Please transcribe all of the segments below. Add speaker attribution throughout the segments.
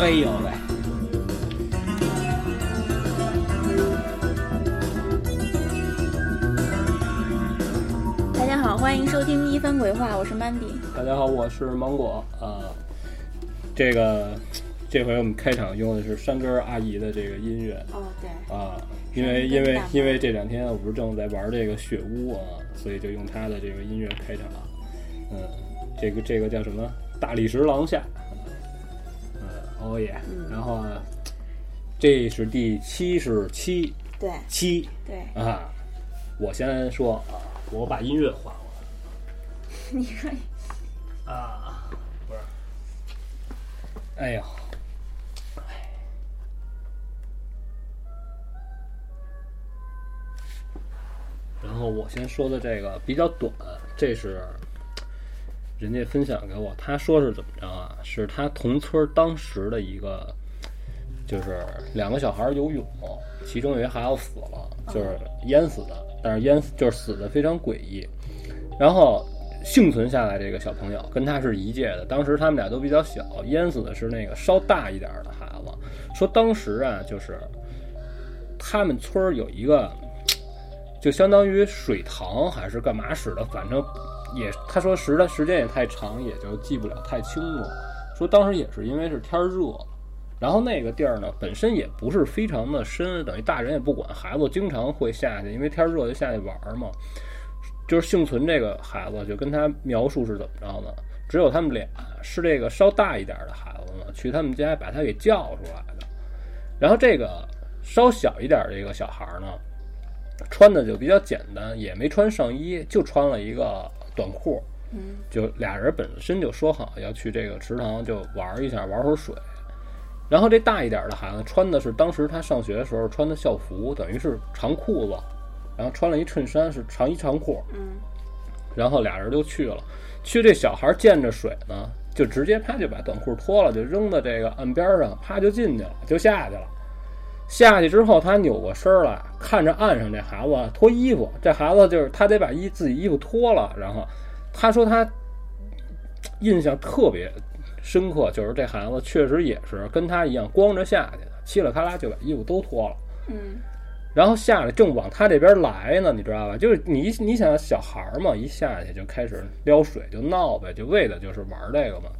Speaker 1: 哎呦喂！
Speaker 2: 大家好，欢迎收听《一番鬼话》，我是 Mandy。
Speaker 1: 大家好，我是芒果啊、呃这个这回我们开场用的是山根阿姨的这个音乐
Speaker 2: 哦，对，
Speaker 1: 啊、因为
Speaker 2: 山
Speaker 1: 因
Speaker 2: 根
Speaker 1: 为
Speaker 2: 大妈
Speaker 1: 因为这两天我不是正在玩这个雪屋啊，所以就用她的这个音乐开场。嗯，这个这个叫什么？大理石廊下。嗯，哦耶！
Speaker 2: 嗯
Speaker 1: 然后呢，这是第七十七
Speaker 2: 对，
Speaker 1: 期
Speaker 2: 对，
Speaker 1: 啊。我先说啊，我把音乐换了
Speaker 2: 你看，
Speaker 1: 啊，不是。哎呦，然后我先说的这个比较短，这是人家分享给我，他说是怎么着啊？是他同村当时的一个，就是两个小孩游泳，其中有一孩子死了，就是淹死的，但是淹死就是死的非常诡异，然后。幸存下来这个小朋友跟他是一届的，当时他们俩都比较小，淹死的是那个稍大一点儿的孩子。说当时啊，就是他们村儿有一个就相当于水塘还是干嘛使的，反正也他说时的时间也太长，也就记不了太清楚。说当时也是因为是天儿热，然后那个地儿呢本身也不是非常的深，等于大人也不管，孩子经常会下去，因为天儿热就下去玩儿嘛。就是幸存这个孩子，就跟他描述是怎么着呢？只有他们俩是这个稍大一点的孩子呢，去他们家把他给叫出来的。然后这个稍小一点的这个小孩呢，穿的就比较简单，也没穿上衣，就穿了一个短裤。
Speaker 2: 嗯，
Speaker 1: 就俩人本身就说好要去这个池塘就玩一下，玩会儿水。然后这大一点的孩子穿的是当时他上学的时候穿的校服，等于是长裤子，然后穿了一衬衫，是长衣长裤。
Speaker 2: 嗯，
Speaker 1: 然后俩人就去了。去这小孩见着水呢，就直接啪就把短裤脱了，就扔到这个岸边上，啪就进去了，就下去了。下去之后，他扭过身儿来，看着岸上这孩子脱衣服，这孩子就是他得把衣自己衣服脱了，然后他说他印象特别深刻，就是这孩子确实也是跟他一样光着下去的，嘁哩喀啦就把衣服都脱了。
Speaker 2: 嗯，
Speaker 1: 然后下来正往他这边来呢，你知道吧？就是你一你想小孩儿嘛，一下去就开始撩水就闹呗，就为的就是玩这个嘛。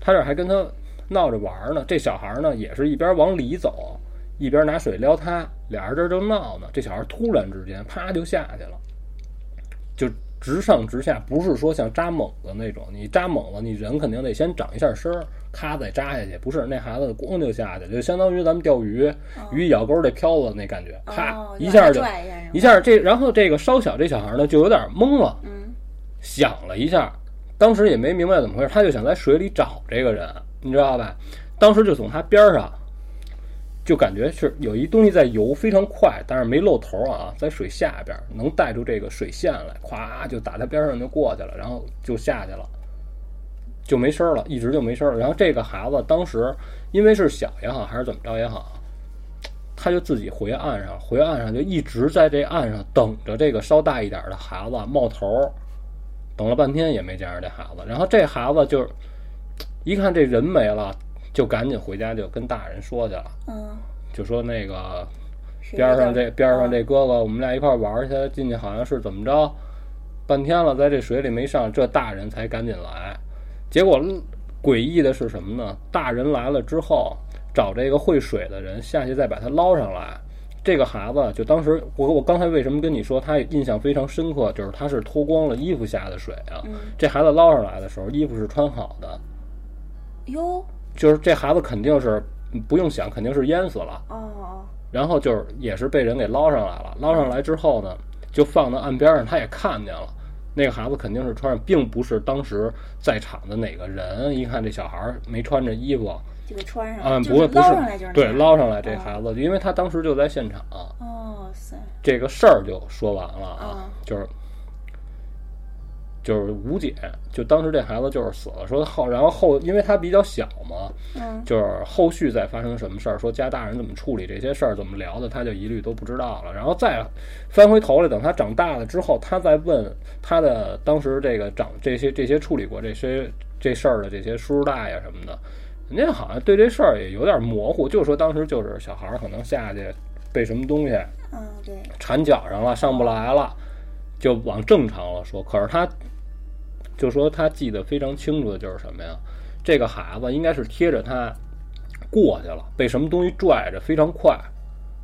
Speaker 1: 他这儿还跟他闹着玩儿呢，这小孩儿呢也是一边往里走，一边拿水撩他，俩人这儿就闹呢。这小孩儿突然之间啪就下去了，就直上直下，不是说像扎猛子那种，你扎猛子你人肯定得先长一下身儿，咔再扎下去，不是那孩子咣就下去，就相当于咱们钓鱼，鱼一咬钩儿这漂子那感觉，啪、
Speaker 2: 哦，
Speaker 1: 一下
Speaker 2: 把它
Speaker 1: 就
Speaker 2: 拽一下，
Speaker 1: 一，下这，然后这个稍小这小孩呢就有点懵了，
Speaker 2: 嗯，
Speaker 1: 想了一下，当时也没明白怎么回事，他就想在水里找这个人，你知道吧？当时就从他边上，就感觉是有一东西在游，非常快，但是没露头啊，在水下边能带出这个水线来，咵就打他边上就过去了，然后就下去了。就没声儿了，一直就没声儿了。然后这个孩子当时因为是小也好，还是怎么着也好，他就自己回岸上，回岸上就一直在这岸上等着这个稍大一点儿的孩子冒头儿，等了半天也没见着这孩子。然后这孩子就是一看这人没了，就赶紧回家就跟大人说去了，
Speaker 2: 嗯，
Speaker 1: 就说那个
Speaker 2: 是
Speaker 1: 边
Speaker 2: 有
Speaker 1: 上
Speaker 2: 点
Speaker 1: 这边上这哥哥，我们俩一块儿玩儿去，进去好像是怎么着，半天了，在这水里没上，这大人才赶紧来。结果嗯诡异的是什么呢？大人来了之后，找这个会水的人下去再把他捞上来。这个孩子就当时我我刚才为什么跟你说他印象非常深刻，就是他是脱光了衣服下的水啊。
Speaker 2: 嗯
Speaker 1: 这孩子捞上来的时候，衣服是穿好的，
Speaker 2: 哟，
Speaker 1: 就是这孩子肯定是不用想，肯定是淹死了。
Speaker 2: 哦哦，
Speaker 1: 然后就是也是被人给捞上来了，捞上来之后呢，就放到岸边上，他也看见了。那个孩子肯定是穿上，并不是当时在场的哪个人。一看这小孩儿没穿着衣服，
Speaker 2: 就给穿上，
Speaker 1: 啊，
Speaker 2: 了，
Speaker 1: 不会，
Speaker 2: 就是
Speaker 1: 不
Speaker 2: 捞上来就是那
Speaker 1: 对，
Speaker 2: 样，啊
Speaker 1: 捞上来这孩子，因为他当时就在现场，
Speaker 2: 哦塞，
Speaker 1: 这个事儿就说完了啊
Speaker 2: 嗯，
Speaker 1: 就是就是无解，就当时这孩子就是死了，说后，然后后，因为他比较小嘛，
Speaker 2: 嗯，
Speaker 1: 就是后续再发生什么事儿，说家大人怎么处理这些事儿，怎么聊的，他就一律都不知道了。然后再翻回头来，等他长大了之后，他再问他的当时这个长这些这些处理过这些这事儿的这些叔叔大爷什么的，人家好像对这事儿也有点模糊，就说当时就是小孩儿可能下去被什么东西
Speaker 2: 嗯，对，
Speaker 1: 缠脚上了，上不来了，就往正常了说。可是他就说他记得非常清楚的就是什么呀？这个孩子应该是贴着他过去了，被什么东西拽着，非常快。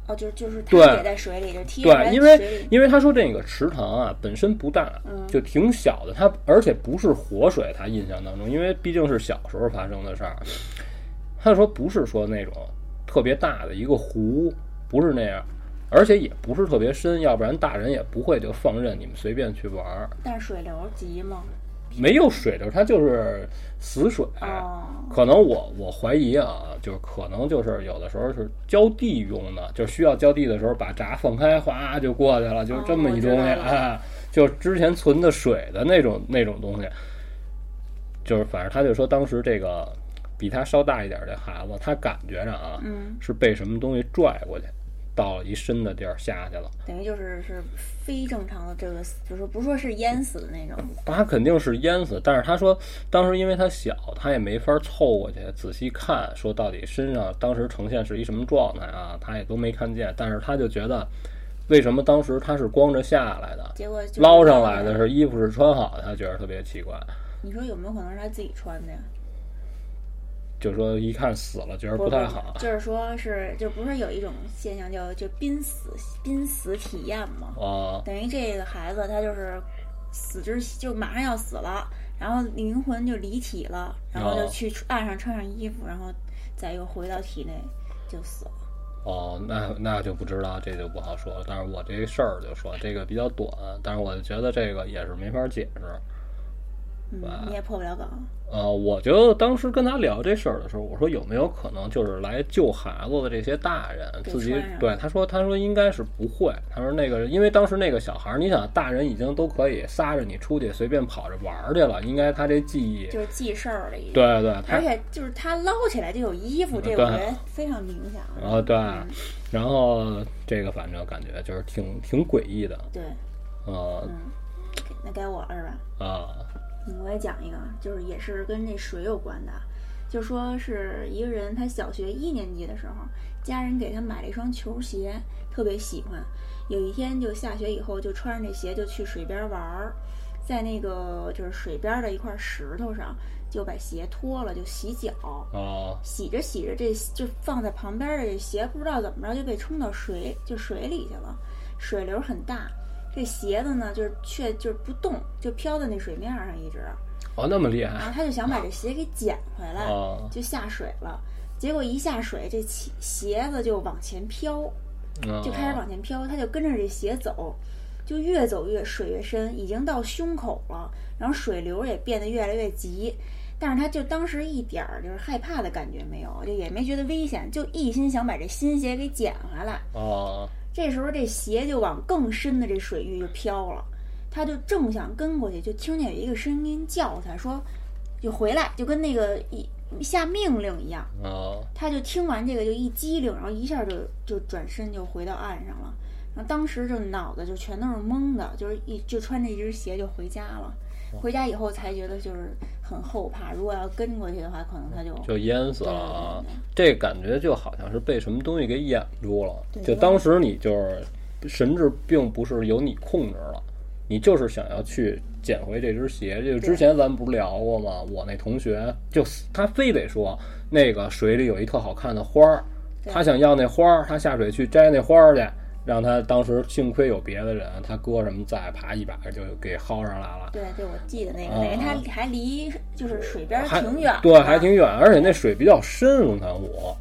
Speaker 2: 哦，就就是他
Speaker 1: 对
Speaker 2: 也在水里，就踢着
Speaker 1: 对，因为
Speaker 2: 水里，
Speaker 1: 因为他说这个池塘啊本身不大，
Speaker 2: 嗯
Speaker 1: 就挺小的，它而且不是活水，他印象当中，因为毕竟是小时候发生的事儿。他说不是说那种特别大的一个湖，不是那样，而且也不是特别深，要不然大人也不会就放任你们随便去玩儿。
Speaker 2: 但是水流急嘛。
Speaker 1: 没有水流，它就是死水。啊
Speaker 2: 哦，
Speaker 1: 可能我我怀疑啊，就是可能就是有的时候是浇地用的，就是需要浇地的时候把闸放开，哗就过去了，就是这么一东西
Speaker 2: 哦我知道了
Speaker 1: 啊，就是之前存的水的那种那种东西，就是反正他就说当时这个比他稍大一点的孩子，他感觉着啊
Speaker 2: 嗯，
Speaker 1: 是被什么东西拽过去，到了一深的地儿下去了。
Speaker 2: 等于就是是非正常的这个，就是不说是淹死的那种。
Speaker 1: 他肯定是淹死，但是他说当时因为他小，他也没法凑过去仔细看，说到底身上当时呈现是一什么状态啊，他也都没看见。但是他就觉得，为什么当时他是光着下来的，
Speaker 2: 结果就是
Speaker 1: 捞上来的是衣服是穿好的，他觉得特别奇怪，
Speaker 2: 你说有没有可能是他自己穿的呀？
Speaker 1: 就说一看死了，觉得不太好。
Speaker 2: 就是说是就不是有一种现象叫就濒死濒死体验嘛？
Speaker 1: 啊，
Speaker 2: 等于这个孩子他就是死之就马上要死了，然后灵魂就离体了，然后就
Speaker 1: 哦
Speaker 2: 去岸上穿上衣服，然后再又回到体内就死了。
Speaker 1: 哦，那那就不知道，这就不好说了。但是我这事儿就说这个比较短，但是我就觉得这个也是没法解释。
Speaker 2: 嗯，你也破不了梗。
Speaker 1: 呃，我觉得当时跟他聊这事儿的时候，我说有没有可能就是来救孩子的这些大人
Speaker 2: 给
Speaker 1: 自己
Speaker 2: 穿啊上
Speaker 1: 对他说，他说应该是不会，他说那个因为当时那个小孩儿，你想大人已经都可以撒着你出去随便跑着玩儿去了，应该他这记忆，
Speaker 2: 就是记事儿了已经。
Speaker 1: 对对，他
Speaker 2: 而且就是他捞起来就有衣服，
Speaker 1: 对
Speaker 2: 这
Speaker 1: 哦
Speaker 2: 我觉得非常明显啊。
Speaker 1: 然呃后对，然后这个反正感觉就是挺挺诡异的，
Speaker 2: 对，嗯
Speaker 1: 呃
Speaker 2: 那该我了是吧？
Speaker 1: 啊
Speaker 2: 嗯我也讲一个，就是也是跟那水有关的，就说是一个人，他小学一年级的时候，家人给他买了一双球鞋，特别喜欢。有一天就下学以后，就穿着那鞋就去水边玩儿，在那个就是水边的一块石头上，就把鞋脱了，就洗脚。
Speaker 1: 啊
Speaker 2: 洗着洗着这就放在旁边的这鞋，不知道怎么着就被冲到水就水里去了，水流很大，这鞋子呢就是却就是不动，就飘在那水面上一直，
Speaker 1: 哦那么厉
Speaker 2: 然
Speaker 1: 害
Speaker 2: 后他就想把这鞋给捡回来，
Speaker 1: 啊
Speaker 2: 就下水了。结果一下水，这鞋鞋子就往前飘，就开始
Speaker 1: 哦啊
Speaker 2: 往前飘，他就跟着这鞋走，就越走越水越深，已经到胸口了，然后水流也变得越来越急，但是他就当时一点儿就是害怕的感觉没有，就也没觉得危险，就一心想把这新鞋给捡回来。
Speaker 1: 啊
Speaker 2: 这时候这鞋就往更深的这水域就飘了，他就正想跟过去，就听见有一个声音叫他说：“就回来！”就跟那个一下命令一样。
Speaker 1: 啊
Speaker 2: 他就听完这个就一激灵，然后一下就就转身就回到岸上了。然后当时就脑子就全都是懵的，就是一就穿着一只鞋就回家了。回家以后才觉得就是很后怕，如果要跟过去的话，可能他就
Speaker 1: 就淹死了啊！这感觉就好像是被什么东西给掩住了
Speaker 2: 对，
Speaker 1: 就当时你就是神志并不是由你控制了，你就是想要去捡回这只鞋。就之前咱们不是聊过吗？我那同学就死他非得说那个水里有一特好看的花儿，
Speaker 2: 对
Speaker 1: 他想要那花儿，他下水去摘那花儿去。让他当时幸亏有别的人，他哥什么在，啪一把就给薅上来了。
Speaker 2: 对对，我记得那个，
Speaker 1: 啊
Speaker 2: 等于他还离就是水边
Speaker 1: 还
Speaker 2: 挺远的，
Speaker 1: 对，还挺远，而且那水比较深，龙潭湖。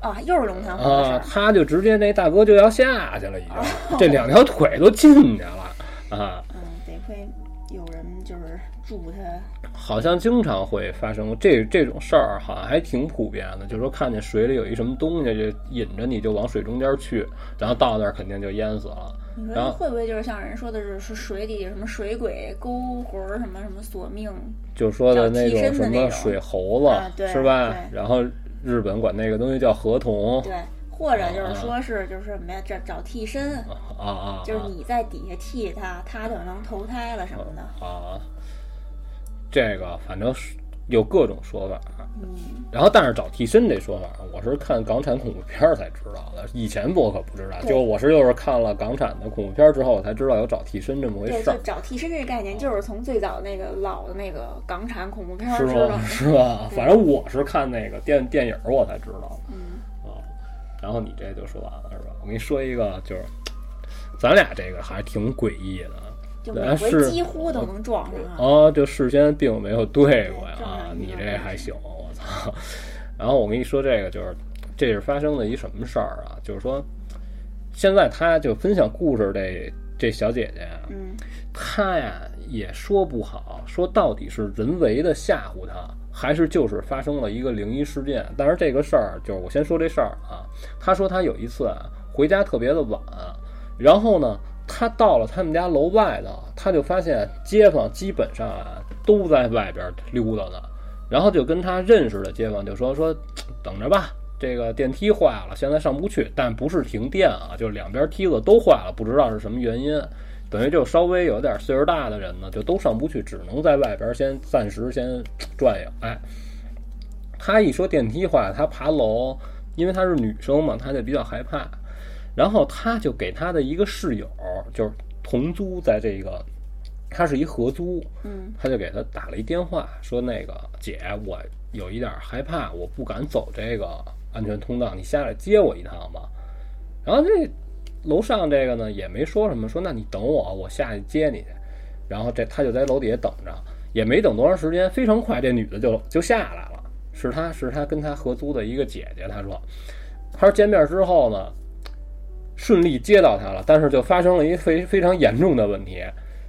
Speaker 2: 啊，又是龙哦潭湖的事
Speaker 1: 啊
Speaker 2: 儿，，
Speaker 1: 他就直接那大哥就要下去了，已经，这两条腿都进去了啊，
Speaker 2: 嗯，得亏有人就是助他，
Speaker 1: 好像经常会发生这这种事儿，好像还挺普遍的，就是说看见水里有一什么东西，就引着你就往水中间去，然后到那儿肯定就淹死了。
Speaker 2: 你
Speaker 1: 然后
Speaker 2: 说会不会就是像人说的是是水底有什么水鬼勾魂儿什么什么索命，
Speaker 1: 就说的那种
Speaker 2: 找
Speaker 1: 什
Speaker 2: 替身的那
Speaker 1: 么
Speaker 2: 种
Speaker 1: 水猴子、
Speaker 2: 啊对
Speaker 1: 是吧
Speaker 2: 对？
Speaker 1: 然后日本管那个东西叫河童
Speaker 2: 对，或者就是说是就是什么呀，找找替身，
Speaker 1: 啊啊，
Speaker 2: 就是你在底下替
Speaker 1: 啊
Speaker 2: 他，他就能投胎了什么的。
Speaker 1: 啊，这个反正是有各种说法。啊
Speaker 2: 嗯，
Speaker 1: 然后，但是找替身这说法，我是看港产恐怖片儿才知道的，以前我可不知道。
Speaker 2: 对
Speaker 1: 就我是又是看了港产的恐怖片儿之后，我才知道有找替身这么回
Speaker 2: 对，
Speaker 1: 事
Speaker 2: 就
Speaker 1: 儿，
Speaker 2: 找替身这个概念，就是从最早那个老的那个港产恐怖片儿
Speaker 1: 是
Speaker 2: 知道的
Speaker 1: 吗？。是吧？反正我是看那个电电影儿我才知道的。
Speaker 2: 嗯，
Speaker 1: 哦，然后你这就说完了是吧？我跟你说一个，就是咱俩这个还挺诡异的。
Speaker 2: 就
Speaker 1: 对
Speaker 2: 每
Speaker 1: 是
Speaker 2: 回几乎都能撞上啊。
Speaker 1: 哦，就事先并没有对过呀
Speaker 2: 对正常
Speaker 1: 啊！
Speaker 2: 一
Speaker 1: 你
Speaker 2: 样
Speaker 1: 这还行，我操！ 然后我跟你说这个就是，这是发生的一什么事儿啊？就是说，现在她就分享故事这这小姐啊姐呀，
Speaker 2: 嗯，
Speaker 1: 她呀也说不好，说到底是人为的吓唬她，还是就是发生了一个灵异事件。但是这个事儿就是我先说这事儿啊，她说她有一次啊回家特别的晚，然后呢，她到了他们家楼外头，她就发现街坊基本上啊都在外边溜达呢，然后就跟她认识的街坊就说说等着吧。这个电梯坏了，现在上不去，但不是停电啊，就是两边梯子都坏了，不知道是什么原因。等于就稍微有点岁数大的人呢，就都上不去，只能在外边先暂时先转悠。哎，她一说电梯坏，她爬楼，因为她是女生嘛，她就比较害怕。然后她就给她的一个室友，就是同租在这个，她是一合租，
Speaker 2: 嗯，
Speaker 1: 她就给她打了一电话，说那个姐，我有一点害怕，我不敢走这个安全通道，你下来接我一趟吧。然后这楼上这个呢也没说什么，说那你等我，我下去接你去。然后这他就在楼底下等着，也没等多长时间，非常快这女的就就下来了，是她是她跟她合租的一个姐姐，她说，她说见面之后呢，顺利接到她了，但是就发生了一非非常严重的问题，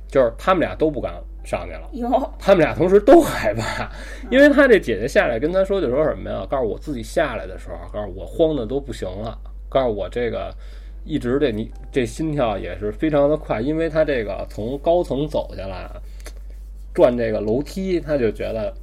Speaker 1: 就是他们俩都不敢上去了。
Speaker 2: 有，
Speaker 1: 他们俩同时都害怕， 因为他这姐姐下来跟他说就说什么呀？告诉我自己下来的时候，告诉我慌的都不行了，告诉我这个一直这你这心跳也是非常的快，因为他这个从高层走下来，转这个楼梯，他就觉得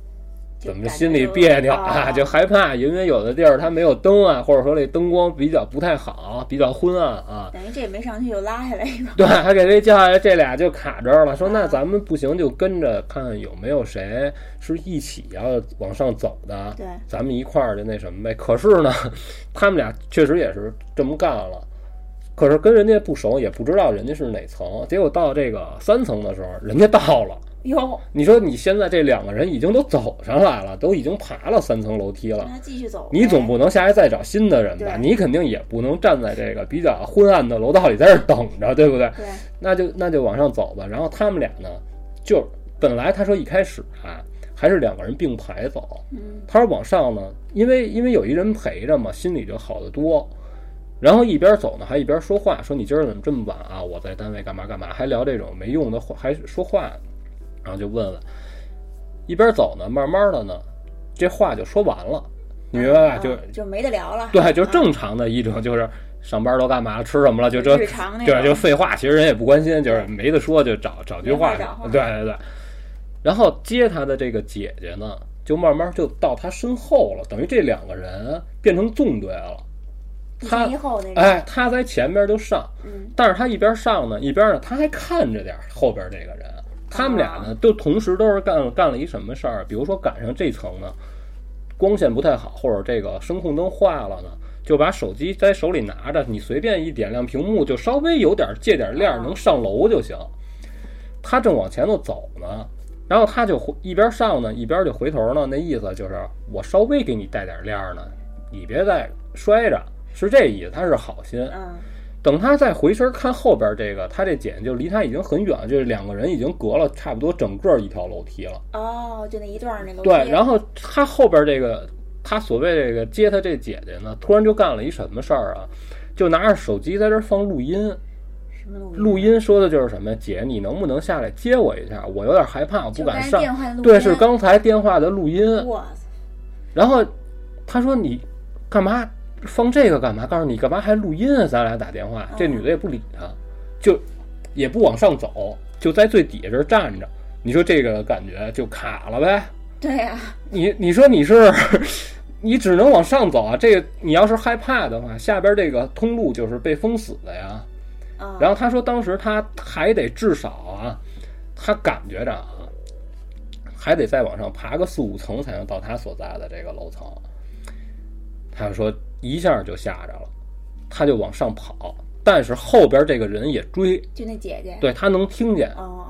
Speaker 2: 就
Speaker 1: 怎么
Speaker 2: 感
Speaker 1: 心
Speaker 2: 觉
Speaker 1: 里
Speaker 2: 就
Speaker 1: 别 扭啊，
Speaker 2: 啊
Speaker 1: 就害怕，因为有的地儿它没有灯啊，或者说这灯光比较不太好，比较昏暗啊，
Speaker 2: 等于这也没上去就拉下来一个。
Speaker 1: 对，还给这叫来，这俩就卡这儿了。说那咱们不行，就跟着看看有没有谁是一起要往上走的，
Speaker 2: 对，
Speaker 1: 咱们一块儿就那什么呗。可是呢，他们俩确实也是这么干了，可是跟人家不熟，也不知道人家是哪层。结果到这个三层的时候，人家到了。
Speaker 2: 有，
Speaker 1: 你说你现在这两个人已经都走上来了，都已经爬了三层楼梯了
Speaker 2: 让，他继续走呗。
Speaker 1: 你总不能下来再找新的人吧？
Speaker 2: 嗯对
Speaker 1: 你肯定也不能站在这个比较昏暗的楼道里在这儿等着，对不对？
Speaker 2: 对，
Speaker 1: 那就那就往上走吧。然后他们俩呢，就本来他说一开始啊，还是两个人并排走。
Speaker 2: 嗯，
Speaker 1: 他说往上呢，因为因为有一人陪着嘛，心里就好得多。然后一边走呢，还一边说话，说你今儿怎么这么晚啊？我在单位干嘛干嘛，还聊这种没用的话，还说话，然后就问问。一边走呢，慢慢的呢，这话就说完了，你明白吧？
Speaker 2: 啊
Speaker 1: 就
Speaker 2: 就没得聊了。
Speaker 1: 对，就
Speaker 2: 啊
Speaker 1: 正常的一种就是上班都干嘛，吃什么了，就这
Speaker 2: 日常那
Speaker 1: 对，就
Speaker 2: 种。
Speaker 1: 废话，其实人也不关心，就是没得说，就找找句话
Speaker 2: 没话找话
Speaker 1: 对对对。然后接他的这个姐姐呢，就慢慢就到他身后了，等于这两个人变成纵队了。
Speaker 2: 一
Speaker 1: 他
Speaker 2: 前一后那种。
Speaker 1: 哎，他在前边就上，
Speaker 2: 嗯，
Speaker 1: 但是他一边上呢，一边呢他还看着点儿后边这个人。他们俩
Speaker 2: 哦
Speaker 1: 呢，就同时都是干了干了一什么事儿，比如说赶上这层呢，光线不太好，或者这个声控灯坏了呢，就把手机在手里拿着，你随便一点亮屏幕，就稍微有点儿借点儿亮儿，
Speaker 2: 啊
Speaker 1: 能上楼就行。他正往前头走呢，然后他就回一边上呢，一边就回头呢，那意思就是我稍微给你带点儿亮儿呢，你别再摔着，是这意思，他是好心。
Speaker 2: 嗯，
Speaker 1: 等他再回身看后边这个，他这姐就离他已经很远，就是两个人已经隔了差不多整个一条楼梯了。
Speaker 2: 哦，就那一段儿那楼梯。
Speaker 1: 对，然后他后边这个，他所谓这个接他这姐姐呢，突然就干了一什么事儿啊？就拿着手机在这儿放录音，
Speaker 2: 什么录
Speaker 1: 录音说的就是什么呀？姐，你能不能下来接我一下？我有点害怕，我不
Speaker 2: 就
Speaker 1: 敢
Speaker 2: 刚才
Speaker 1: 上。
Speaker 2: 电话的录
Speaker 1: 对，
Speaker 2: 音
Speaker 1: 是刚才电话的录音。
Speaker 2: 我操，
Speaker 1: 然后他说你干嘛放这个干嘛？告诉你干嘛还录音啊？咱俩打电话，
Speaker 2: 嗯
Speaker 1: 这女的也不理他，就也不往上走，就在最底下这儿站着。你说这个感觉就卡了呗？
Speaker 2: 对啊呀、
Speaker 1: 你你说你是 你只能往上走啊？这个你要是害怕的话，下边这个通路就是被封死的呀。
Speaker 2: 啊，
Speaker 1: 然后他说，当时他还得至少啊，他感觉着啊，还得再往上爬个四五层才能到他所在的这个楼层。他说一下就吓着了，他就往上跑，但是后边这个人也追，
Speaker 2: 就那姐姐，
Speaker 1: 对他能听见，
Speaker 2: 哦哦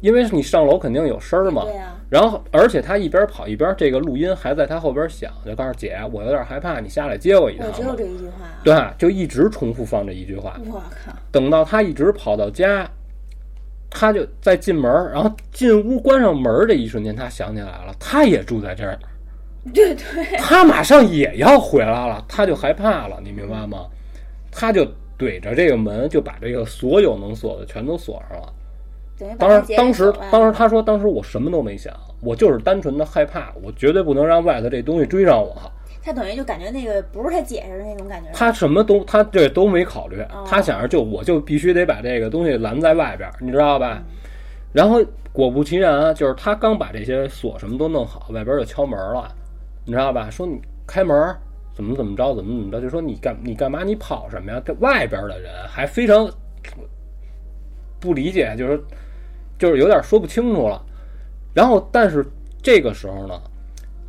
Speaker 1: 因为你上楼肯定有声儿
Speaker 2: 哦，
Speaker 1: 嘛。
Speaker 2: 对啊，
Speaker 1: 然后，而且他一边跑一边这个录音还在他后边响，就告诉姐，我有点害怕，你下来接我一趟
Speaker 2: 我只
Speaker 1: 吧
Speaker 2: 有。这一句话啊，
Speaker 1: 对，就一直重复放这一句话。
Speaker 2: 我靠，
Speaker 1: 等到他一直跑到家，他就再进门，然后进屋关上门这一瞬间，他想起来了，他也住在这儿，
Speaker 2: 对对，
Speaker 1: 他马上也要回来了，他就害怕了，你明白吗？他就怼着这个门，就把这个所有能锁的全都锁上了。
Speaker 2: 等于把
Speaker 1: 当
Speaker 2: 那
Speaker 1: 然
Speaker 2: 姐，姐
Speaker 1: 当时
Speaker 2: 锁外
Speaker 1: 当时
Speaker 2: 了
Speaker 1: 他说，当时我什么都没想，我就是单纯的害怕，我绝对不能让外头这东西追上我。
Speaker 2: 他等于就感觉那个不是他解释的那种感觉，
Speaker 1: 他什么都他这都没考虑
Speaker 2: 哦，
Speaker 1: 他想着就我就必须得把这个东西拦在外边儿，你知道
Speaker 2: 嗯
Speaker 1: 吧？然后果不其然啊，就是他刚把这些锁什么都弄好，外边儿就敲门了，你知道吧？说你开门儿，怎么怎么着，怎么怎么着，就说你干你干嘛？你跑什么呀？这外边儿的人还非常不理解，就是就是有点说不清楚了。然后，但是这个时候呢，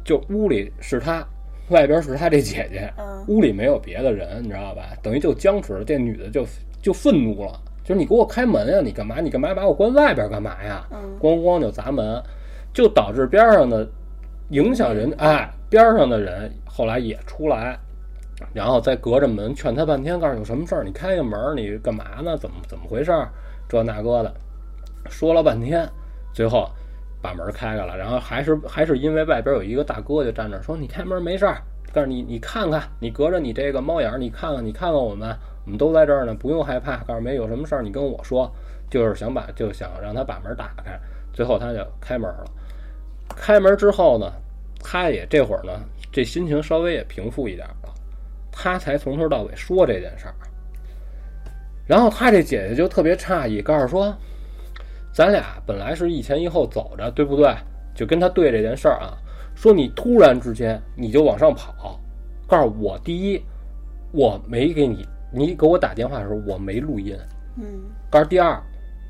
Speaker 1: 就屋里是他，外边是他这姐姐，
Speaker 2: 嗯
Speaker 1: 屋里没有别的人，你知道吧？等于就僵持了。这女的就就愤怒了，就是你给我开门呀，你干嘛？你干嘛把我关外边干嘛呀？
Speaker 2: 嗯
Speaker 1: 咣咣就砸门，就导致边上的影响人，哎，边上的人后来也出来，然后再隔着门劝他半天，告诉有什么事儿你开个门儿，你干嘛呢？怎么怎么回事儿？这那个的，说了半天，最后把门开开了，然后还是还是因为外边有一个大哥就站那儿说你开门没事儿，告诉你你看看，你隔着你这个猫眼儿，你看看你看看我们，我们都在这儿呢，不用害怕。告诉没有什么事儿你跟我说，就是想把就想让他把门打开，最后他就开门了。开门之后呢，他也这会儿呢，这心情稍微也平复一点了，他才从头到尾说这件事儿。然后他这姐姐就特别诧异，告诉说：“咱俩本来是一前一后走着，对不对？就跟他对这件事儿啊，说你突然之间你就往上跑，告诉我第一，我没给你，你给我打电话的时候我没录音，
Speaker 2: 嗯
Speaker 1: 告诉第二，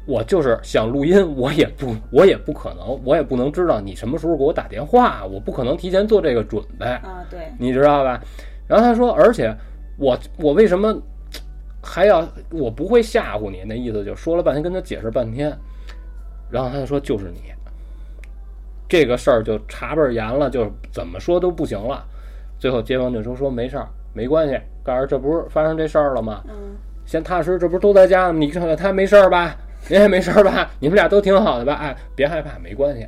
Speaker 1: 我就是想录音，我也不，我也不可能，我也不能知道你什么时候给我打电话，啊我不可能提前做这个准备。
Speaker 2: 啊对，
Speaker 1: 你知道吧？然后他说，而且我我为什么还要我不会吓唬你？那意思就说了半天，跟他解释半天，然后他就说就是你，这个事儿就查倍儿严了，就是怎么说都不行了。最后街坊就说说没事儿，没关系，告诉这不是发生这事儿了吗？
Speaker 2: 嗯
Speaker 1: 先踏实，这不是都在家呢吗？你看看他没事儿吧？您也没事儿吧？你们俩都挺好的吧？哎，别害怕，没关系。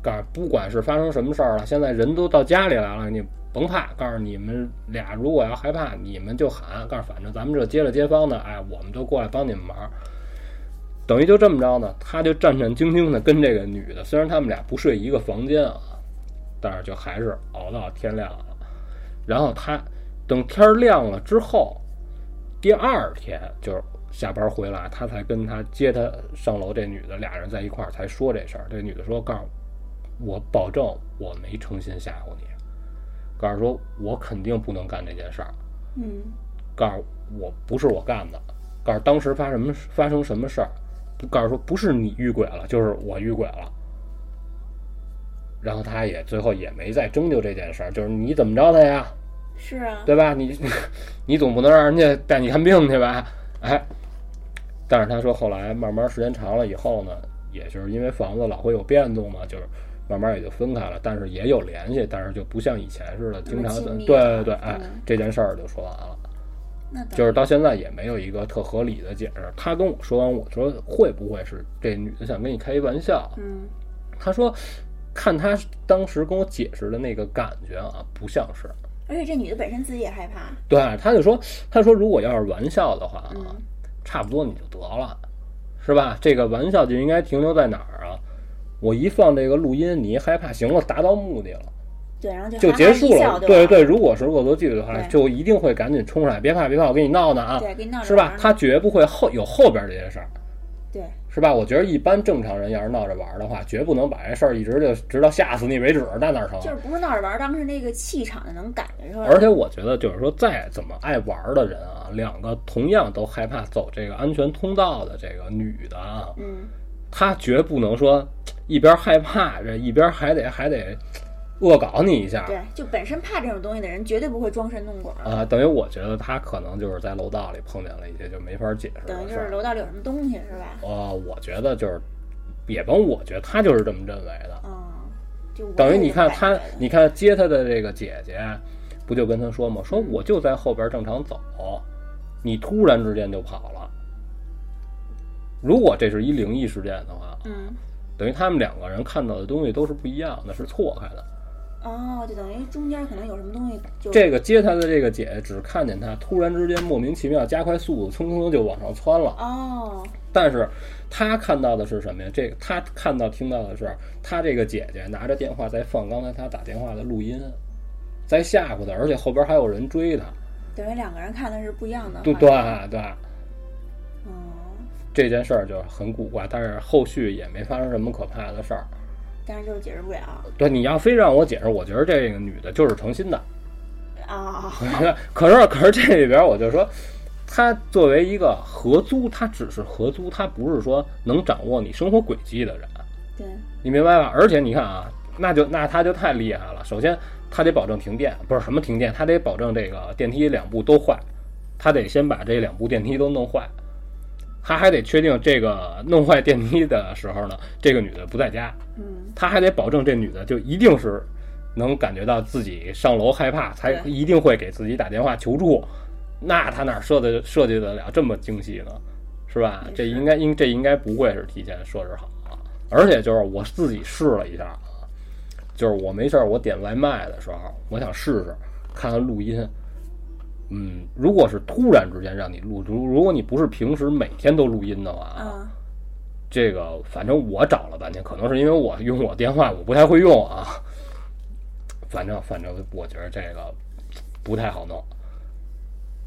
Speaker 1: 告诉不管是发生什么事儿了，现在人都到家里来了，你甭怕。告诉你们俩，如果要害怕，你们就喊。告诉反正咱们这街了街坊的，哎，我们都过来帮你们忙。等于就这么着呢，他就战战兢兢的跟这个女的，虽然他们俩不睡一个房间啊，但是就还是熬到天亮了。然后他等天儿亮了之后，第二天就是下班回来，他才跟他接他上楼这女的俩人在一块儿才说这事儿。这女的说：“告诉我，我保证我没诚心吓唬你，告诉说我肯定不能干这件事儿，
Speaker 2: 嗯
Speaker 1: 告诉我不是我干的，告诉当时发什么发生什么事儿，不告诉说不是你遇鬼了，就是我遇鬼了。”然后他也最后也没再征求这件事儿，就是你怎么着他呀？
Speaker 2: 是啊，
Speaker 1: 对吧？你你总不能让人家带你看病去吧？哎，但是他说后来慢慢时间长了以后呢，也就是因为房子老会有变动嘛，就是慢慢也就分开了，但是也有联系，但是就不像以前似的
Speaker 2: 那
Speaker 1: 经
Speaker 2: 么
Speaker 1: 常
Speaker 2: 亲密
Speaker 1: 对对
Speaker 2: 了
Speaker 1: 对，哎
Speaker 2: 嗯，
Speaker 1: 这件事儿就说完了。
Speaker 2: 那倒
Speaker 1: 就是到现在也没有一个特合理的解释。他跟我说完，我说会不会是这女的想跟你开一玩笑？
Speaker 2: 嗯
Speaker 1: 他说，看他当时跟我解释的那个感觉啊，不像是。
Speaker 2: 而且这女的本身自己也害怕，
Speaker 1: 对，他就说，他说如果要是玩笑的话啊，
Speaker 2: 嗯
Speaker 1: 差不多你就得了，是吧？这个玩笑就应该停留在哪儿啊？我一放这个录音，你一害怕，行了，达到目的了，
Speaker 2: 对，然后就
Speaker 1: 就
Speaker 2: 哈哈
Speaker 1: 结束
Speaker 2: 一
Speaker 1: 了。
Speaker 2: 笑
Speaker 1: 对
Speaker 2: 对吧
Speaker 1: 对，如果是恶作剧的话，
Speaker 2: 对
Speaker 1: 就一定会赶紧冲上来，别怕别怕，我跟你闹呢啊，
Speaker 2: 对，给你闹着
Speaker 1: 是
Speaker 2: 玩
Speaker 1: 吧
Speaker 2: 儿？呢
Speaker 1: 他绝不会后有后边这些事儿，
Speaker 2: 对
Speaker 1: 是吧？我觉得一般正常人要是闹着玩儿的话，绝不能把这事儿一直就直到吓死你为止，那哪成啊？
Speaker 2: 就是不是闹着玩儿，当时那个气场就能感觉出来。
Speaker 1: 而且我觉得，就是说，再怎么爱玩儿的人啊，两个同样都害怕走这个安全通道的这个女的啊，
Speaker 2: 嗯，
Speaker 1: 她绝不能说一边害怕着，一边还得还得恶搞你一下
Speaker 2: 对，就本身怕这种东西的人绝对不会装神弄鬼儿，
Speaker 1: 啊。等于我觉得他可能就是在楼道里碰见了一些就没法解释
Speaker 2: 等
Speaker 1: 的
Speaker 2: 于就
Speaker 1: 事
Speaker 2: 是
Speaker 1: 儿。
Speaker 2: 楼道里有什么东西是吧？
Speaker 1: 呃，我觉得就是，也甭我觉得他就是这么认为的。
Speaker 2: 嗯，就我
Speaker 1: 等于
Speaker 2: 有
Speaker 1: 你
Speaker 2: 这
Speaker 1: 看
Speaker 2: 种
Speaker 1: 他
Speaker 2: 感觉，的
Speaker 1: 你看接他的这个姐姐，不就跟他说吗？说我就在后边正常走，你突然之间就跑了。如果这是一灵异事件的话，
Speaker 2: 嗯，
Speaker 1: 等于他们两个人看到的东西都是不一样的，是错开的。
Speaker 2: 哦，就等于中间可能有什么东西就
Speaker 1: 这个接他的这个姐姐只看见他突然之间莫名其妙加快速度，蹭蹭蹭就往上窜了。
Speaker 2: 哦，
Speaker 1: 但是他看到的是什么呀？这个他看到听到的是他这个姐姐拿着电话在放刚才他打电话的录音，在吓唬他，而且后边还有人追他。
Speaker 2: 等于两个人看的是不一样的，
Speaker 1: 对对，对，
Speaker 2: 嗯，
Speaker 1: 这件事儿就是很古怪，但是后续也没发生什么可怕的事儿。
Speaker 2: 但是就是解释不了
Speaker 1: 对，你要非让我解释，我觉得这个女的就是诚心的。
Speaker 2: 啊，
Speaker 1: 可是可是这里边我就说，他作为一个合租，他只是合租，他不是说能掌握你生活轨迹的人，
Speaker 2: 对，
Speaker 1: 你明白吧？而且你看啊，那就那他就太厉害了。首先，他得保证停电，不是什么停电，他得保证这个电梯两部都坏，他得先把这两部电梯都弄坏。他还得确定这个弄坏电梯的时候呢，这个女的不在家，
Speaker 2: 嗯，
Speaker 1: 他还得保证这女的就一定是能感觉到自己上楼害怕，才
Speaker 2: 对
Speaker 1: 一定会给自己打电话求助。那他哪设的设计得了这么精细呢？是吧？
Speaker 2: 也
Speaker 1: 这
Speaker 2: 是
Speaker 1: 应该应这应该不会是提前设置好的。而且就是我自己试了一下啊，就是我没事儿我点外卖的时候，啊我想试试看看录音。嗯，如果是突然之间让你录，如如果你不是平时每天都录音的话，
Speaker 2: 啊，
Speaker 1: 这个反正我找了半天，可能是因为我用我电话我不太会用啊。反正反正我觉得这个不太好弄。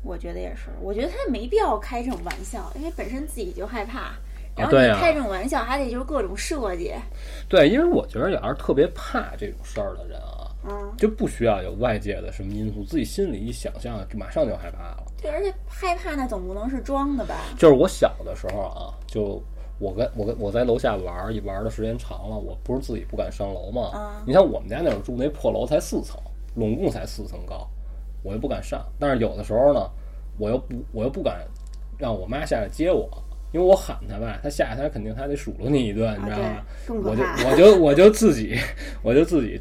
Speaker 2: 我觉得也是，我觉得他没必要开这种玩笑，因为本身自己就害怕，然后
Speaker 1: 啊对
Speaker 2: 你
Speaker 1: 呀
Speaker 2: 开这种玩笑还得就是各种设计，
Speaker 1: 对，因为我觉得要是特别怕这种事儿的人啊，
Speaker 2: 嗯，
Speaker 1: 就不需要有外界的什么因素，自己心里一想象，马上就害怕了。
Speaker 2: 对，而且害怕那总不能是装的吧？
Speaker 1: 就是我小的时候啊，就我跟我跟我在楼下玩儿，一玩儿的时间长了，我不是自己不敢上楼嘛。
Speaker 2: 嗯
Speaker 1: 你像我们家那会儿住那破楼才四层，拢共才四层高，我又不敢上。但是有的时候呢，我又不我又不敢让我妈下来接我，因为我喊她吧，她下来她肯定她得数落你一顿，你
Speaker 2: 啊，
Speaker 1: 知道
Speaker 2: 对
Speaker 1: 吗？，
Speaker 2: 更可
Speaker 1: 我就
Speaker 2: 怕，
Speaker 1: 我就我就自己我就自己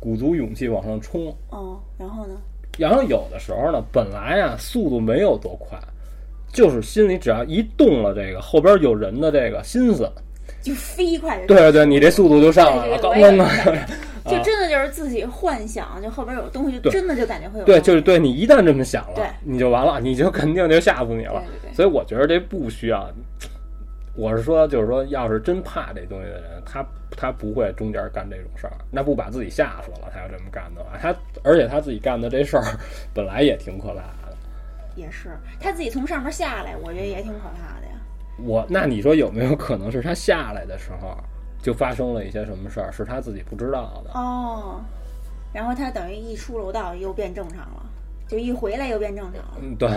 Speaker 1: 鼓足勇气往上冲，
Speaker 2: 嗯，然后呢？
Speaker 1: 然后有的时候呢，本来啊速度没有多快，就是心里只要一动了这个后边有人的这个心思，
Speaker 2: 就飞快的，
Speaker 1: 对对对，你这速度就上来
Speaker 2: 对
Speaker 1: 了，
Speaker 2: 对
Speaker 1: 刚
Speaker 2: 对
Speaker 1: 刚
Speaker 2: 我
Speaker 1: 刚
Speaker 2: 也，就真的就是自己幻想，就后边有东西，就
Speaker 1: 对
Speaker 2: 真的就感觉会 有
Speaker 1: 对，
Speaker 2: 东西
Speaker 1: 就是对你一旦这么想
Speaker 2: 对
Speaker 1: 了，你就完了，你就肯定就吓唬你了。
Speaker 2: 对对对
Speaker 1: 所以我觉得这不需要。我是说，就是说，要是真怕这东西的人，他他不会中间干这种事儿，那不把自己吓死了。他要这么干的话，他而且他自己干的这事儿本来也挺可怕的。
Speaker 2: 也是他自己从上面下来，我觉得也挺可怕的呀。
Speaker 1: 我那你说有没有可能是他下来的时候就发生了一些什么事儿，是他自己不知道的？
Speaker 2: 哦，然后他等于一出楼道又变正常了，就一回来又变正常了。
Speaker 1: 嗯，对，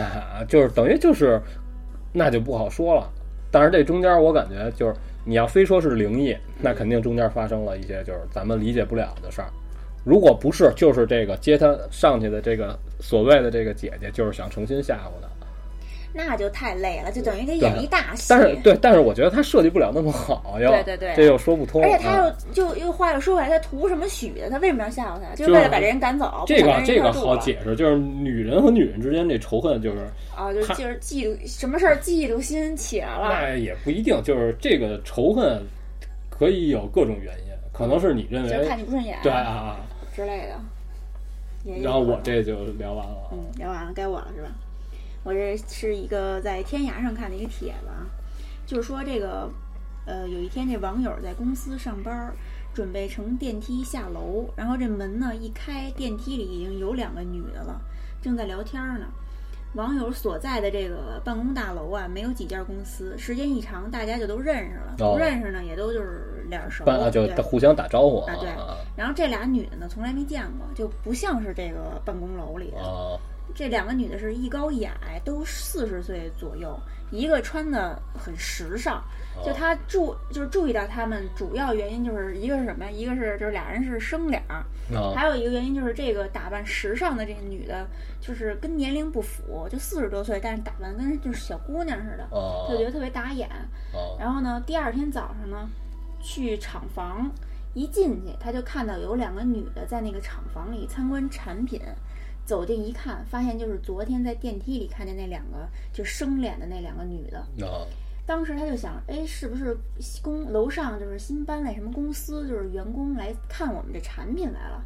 Speaker 1: 就是等于就是，那就不好说了。但是这中间我感觉就是，你要非说是灵异，那肯定中间发生了一些就是咱们理解不了的事儿。如果不是，就是这个接他上去的这个所谓的这个姐姐，就是想诚心吓唬他。
Speaker 2: 那就太累了，就等于给演一大戏。
Speaker 1: 但是对，但是我觉得他设计不了那么好，又
Speaker 2: 对对对
Speaker 1: 这又说不通。
Speaker 2: 而且他
Speaker 1: 啊
Speaker 2: 又就又话又说回来，他图什么许的？他为什么要吓唬他？就是是为了把这人赶走，
Speaker 1: 这
Speaker 2: 不
Speaker 1: 个
Speaker 2: 想跟人
Speaker 1: 这
Speaker 2: 一
Speaker 1: 个
Speaker 2: 块儿住
Speaker 1: 好
Speaker 2: 了
Speaker 1: 解释，就是女人和女人之间这仇恨就是。
Speaker 2: 啊！就是
Speaker 1: 他
Speaker 2: 就是嫉妒，什么事儿嫉妒心起来了。
Speaker 1: 那也不一定，就是这个仇恨可以有各种原因，可能是你认
Speaker 2: 就是
Speaker 1: 为
Speaker 2: 看你不顺眼，
Speaker 1: 对啊，
Speaker 2: 之类的。也有
Speaker 1: 然后我
Speaker 2: 可能
Speaker 1: 这就聊完了啊。
Speaker 2: 嗯，聊完了该我了是吧？我这是一个在天涯上看的一个帖子啊，就是说这个，呃，有一天这网友在公司上班儿，准备乘电梯下楼，然后这门呢一开，电梯里已经有两个女的了，正在聊天儿呢。网友所在的这个办公大楼啊，没有几家公司，时间一长，大家就都认识了，
Speaker 1: 哦
Speaker 2: 不认识呢也都就是脸儿熟，
Speaker 1: 办啊，就
Speaker 2: 对
Speaker 1: 互相打招呼啊
Speaker 2: 啊对然后这俩女的呢，从来没见过，就不像是这个办公楼里的。
Speaker 1: 啊
Speaker 2: 这两个女的是一高一矮，都四十岁左右，一个穿的很时尚，
Speaker 1: 哦
Speaker 2: 就
Speaker 1: 啊
Speaker 2: 她注就是注意到她们，主要原因就是一个是什么呀？一个是就是俩人是生脸儿，
Speaker 1: 啊
Speaker 2: 还有一个原因就是这个打扮时尚的这个女的，就是跟年龄不符，就四十多岁，但是打扮跟就是小姑娘似的，
Speaker 1: 啊
Speaker 2: 就觉得特别打眼。
Speaker 1: 啊
Speaker 2: 然后呢，第二天早上呢，去厂房一进去，他就看到有两个女的在那个厂房里参观产品。走近一看，发现就是昨天在电梯里看见那两个就生脸的那两个女的。
Speaker 1: 啊
Speaker 2: 当时他就想，哎，是不是公楼上就是新搬来什么公司，就是员工来看我们这产品来了？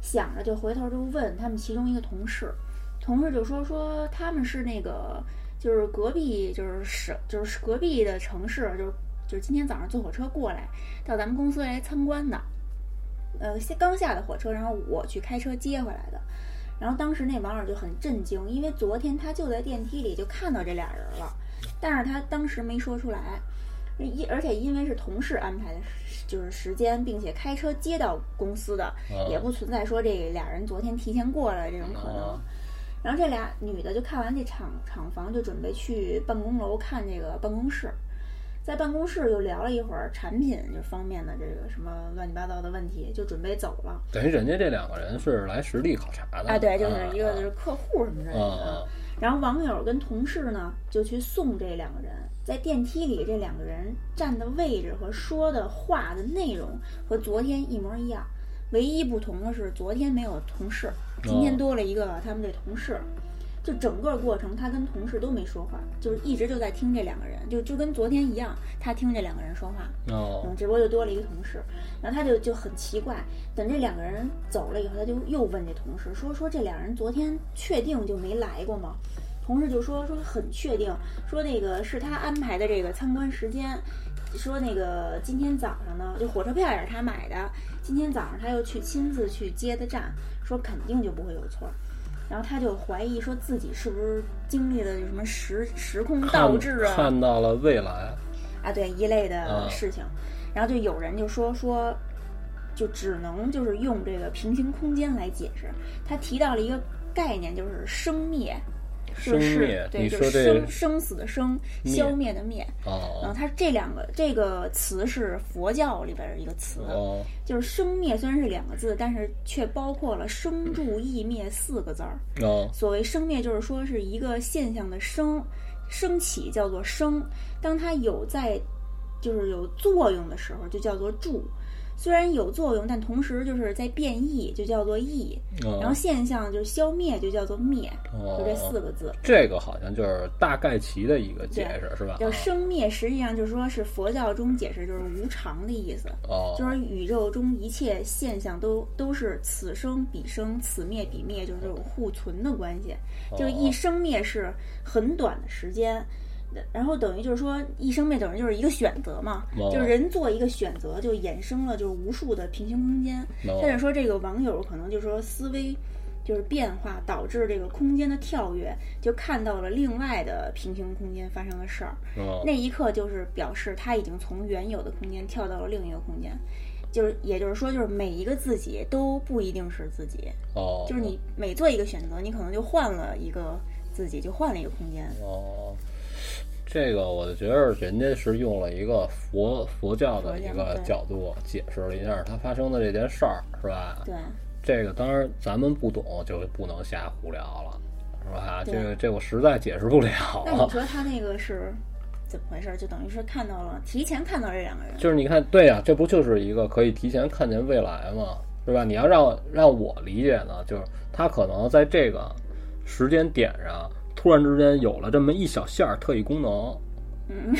Speaker 2: 想着就回头就问他们其中一个同事，同事就说说他们是那个就是隔壁就是省就是隔壁的城市，就是就是今天早上坐火车过来到咱们公司来参观的，呃，先刚下的火车，然后我去开车接回来的。然后当时那网友就很震惊，因为昨天他就在电梯里就看到这俩人了，但是他当时没说出来。因而且因为是同事安排的时，就是时间，并且开车接到公司的，
Speaker 1: 啊
Speaker 2: 也不存在说这俩人昨天提前过来这种可能
Speaker 1: 啊。
Speaker 2: 然后这俩女的就看完这厂厂房，就准备去办公楼看这个办公室，在办公室又聊了一会儿产品这方面的这个什么乱七八糟的问题，就准备走了。
Speaker 1: 等于人家这两个人是来实地考察的
Speaker 2: 啊，对，
Speaker 1: 嗯
Speaker 2: 就是一个就是客户什么之类的
Speaker 1: 啊。
Speaker 2: 然后网友跟同事呢就去送这两个人，在电梯里这两个人站的位置和说的话的内容和昨天一模一样，唯一不同的是昨天没有同事，今嗯天
Speaker 1: 哦
Speaker 2: 多了一个他们这同事。就整个过程，他跟同事都没说话，就是一直就在听这两个人，就就跟昨天一样，他听这两个人说话。
Speaker 1: 哦
Speaker 2: 嗯，直播就多了一个同事，然后他就就很奇怪，等这两个人走了以后，他就又问这同事说说这俩人昨天确定就没来过吗？同事就说说很确定，说那个是他安排的这个参观时间，说那个今天早上呢，就火车票也是他买的，今天早上他又去亲自去接的站，说肯定就不会有错儿。然后他就怀疑说自己是不是经历了什么时时空倒置啊？
Speaker 1: 看到了未来
Speaker 2: 啊，对一类的
Speaker 1: 啊
Speaker 2: 事情。然后就有人就说说，就只能就是用这个平行空间来解释。他提到了一个概念，就是生灭，就
Speaker 1: 生
Speaker 2: 是
Speaker 1: 灭，
Speaker 2: 对，
Speaker 1: 你
Speaker 2: 就
Speaker 1: 说
Speaker 2: 是
Speaker 1: 这
Speaker 2: 生生死的生，消灭的灭。然后
Speaker 1: 哦
Speaker 2: 它这两个这个词是佛教里边的一个词，
Speaker 1: 哦
Speaker 2: 就是生灭虽然是两个字，但是却包括 了生住意灭四个字儿。
Speaker 1: 哦
Speaker 2: 所谓生灭，就是说是一个现象的生升起叫做生，当它有在就是有作用的时候，就叫做住。虽然有作用，但同时就是在变异，就叫做异。然后
Speaker 1: 哦，
Speaker 2: 现象就是消灭，就叫做灭，就这四个字。
Speaker 1: 这个好像就是大概齐的一个解释是吧？啊
Speaker 2: 叫生灭，实际上就是说是佛教中解释就是无常的意思。
Speaker 1: 哦
Speaker 2: 就是宇宙中一切现象都都是此生彼生，此灭彼灭，就是这种互存的关系。
Speaker 1: 哦
Speaker 2: 就是一生灭是很短的时间，然后等于就是说一生灭等于就是一个选择嘛，
Speaker 1: 哦
Speaker 2: 就是人做一个选择，就衍生了就是无数的平行空间。
Speaker 1: 哦
Speaker 2: 但是说这个网友可能就是说思维。就是变化导致这个空间的跳跃，就看到了另外的平行空间发生的事儿。
Speaker 1: 哦
Speaker 2: 那一刻就是表示他已经从原有的空间跳到了另一个空间，就是也就是说，就是每一个自己都不一定是自己，
Speaker 1: 哦，
Speaker 2: 就是你每做一个选择，你可能就换了一个自己，就换了一个空间。
Speaker 1: 哦，这个我就觉得人家是用了一个佛佛教的一
Speaker 2: 佛教
Speaker 1: 个
Speaker 2: 对
Speaker 1: 角度解释了一下它发生的这件事儿，是吧？
Speaker 2: 对，
Speaker 1: 这个当然咱们不懂，就不能瞎胡聊了，是吧？
Speaker 2: 对
Speaker 1: 这个这我实在解释不了
Speaker 2: 那你说他那个是怎么回事？就等于是看到了，提前看到这两个人，
Speaker 1: 就是你看，对呀、这不就是一个可以提前看见未来吗？是吧？你要让让我理解呢，就是他可能在这个时间点上，突然之间有了这么一小下儿特异功能，
Speaker 2: 嗯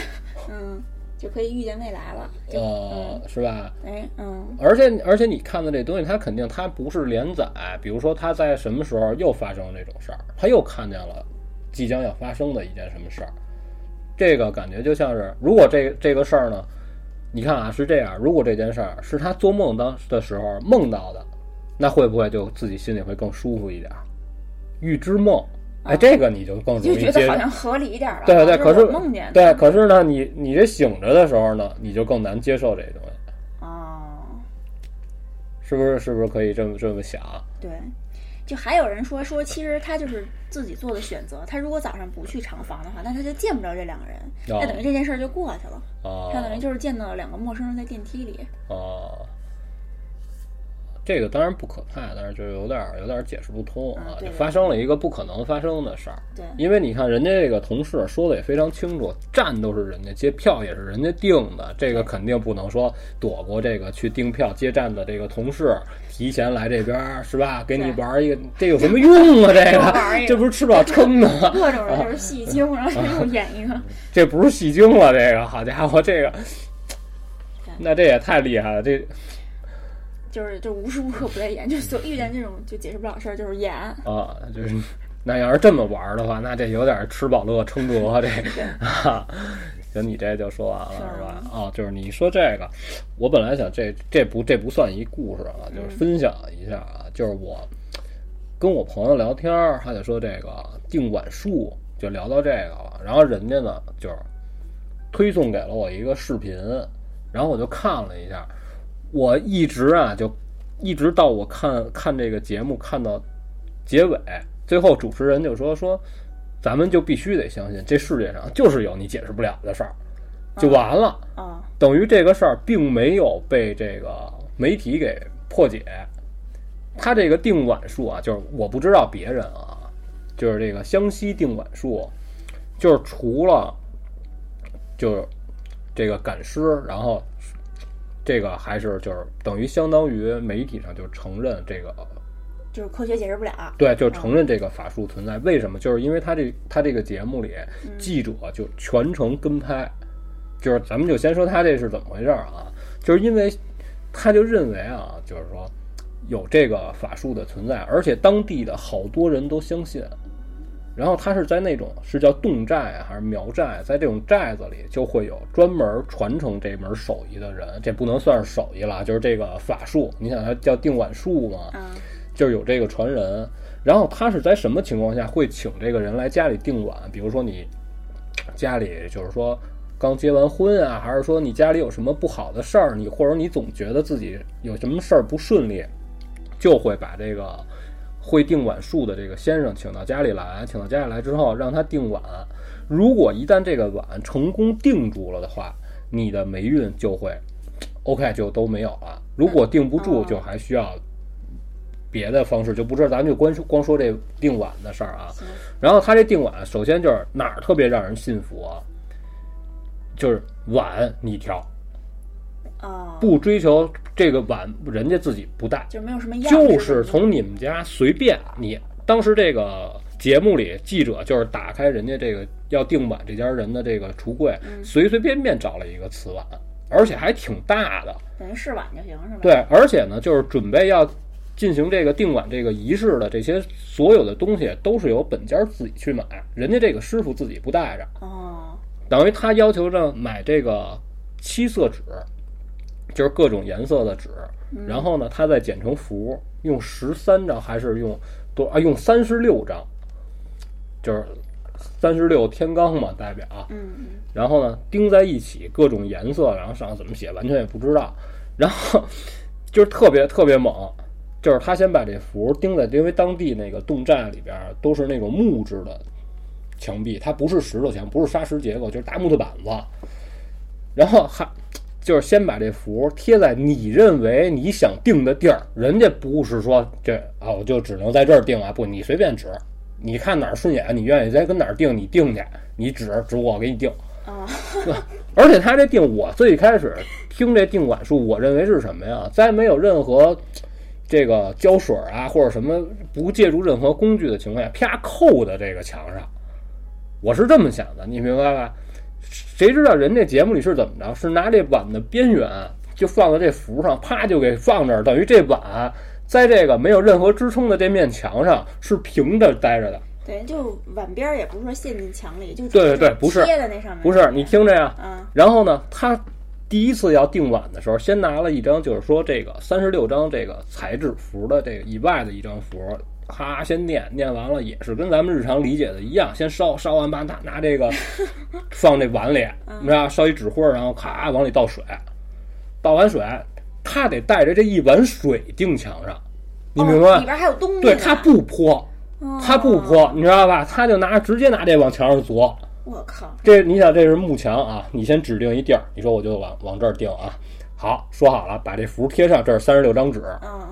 Speaker 2: 嗯，就可以预见未来了。就
Speaker 1: 呃，是吧？
Speaker 2: 哎嗯，
Speaker 1: 而且而且你看的这东西，它肯定它不是连载，比如说它在什么时候又发生这种事儿，他又看见了即将要发生的一件什么事儿，这个感觉就像是，如果这这个事儿呢，你看啊是这样，如果这件事儿是他做梦当的时候梦到的，那会不会就自己心里会更舒服一点儿？预知梦，哎，这个你就更容
Speaker 2: 啊就
Speaker 1: 易接
Speaker 2: 觉
Speaker 1: 受
Speaker 2: 得。好像合理一点了。
Speaker 1: 对对，可
Speaker 2: 就是我梦见的
Speaker 1: 对，可是呢，你你这醒着的时候呢，你就更难接受这东西。
Speaker 2: 哦。
Speaker 1: 是不是？是不是可以这么这么想？
Speaker 2: 对，就还有人说说，其实他就是自己做的选择。他如果早上不去长房的话，那他就见不着这两个人，
Speaker 1: 哦
Speaker 2: 那等于这件事儿就过去了。
Speaker 1: 哦
Speaker 2: 他等于就是见到两个陌生人在电梯里。
Speaker 1: 哦，这个当然不可怕，但是就有点儿有点儿解释不通
Speaker 2: 啊
Speaker 1: 啊，
Speaker 2: 对
Speaker 1: 就
Speaker 2: 对
Speaker 1: 发生了一个不可能发生的事儿。
Speaker 2: 对
Speaker 1: 因为你看人家这个同事说的也非常清楚，站都是人家接，票也是人家定的，这个肯定不能说躲过这个去订票接站的这个同事提前来这边儿是吧？给你
Speaker 2: 对
Speaker 1: 玩儿一个，这有什 么用啊？这
Speaker 2: 玩儿一
Speaker 1: 个
Speaker 2: 个
Speaker 1: 这不是吃饱撑的吗？
Speaker 2: 各种人 就是戏精，然后他又演一个。
Speaker 1: 这不是戏精了，这个好家伙，这个
Speaker 2: 对
Speaker 1: 那这也太厉害了，这
Speaker 2: 就是就无时无刻不在演，就所遇见这种就解释不了事儿，就是演。
Speaker 1: 啊，就是那要是这么玩儿的话，那这有点吃饱乐撑着这啊。行，你这就说完了
Speaker 2: 是啊
Speaker 1: 是吧？啊，就是你说这个，我本来想这这不这不算一故事啊，就是分享一下啊，就是我跟我朋友聊天儿，他就说这个定管束，就聊到这个了。然后人家呢，就是推送给了我一个视频，然后我就看了一下，我一直啊就一直到我看看这个节目看到结尾，最后主持人就说说，咱们就必须得相信这世界上就是有你解释不了的事儿，就完了。
Speaker 2: 啊、
Speaker 1: 等于这个事儿并没有被这个媒体给破解。他这个定碗术啊，就是我不知道别人啊，就是这个湘西定碗术，就是除了就是这个赶尸，然后这个还是就是等于相当于媒体上就承认这个
Speaker 2: 就是科学解释不了。
Speaker 1: 对，就承认这个法术存在。为什么？就是因为他这他这个节目里，记者就全程跟拍，就是咱们就先说他这是怎么回事儿啊？就是因为他就认为啊，就是说有这个法术的存在，而且当地的好多人都相信。然后他是在那种是叫侗寨啊还是苗寨，在这种寨子里就会有专门传承这门手艺的人，这不能算是手艺了，就是这个法术。你想，它叫定碗术嘛，
Speaker 2: 嗯，
Speaker 1: 就是有这个传人。然后他是在什么情况下会请这个人来家里定碗？比如说你家里就是说刚结完婚啊，还是说你家里有什么不好的事儿，你或者你总觉得自己有什么事儿不顺利，就会把这个会定碗术的这个先生请到家里来，请到家里来之后让他定碗。如果一旦这个碗成功定住了的话，你的霉运就会 OK 就都没有了。如果定不住，
Speaker 2: 哦
Speaker 1: 就还需要别的方式，就不知道咱们就光说光说这定碗的事儿啊。
Speaker 2: 行，
Speaker 1: 然后他这定碗，首先就是哪儿特别让人信服啊？就是碗你挑，
Speaker 2: 啊、
Speaker 1: 不追求这个碗人家自己不带，
Speaker 2: 就是没有什么样式的。
Speaker 1: 就是从你们家随便你。当时这个节目里，记者就是打开人家这个要定碗这家人的这个橱柜，
Speaker 2: 嗯
Speaker 1: 随随便便找了一个瓷碗，而且还挺大的。
Speaker 2: 等于试碗就行，是吧？，
Speaker 1: 对，而且呢，就是准备要进行这个定碗这个仪式的这些所有的东西，都是由本家自己去买，人家这个师傅自己不带着，
Speaker 2: 哦，
Speaker 1: 等于他要求着买这个七色纸，就是各种颜色的纸，然后呢，他再剪成符，用十三张还是用多啊？用三十六张，就是三十六天罡嘛，代表。啊
Speaker 2: 嗯，
Speaker 1: 然后呢钉在一起，各种颜色，然后上怎么写完全也不知道，然后就是特别特别猛，就是他先把这符钉在，因为当地那个侗寨里边都是那种木质的墙壁，它不是石头墙，不是砂石结构，就是大木头板子，然后还。就是先把这符贴在你认为你想定的地儿，人家不是说这啊，我就只能在这儿定啊，不，你随便指，你看哪儿顺眼，你愿意在跟哪儿定你定去，你指指我给你定，
Speaker 2: 嗯，啊、
Speaker 1: 而且他这定，我最开始听这定管术，我认为是什么呀？在没有任何这个胶水啊或者什么不借助任何工具的情况下，啪扣在这个墙上，我是这么想的，你明白吧？谁知道人这节目里是怎么着？是拿这碗的边缘就放到这符上，啪就给放这儿，等于这碗在这个没有任何支撑的这面墙上是平着待着的。
Speaker 2: 对，就碗边儿也不是说陷进墙里，就
Speaker 1: 对对对不是
Speaker 2: 贴在那上面。
Speaker 1: 不是，你听着呀，
Speaker 2: 啊，
Speaker 1: 然后呢，他第一次要定碗的时候，先拿了一张，就是说这个三十六张这个材质符的这个以外的一张符，哈，先念，念完了也是跟咱们日常理解的一样，先烧，烧完吧，拿拿这 个放这碗里，
Speaker 2: 嗯
Speaker 1: 你知道，烧一纸灰儿，然后咔往里倒水，倒完水，他得带着这一碗水定墙上。你明白
Speaker 2: 哦里
Speaker 1: 吗？
Speaker 2: 边还有东西呢。
Speaker 1: 对他不泼，
Speaker 2: 哦
Speaker 1: 他不泼，你知道吧？他就拿直接拿这往墙上凿。
Speaker 2: 我靠，
Speaker 1: 这你想，这是幕墙啊，你先指定一地儿，你说我就往往这儿定啊。好，说好了，把这符贴上，这是三十六张纸。
Speaker 2: 嗯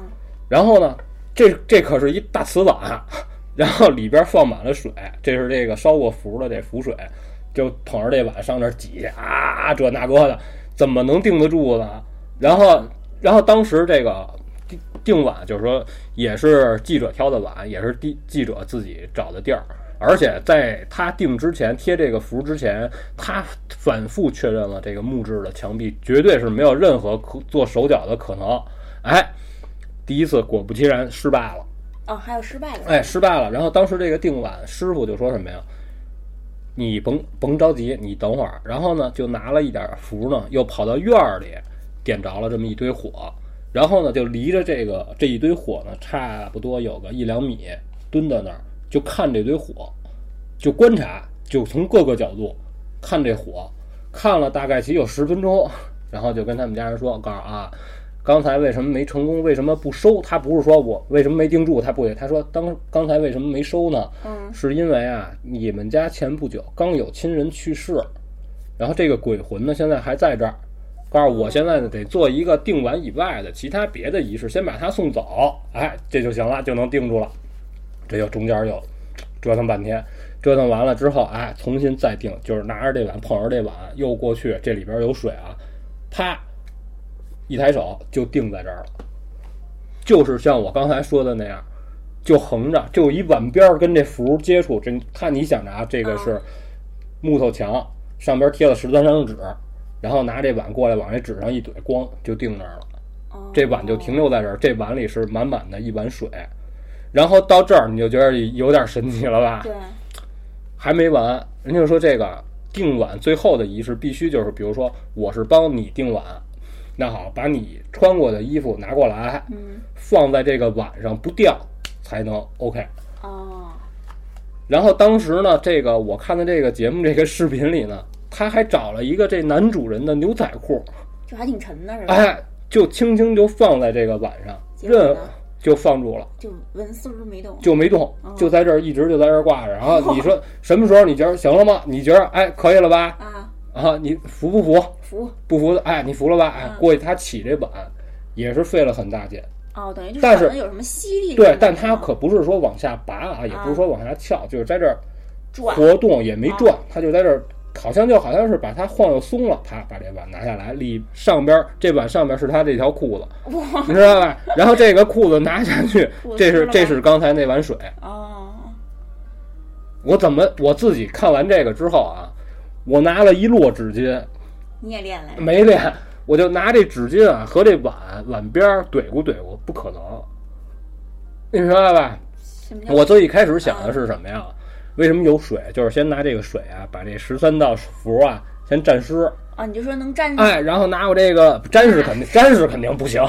Speaker 1: 然后呢，这这可是一大瓷碗， 然后里边放满了水，这是这个烧过符的这符水，就捧着这碗上那儿挤去啊，这那个的，怎么能定得住呢？然后，然后当时这个定定碗就是说也是记者挑的碗，也是记记者自己找的地儿。而且在他定之前贴这个符之前，他反复确认了这个木质的墙壁绝对是没有任何可做手脚的可能。哎，第一次果不其然失败了，
Speaker 2: 哦，还有失败的。
Speaker 1: 哎，失败了。然后当时这个定碗师傅就说什么呀？你甭甭着急，你等会儿。然后呢，就拿了一点符呢，又跑到院儿里点着了这么一堆火，然后呢，就离着这个这一堆火呢，差不多有个一两米，蹲在那儿就看这堆火，就观察，就从各个角度看这火，看了大概其有十分钟，然后就跟他们家人说，我告诉啊，刚才为什么没成功？为什么不收？他不是说我为什么没盯住，他不会，他说当刚才为什么没收呢？
Speaker 2: 嗯
Speaker 1: 是因为啊，你们家前不久刚有亲人去世，然后这个鬼魂呢现在还在这儿，告诉我现在呢得做一个定完以外的其他别的仪式，先把他送走，哎，这就行了，就能定住了。这又中间又哎折腾半天，折腾完了之后，哎，重新再定，就是拿着这碗捧着这碗又过去，这里边有水啊，啪，一抬手就定在这儿了，就是像我刚才说的那样。就横着，就一碗边儿跟这符接触，这看你想着啊，这个是木头墙，上边贴了十三张纸，然后拿这碗过来往这纸上一怼，咣就定那儿了。
Speaker 2: 哦
Speaker 1: 这碗就停留在这儿，这碗里是满满的一碗水。然后到这儿你就觉得有点神奇了吧？
Speaker 2: 对，
Speaker 1: 还没完，人家说这个定碗最后的仪式必须就是，比如说我是帮你定碗，那好，把你穿过的衣服拿过来，
Speaker 2: 嗯
Speaker 1: 放在这个碗上不掉才能 OK。
Speaker 2: 哦
Speaker 1: 然后当时呢，这个我看的这个节目这个视频里呢，他还找了一个这男主人的牛仔裤，
Speaker 2: 就还挺沉的是吧？
Speaker 1: 哎，就轻轻就放在这个碗上，
Speaker 2: 结果
Speaker 1: 任
Speaker 2: 呢，
Speaker 1: 就放住了，
Speaker 2: 就纹丝儿没动。
Speaker 1: 就没动
Speaker 2: 哦，
Speaker 1: 就在这儿一直就在这儿挂着。然 后你说什么时候你觉得行了吗？你觉得哎可以了吧？
Speaker 2: 啊，
Speaker 1: 啊，你服不服？
Speaker 2: 服
Speaker 1: 不服的哎，你服了吧？哎
Speaker 2: 嗯，
Speaker 1: 过去他起这碗也是费了很大劲，
Speaker 2: 哦，等于就是
Speaker 1: 但是
Speaker 2: 可能有什么吸力什么
Speaker 1: 对
Speaker 2: 的，
Speaker 1: 但他可不是说往下拔啊，也不是说往下翘，就是在这儿
Speaker 2: 转
Speaker 1: 活动也没转，他就在这儿，好像就好像是把它晃悠松了，他把这碗拿下来，里上边儿这碗上边儿是他这条裤子，
Speaker 2: 哇
Speaker 1: 你知道吧？然后这个裤子拿下去
Speaker 2: 我，
Speaker 1: 这
Speaker 2: 吃
Speaker 1: 是
Speaker 2: 了
Speaker 1: 这
Speaker 2: 吗
Speaker 1: 是刚才那碗水。
Speaker 2: 哦，
Speaker 1: 我怎么我自己看完这个之后啊，我拿了一摞纸巾，
Speaker 2: 你也练来着？
Speaker 1: 没练，我就拿这纸巾啊和这碗碗边儿怼咕怼咕，不可能，你明白吧？
Speaker 2: 什么叫
Speaker 1: 我最一
Speaker 2: 嗯
Speaker 1: 开始想的是什么呀？为什么有水？就是先拿这个水啊，把这十三道符啊先蘸湿，
Speaker 2: 哦？你就说能站上
Speaker 1: 哎，然后拿我这个沾湿肯定沾湿肯定不行，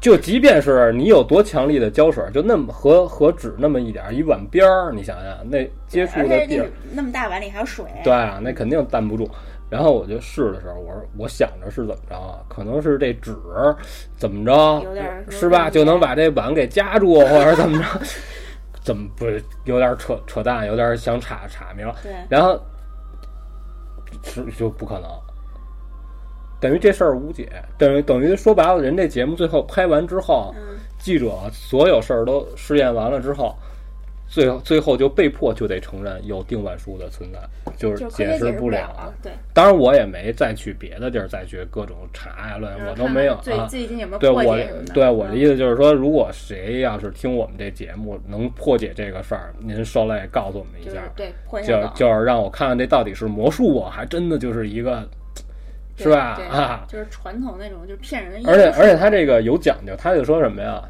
Speaker 1: 就即便是你有多强力的胶水，就那么和和纸那么一点儿一碗边儿，你想想那接触
Speaker 2: 而
Speaker 1: 的
Speaker 2: 且
Speaker 1: 地
Speaker 2: 那
Speaker 1: 儿
Speaker 2: 个，那么大碗里还有水，
Speaker 1: 对啊，那肯定担不住。然后我就试的时候，我说我想着是怎么着啊？可能是这纸怎么着
Speaker 2: 有点儿，
Speaker 1: 是吧？
Speaker 2: 有点儿
Speaker 1: 就能把这碗给夹住，或者怎么着？ 怎么不是有点儿扯扯淡，有点儿想岔岔明了。
Speaker 2: 对，
Speaker 1: 然后是就不可能，等于这事儿无解，等于等于说白了，人这节目最后拍完之后，
Speaker 2: 嗯，
Speaker 1: 记者所有事儿都试验完了之后，最后最后就被迫就得承认有定碗书的存在，就
Speaker 2: 就是是科学
Speaker 1: 释
Speaker 2: 解释
Speaker 1: 不
Speaker 2: 了
Speaker 1: 了。啊
Speaker 2: 对，
Speaker 1: 当然，我也没再去别的地儿再去各种查呀乱，我都没有
Speaker 2: 最
Speaker 1: 啊。
Speaker 2: 最近有没有
Speaker 1: 对
Speaker 2: 破
Speaker 1: 我
Speaker 2: 解什么的？
Speaker 1: 对我的
Speaker 2: 嗯
Speaker 1: 意思就是说，如果谁要是听我们这节目能破解这个事儿，您受累告诉我们一
Speaker 2: 嗯就
Speaker 1: 下
Speaker 2: 是。对破解
Speaker 1: 就
Speaker 2: 了
Speaker 1: 就是让我看看这到底是魔术啊，还真的就是一个，
Speaker 2: 对
Speaker 1: 是吧？
Speaker 2: 对
Speaker 1: 啊，
Speaker 2: 就是传统那种就骗人的
Speaker 1: 而且
Speaker 2: 艺术
Speaker 1: 而且他这个有讲究，他就说什么呀？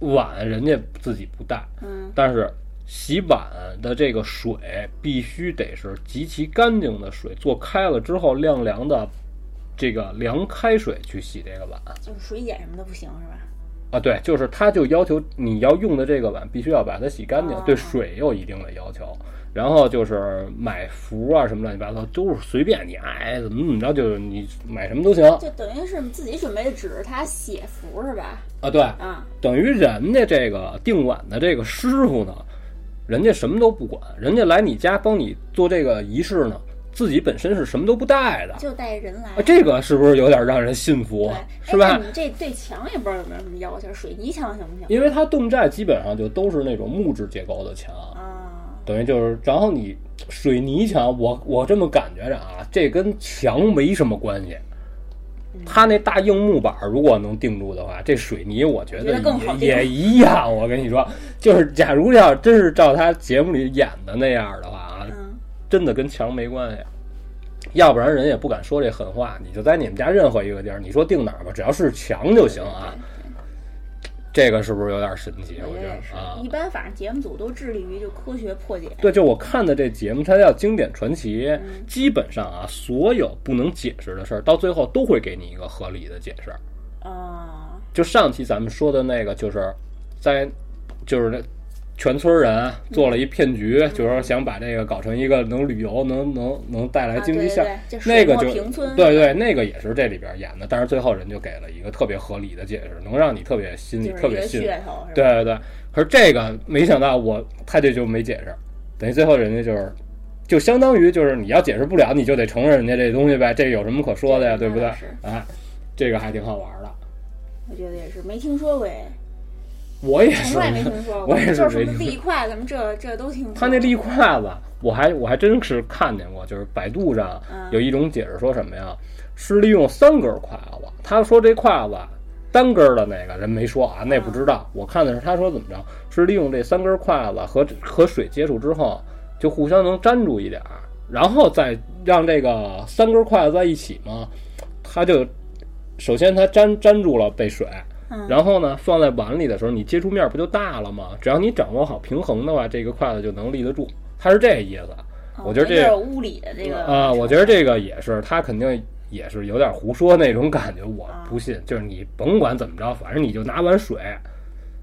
Speaker 1: 碗人家自己不带，
Speaker 2: 嗯
Speaker 1: 但是洗碗的这个水必须得是极其干净的水，做开了之后晾凉的这个凉开水去洗这个碗。
Speaker 2: 就是水碱什么的不行是吧？
Speaker 1: 啊，对，就是他就要求你要用的这个碗必须要把它洗干净
Speaker 2: 哦，
Speaker 1: 对水有一定的要求。然后就是买符啊什么乱七八糟，都是随便你爱怎么怎么着，就是你买什么都行
Speaker 2: 就等于是自己准备的纸，他写符是吧？
Speaker 1: 啊。对，
Speaker 2: 啊，
Speaker 1: 等于人家这个定碗的这个师傅呢，人家什么都不管，人家来你家帮你做这个仪式呢，自己本身是什么都不带的。
Speaker 2: 就带人来。
Speaker 1: 啊，这个是不是有点让人信服
Speaker 2: 对，
Speaker 1: 啊
Speaker 2: 哎，
Speaker 1: 是吧
Speaker 2: 那你？们这对墙也不知道有没有什么要求，水泥墙行不行？
Speaker 1: 因为它侗寨基本上就都是那种木质结构的墙，
Speaker 2: 啊，
Speaker 1: 等于就是，然后你水泥墙，我我这么感觉着啊，这跟墙没什么关系。
Speaker 2: 嗯
Speaker 1: 它那大硬木板如果能定住的话，这水泥我觉
Speaker 2: 觉
Speaker 1: 得
Speaker 2: 得更好定
Speaker 1: 也也一样。我跟你说，就是假如要真是照他节目里演的那样的话啊，
Speaker 2: 嗯，
Speaker 1: 真的跟墙没关系，要不然人也不敢说这狠话。你就在你们家任何一个地儿，你说定哪儿吧，只要是墙就行啊。这个是不是有点神奇？
Speaker 2: 我
Speaker 1: 我觉
Speaker 2: 觉得
Speaker 1: 得
Speaker 2: 也是
Speaker 1: 啊。。
Speaker 2: 哎一般反正节目组都致力于就科学破解。
Speaker 1: 对，就我看的这节目，它叫《经典传奇》，
Speaker 2: 嗯
Speaker 1: 基本上啊，所有不能解释的事儿，到最后都会给你一个合理的解释。
Speaker 2: 啊，
Speaker 1: 就上期咱们说的那个，就是在就是那全村人
Speaker 2: 嗯
Speaker 1: 做了一骗局，就是说想把这个搞成一个能旅游、能能能带来
Speaker 2: 啊
Speaker 1: 经济
Speaker 2: 对
Speaker 1: 效，
Speaker 2: 对对就
Speaker 1: 那
Speaker 2: 水
Speaker 1: 个
Speaker 2: 墨
Speaker 1: 就
Speaker 2: 平村
Speaker 1: 对对，那个也是这里边演的，但是最后人就给了一个特别合理的解释，能让你特别心里
Speaker 2: 就是
Speaker 1: 特
Speaker 2: 一
Speaker 1: 别
Speaker 2: 个
Speaker 1: 信服。
Speaker 2: 噱头，是
Speaker 1: 对
Speaker 2: 吧？
Speaker 1: 对对，可是这个没想到我他这就没解释，等于最后人家就是，就相当于就是你要解释不了，你就得承认人家这东西呗，这有什么可说的呀，对
Speaker 2: 对
Speaker 1: 不对
Speaker 2: 那倒是？
Speaker 1: 啊，这个还挺好玩的。
Speaker 2: 我觉得也是，没听说 过哎，
Speaker 1: 我也是
Speaker 2: 从，来没听说过。
Speaker 1: 我也是
Speaker 2: 就是什
Speaker 1: 没
Speaker 2: 么
Speaker 1: 听
Speaker 2: 立块，咱们这这都听说过。
Speaker 1: 他那立筷子，我还我还真是看见过，就是百度上
Speaker 2: 嗯
Speaker 1: 有一种解释说什么呀，是利用三根筷子。他说这筷子单根儿的那个人没说啊，那不知道。我看的是他说怎么着，是利用这三根筷子和和水接触之后，就互相能粘住一点儿，然后再让这个三根筷子在一起嘛，它就首先它粘粘住了被水，
Speaker 2: 嗯
Speaker 1: 然后呢放在碗里的时候，你接触面不就大了吗？只要你掌握好平衡的话，这个筷子就能立得住。它是这意思。
Speaker 2: 哦，
Speaker 1: 我觉得
Speaker 2: 有
Speaker 1: 这
Speaker 2: 点物理的这个
Speaker 1: 啊、我觉得这个也是，他肯定也是有点胡说那种感觉，我不信。就是你甭管怎么着，反正你就拿碗水。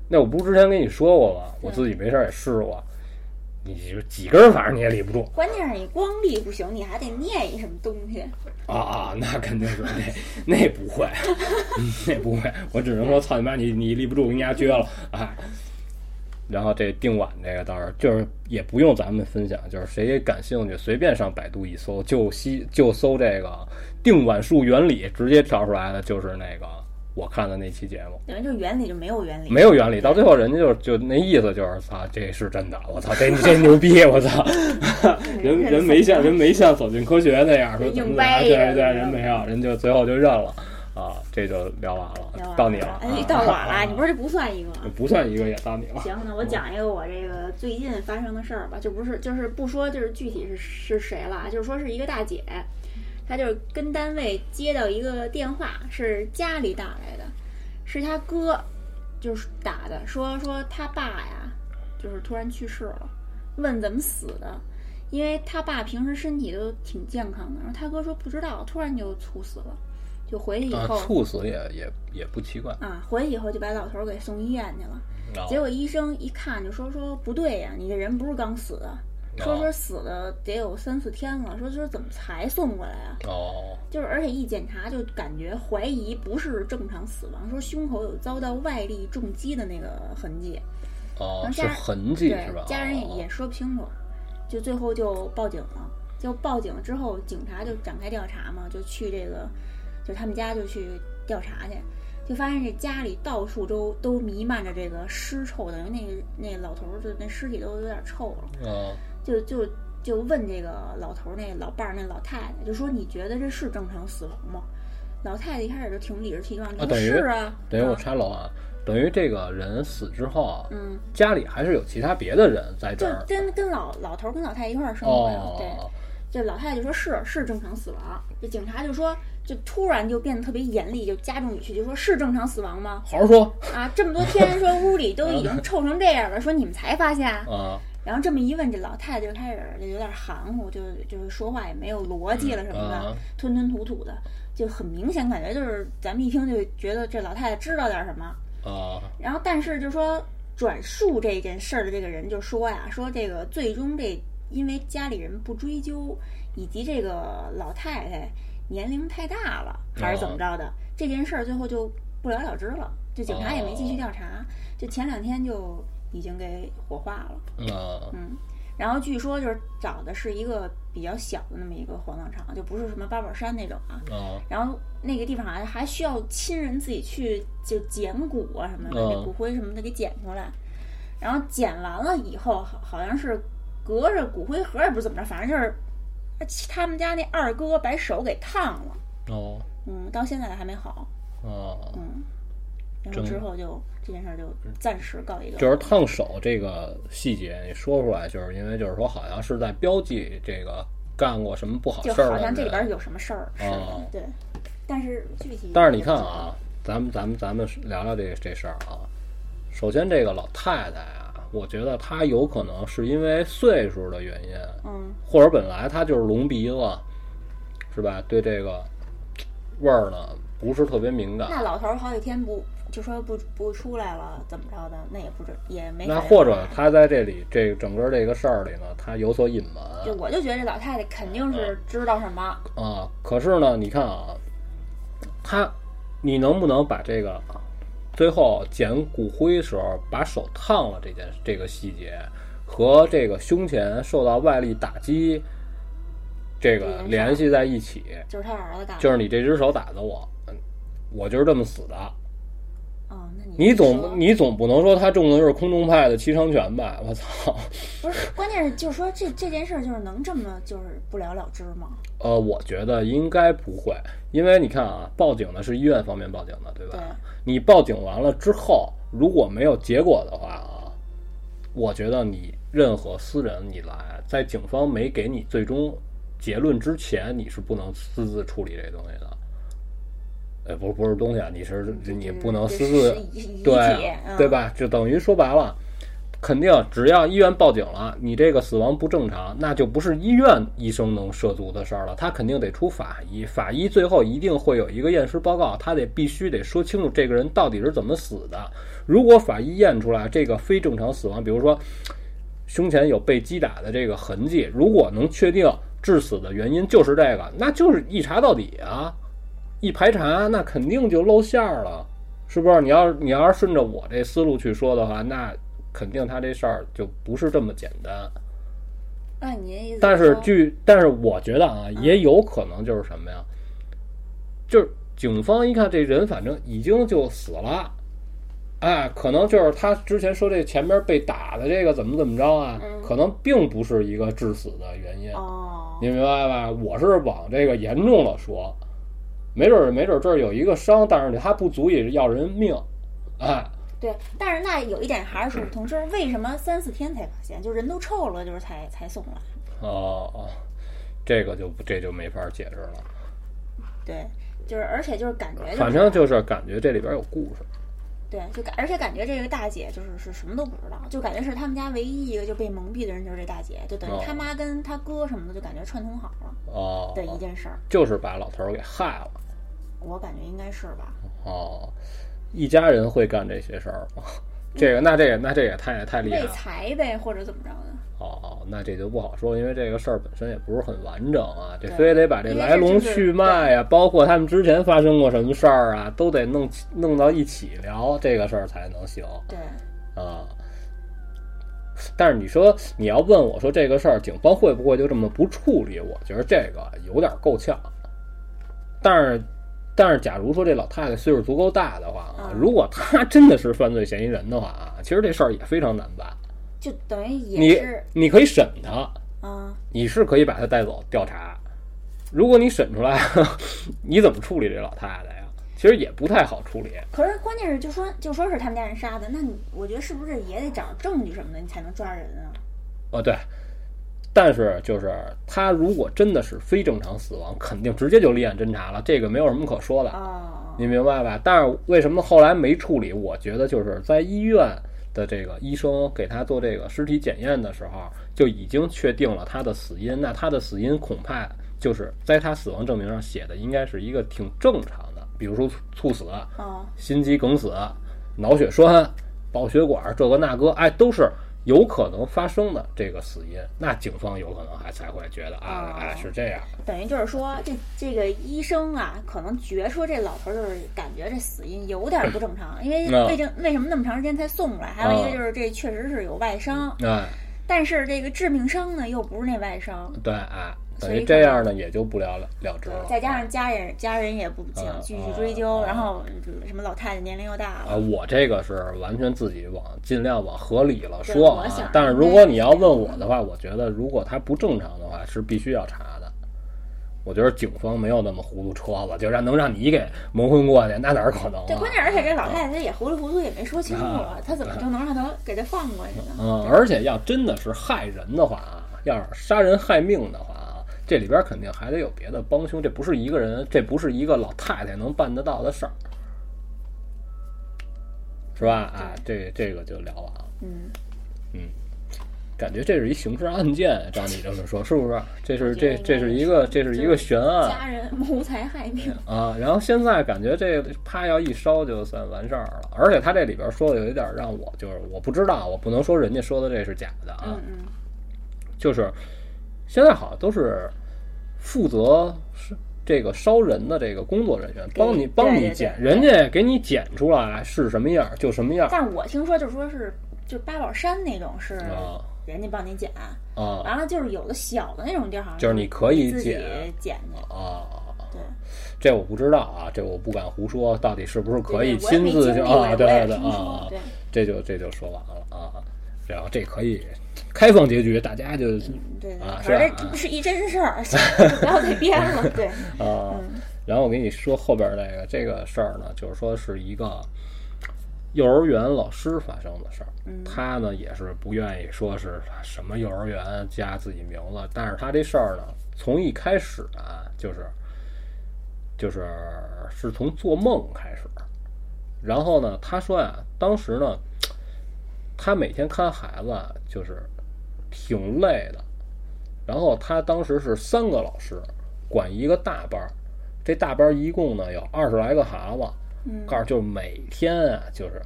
Speaker 1: 那我不是之前跟你说过吗？我自己没事儿也试过，你就几根儿反正你也立不住
Speaker 2: 关键是你光立不行，你还得念一什么东西。
Speaker 1: 啊啊！那肯定是那那不会， 那不会，我只能说操你妈，你你立不住，我给你家撅了啊！然后这定碗这个倒是就是也不用咱们分享，就是谁感兴趣随便上百度一搜，就西就搜这个定碗术原理，直接跳出来的就是那个我看的那期节目，
Speaker 2: 等于就原理就没有原理，
Speaker 1: 没有原理，到最后人家就就那意思就是操，这是真的，我操，这这牛逼，我操，人人没像人没像走进科学那样说怎么
Speaker 2: 硬
Speaker 1: 怎么样，
Speaker 2: 掰一
Speaker 1: 对
Speaker 2: 个
Speaker 1: 对对，人没有，人就最后就认了啊，这就聊完
Speaker 2: 聊
Speaker 1: 了，
Speaker 2: 完
Speaker 1: 到你了，
Speaker 2: 哎
Speaker 1: 啊，
Speaker 2: 到我
Speaker 1: 啊
Speaker 2: 了，你不是这不算一个吗？
Speaker 1: 不算一个也到你 了，
Speaker 2: 行，那我讲一个我这个最近发生的事儿吧，就不是就是不说就是具体是是谁了啊，就是说是一个大姐，她就是跟单位接到一个电话，是家里打来的，是她哥就是打的，说说他爸呀，就是突然去世了，问怎么死的。因为他爸平时身体都挺健康的，然后他哥说不知道，突然就猝死了，就回去以
Speaker 1: 啊
Speaker 2: 后，
Speaker 1: 猝死也也也不奇怪，
Speaker 2: 啊，回去以后就把老头儿给送医院去了。
Speaker 1: 啊
Speaker 2: 结果医生一看就说说不对呀、你这人不是刚死的，
Speaker 1: 哦
Speaker 2: 说
Speaker 1: 啊
Speaker 2: 说死的得有三四天了，说说怎么才送过来啊？
Speaker 1: 哦，
Speaker 2: 就是而且一检查就感觉怀疑不是正常死亡，说胸口有遭到外力重击的那个痕迹，
Speaker 1: 哦，
Speaker 2: 然后
Speaker 1: 是
Speaker 2: 啊家
Speaker 1: 痕迹
Speaker 2: 对
Speaker 1: 是吧？
Speaker 2: 家人也
Speaker 1: 哦
Speaker 2: 也说不清楚，就最后就报警了。就报警之后，警察就展开调查嘛，就去这个，就他们家就去调查去，就发现这家里到处都都弥漫着这个尸臭，等于那个那老头儿就那尸体都有点臭了。
Speaker 1: 哦
Speaker 2: 就就就问这个老头儿、那老伴儿、那老太太，就说你觉得这是正常死亡吗？老太太一开始就挺理直气壮，就
Speaker 1: 啊
Speaker 2: 说
Speaker 1: 等于
Speaker 2: 是啊，
Speaker 1: 等于我
Speaker 2: 啊
Speaker 1: 插楼啊，等于这个人死之后啊，
Speaker 2: 嗯，
Speaker 1: 家里还是有其他别的人在这
Speaker 2: 就
Speaker 1: 儿。
Speaker 2: 跟跟老老头儿跟老太太一块儿生活呀，对。
Speaker 1: 哦，
Speaker 2: 这老太太就说是是正常死亡，这警察就说就突然就变得特别严厉，就加重语气，就说是正常死亡吗？
Speaker 1: 好好说
Speaker 2: 啊，这么多天说屋里都已 经臭成这样了，说你们才发现啊？
Speaker 1: 啊，
Speaker 2: 然后这么一问，这老太太就开始就有点含糊，就就是说话也没有逻辑了什么
Speaker 1: 嗯
Speaker 2: 的
Speaker 1: 啊，
Speaker 2: 吞吞吐吐的，就很明显感觉就是咱们一听就觉得这老太太知道点什么，
Speaker 1: 啊
Speaker 2: 然后但是就说转述这件事儿的这个人就说呀，说这个最终这因为家里人不追究，以及这个老太太年龄太大了，还是怎么着的，这件事儿最后就不了了之了，就警察也没继续调查，就前两天就已经给火化了。
Speaker 1: 啊
Speaker 2: 嗯，然后据说就是找的是一个比较小的那么一个火葬场，就不是什么八宝山那种啊。
Speaker 1: 啊
Speaker 2: 然后那个地方还还需要亲人自己去就捡骨啊什么的，那
Speaker 1: 嗯
Speaker 2: 骨灰什么的给捡出来。然后捡完了以后，好好像是隔着骨灰盒也不是怎么着，反正就是哎他们家那二哥把手给烫了，
Speaker 1: 哦
Speaker 2: 嗯，到现在还没好，
Speaker 1: 啊，
Speaker 2: 嗯。然后之后就这件事儿就暂时告一段落。
Speaker 1: 就是烫手这个细节你说出来，就是因为就是说好像是在标记这个干过什么不好
Speaker 2: 就
Speaker 1: 事儿
Speaker 2: 好
Speaker 1: 的
Speaker 2: 像
Speaker 1: 人。
Speaker 2: 这里边有什么事儿似
Speaker 1: 哦
Speaker 2: 的，对。但是具体，
Speaker 1: 但是你看啊，，咱们咱们咱们聊聊这这事儿啊。首先，这个老太太啊，我觉得她有可能是因为岁数的原因，
Speaker 2: 嗯，
Speaker 1: 或者本来她就是隆鼻子，是吧？对这个味儿呢不是特别敏感。
Speaker 2: 那老头儿好几天不就说不不出来了，怎么着的？那也不知也没
Speaker 1: 那
Speaker 2: 反应
Speaker 1: 或者她在这里这整个这个事儿里呢，她有所隐瞒。
Speaker 2: 就我就觉得这老太太肯定
Speaker 1: 嗯
Speaker 2: 是知道什么，
Speaker 1: 啊，可是呢，你看啊，他，你能不能把这个最后捡骨灰时候把手烫了这件这个细节和这个胸前受到外力打击这个联系在一起？
Speaker 2: 就是他儿子干的。
Speaker 1: 就是你这只手打的我，嗯我就是这么死的。
Speaker 2: 哦，那你
Speaker 1: 你
Speaker 2: 你
Speaker 1: 总你总不能说他中的是空中派的七伤拳吧？我操！
Speaker 2: 不是关键是就是说这这件事儿就是能这么就是不了了之吗？
Speaker 1: 呃，我觉得应该不会，因为你看啊，报警呢是医院方面报警的，对吧？
Speaker 2: 对，
Speaker 1: 你报警完了之后，如果没有结果的话啊，我觉得你任何私人你来，在警方没给你最终结论之前，你是不能私自处理这东西的。呃，不是不是东西啊，你是你不能私自
Speaker 2: 就是遗遗
Speaker 1: 对
Speaker 2: 体
Speaker 1: 啊、
Speaker 2: 嗯
Speaker 1: 对吧？就等于说白了，肯定只要医院报警了，你这个死亡不正常，那就不是医院医生能涉足的事儿了，他肯定得出法医，法医最后一定会有一个验尸报告，他得必须得说清楚这个人到底是怎么死的。如果法医验出来这个非正常死亡，比如说胸前有被击打的这个痕迹，如果能确定致死的原因就是这个，那就是一查到底啊，一排查那肯定就露馅儿了，是不是？你要你要是顺着我这思路去说的话，那肯定他这事儿就不是这么简单。
Speaker 2: 按你的意思说，
Speaker 1: 但是
Speaker 2: 哦
Speaker 1: 据，但是我觉得啊，
Speaker 2: 嗯
Speaker 1: 也有可能就是什么呀，就是警方一看这人反正已经就死了，哎，可能就是他之前说这前面被打的这个怎么怎么着啊，
Speaker 2: 嗯
Speaker 1: 可能并不是一个致死的原因，
Speaker 2: 哦，
Speaker 1: 你明白吧？我是往这个严重了说，没准儿没准儿这儿有一个伤，但是它不足以要人命，哎，
Speaker 2: 对，但是那有一点还是说不通，就是为什么三四天才发现，就人都臭了，就是才才送来。
Speaker 1: 哦哦，这个就不这就没法解释了。
Speaker 2: 对，就是而且就是感觉、就是，
Speaker 1: 反正就是感觉这里边有故事。
Speaker 2: 对，就感而且感觉这个大姐就是是什么都不知道，就感觉是他们家唯一一个就被蒙蔽的人就是这大姐，就等
Speaker 1: 哦
Speaker 2: 于他妈跟他哥什么的就感觉串通好了
Speaker 1: 哦，
Speaker 2: 的一件事儿，
Speaker 1: 就是把老头儿给害了。
Speaker 2: 我感觉应该是吧？
Speaker 1: 哦，一家人会干这些事儿吗？ 这个，那这个，那这也太太厉害
Speaker 2: 嗯为
Speaker 1: 了。
Speaker 2: 财呗，或者怎么着的？
Speaker 1: 哦，那这就不好说，因为这个事儿本身也不是很完整啊，这
Speaker 2: 对
Speaker 1: 非得把这
Speaker 2: 因为
Speaker 1: 来龙
Speaker 2: 这就是
Speaker 1: 去脉呀、啊包括他们之前发生过什么事儿啊，都得弄起弄到一起聊，这个事儿才能行
Speaker 2: 对，
Speaker 1: 啊。但是你说你要问我说这个事儿，警方会不会就这么不处理？我觉得这个有点够呛。但是，但是，假如说这老太太岁数足够大的话啊，
Speaker 2: 嗯
Speaker 1: 如果她真的是犯罪嫌疑人的话啊，其实这事儿也非常难办。
Speaker 2: 就等于也
Speaker 1: 你
Speaker 2: 是
Speaker 1: 你可以审她，
Speaker 2: 啊，
Speaker 1: 你是可以把她带走调查。如果你审出来， 你怎么处理这老太太呀？其实也不太好处理。
Speaker 2: 可是关键是就说就说是他们家人杀的，那你我觉得是不是也得找证据什么的，你才能抓人啊？
Speaker 1: 哦，对，但是就是他如果真的是非正常死亡，肯定直接就立案侦查了，这个没有什么可说的，
Speaker 2: 哦，
Speaker 1: 你明白吧？但是为什么后来没处理？我觉得就是在医院的这个医生给他做这个尸体检验的时候，就已经确定了他的死因，那他的死因恐怕就是在他死亡证明上写的应该是一个挺正常的，比如说猝猝死、啊
Speaker 2: 哦，
Speaker 1: 心肌梗死。脑血栓、爆血管这个那个，哎，都是有可能发生的这个死因。那警方有可能还才会觉得
Speaker 2: 哦
Speaker 1: 啊，哎是这样。
Speaker 2: 等于就是说，这这个医生啊，可能觉出这老头儿就是感觉这死因有点不正常，因为
Speaker 1: 嗯
Speaker 2: 为什为什么那么长时间才送过来？还有一个
Speaker 1: 嗯
Speaker 2: 就是这确实是有外伤，
Speaker 1: 哎，
Speaker 2: 但是这个致命伤呢又不是那外伤，
Speaker 1: 对，哎，等
Speaker 2: 所以
Speaker 1: 于
Speaker 2: 可
Speaker 1: 这
Speaker 2: 能
Speaker 1: 样呢也就不了了了之了。
Speaker 2: 再加上家人家人也不想
Speaker 1: 嗯
Speaker 2: 继续追究，
Speaker 1: 嗯
Speaker 2: 然后就是什么老太太年龄又大
Speaker 1: 啊，
Speaker 2: 了，
Speaker 1: 我这个是完全自己往尽量往合理了
Speaker 2: 对
Speaker 1: 说
Speaker 2: 我想
Speaker 1: 啊，但是
Speaker 2: 应
Speaker 1: 如
Speaker 2: 该
Speaker 1: 果
Speaker 2: 是
Speaker 1: 你
Speaker 2: 这
Speaker 1: 要
Speaker 2: 样
Speaker 1: 问我的话，我觉得如果他不正常的话，是必须要查的。我觉得警方没有那么糊涂车子，就让能让你给蒙混过去，那哪儿可能、啊？
Speaker 2: 对，关键而且这老太太也糊里糊涂也没说清楚
Speaker 1: 啊，
Speaker 2: 她怎么就能让她给她放过去呢？
Speaker 1: 嗯，而且要真的是害人的话啊，要是杀人害命的话啊，这里边肯定还得有别的帮凶，这不是一个人，这不是一个老太太能办得到的事儿，是吧？啊，这这个就聊完了。啊
Speaker 2: 嗯，
Speaker 1: 感觉这是一刑事案件，照你这么说，是不是？这是
Speaker 2: 觉得
Speaker 1: 这
Speaker 2: 应该
Speaker 1: 这是一个这是一个悬案
Speaker 2: 家人谋财害命，
Speaker 1: 啊！然后现在感觉这啪要一烧就算完事儿了，而且他这里边说的有一点让我就是我不知道，我不能说人家说的这是假的啊，
Speaker 2: 嗯嗯，
Speaker 1: 就是现在好像都是负责是这个烧人的这个工作人员
Speaker 2: 给
Speaker 1: 帮你帮
Speaker 2: 对
Speaker 1: 你
Speaker 2: 对
Speaker 1: 捡，
Speaker 2: 对
Speaker 1: 人家给你捡出来是什么样儿就什么样儿
Speaker 2: 但是我听说就是说是就八宝山那种是
Speaker 1: 啊
Speaker 2: 人家帮你捡，
Speaker 1: 啊
Speaker 2: 完了就是有的小的那种地儿好像
Speaker 1: 就是你可以
Speaker 2: 自己
Speaker 1: 捡
Speaker 2: 捡去，
Speaker 1: 啊！
Speaker 2: 对。
Speaker 1: 这我不知道啊，这我不敢胡说，到底是不是可以
Speaker 2: 对对
Speaker 1: 亲自去
Speaker 2: 我
Speaker 1: 啊？
Speaker 2: 也
Speaker 1: 对
Speaker 2: 没经历过我也
Speaker 1: 对对
Speaker 2: 听
Speaker 1: 啊
Speaker 2: 说，对，
Speaker 1: 这就这就说完了啊。然后这可以开放结局，大家就
Speaker 2: 对对，
Speaker 1: 啊
Speaker 2: 反
Speaker 1: 是吧
Speaker 2: 正这是一真事 儿，就不要再编了。对，
Speaker 1: 啊。然后我给你说后边那个这个事儿呢，就是说是一个幼儿园老师发生的事儿。
Speaker 2: 嗯
Speaker 1: 他呢也是不愿意说是什么幼儿园加自己名字，但是他这事儿呢，从一开始啊，就是就是是从做梦开始。然后呢，他说呀，当时呢，他每天看孩子啊就是挺累的。然后他当时是三个老师管一个大班儿，这大班儿一共呢有二十来个孩子，
Speaker 2: 嗯
Speaker 1: 告诉就是每天啊就是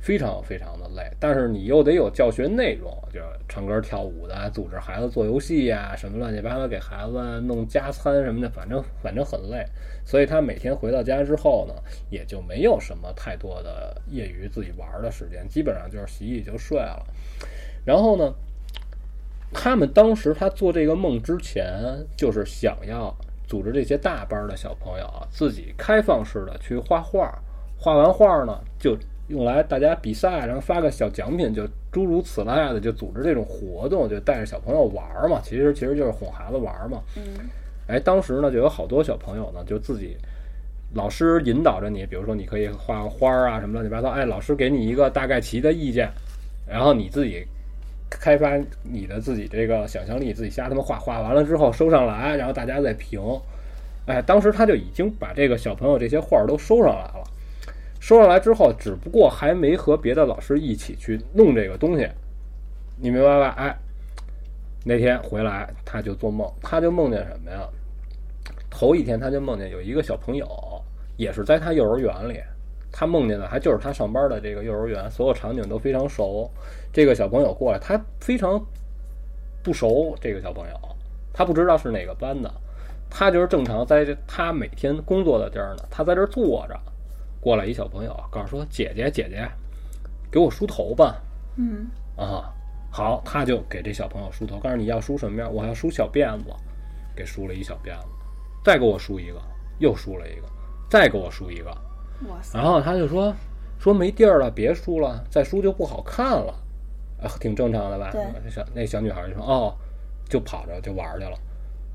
Speaker 1: 非常非常的累，但是你又得有教学内容，就是唱歌跳舞的，组织孩子做游戏呀、什么乱七八糟，给孩子弄加餐什么的，反正反正很累。所以他每天回到家之后呢，也就没有什么太多的业余自己玩儿的时间，基本上就是洗洗就睡了。然后呢，他们当时他做这个梦之前，就是想要组织这些大班的小朋友啊，自己开放式的去画画，画完画呢，就用来大家比赛，然后发个小奖品，就诸如此类的，就组织这种活动，就带着小朋友玩儿嘛。其实其实就是哄孩子玩儿嘛。
Speaker 2: 嗯
Speaker 1: 哎，当时呢就有好多小朋友呢，就自己老师引导着你，比如说你可以画个花儿啊什么乱七八糟，哎，老师给你一个大概齐的意见，然后你自己开发你的自己这个想象力，自己瞎他妈画，画完了之后收上来，然后大家再评。哎，当时他就已经把这个小朋友这些画儿都收上来了，收上来之后，只不过还没和别的老师一起去弄这个东西，你明白吧？哎，那天回来他就做梦，他就梦见什么呀？头一天他就梦见有一个小朋友，也是在他幼儿园里，他梦见的还就是他上班的这个幼儿园，所有场景都非常熟。这个小朋友过来，他非常不熟这个小朋友，他不知道是哪个班的，他就是正常在这他每天工作的地儿呢，他在这儿坐着，过来一小朋友告诉说：“姐姐，姐姐，给我梳头吧。”
Speaker 2: 嗯，
Speaker 1: 啊，好，他就给这小朋友梳头，告诉你要梳什么样，我要梳小辫子，给梳了一小辫子，再给我梳一个，又梳了一个，再给我梳一个，
Speaker 2: 哇塞，
Speaker 1: 然后他就说说没地儿了，别梳了，再梳就不好看了，啊，挺正常的吧？
Speaker 2: 对
Speaker 1: 那小那小女孩就说哦，就跑着就玩儿去了，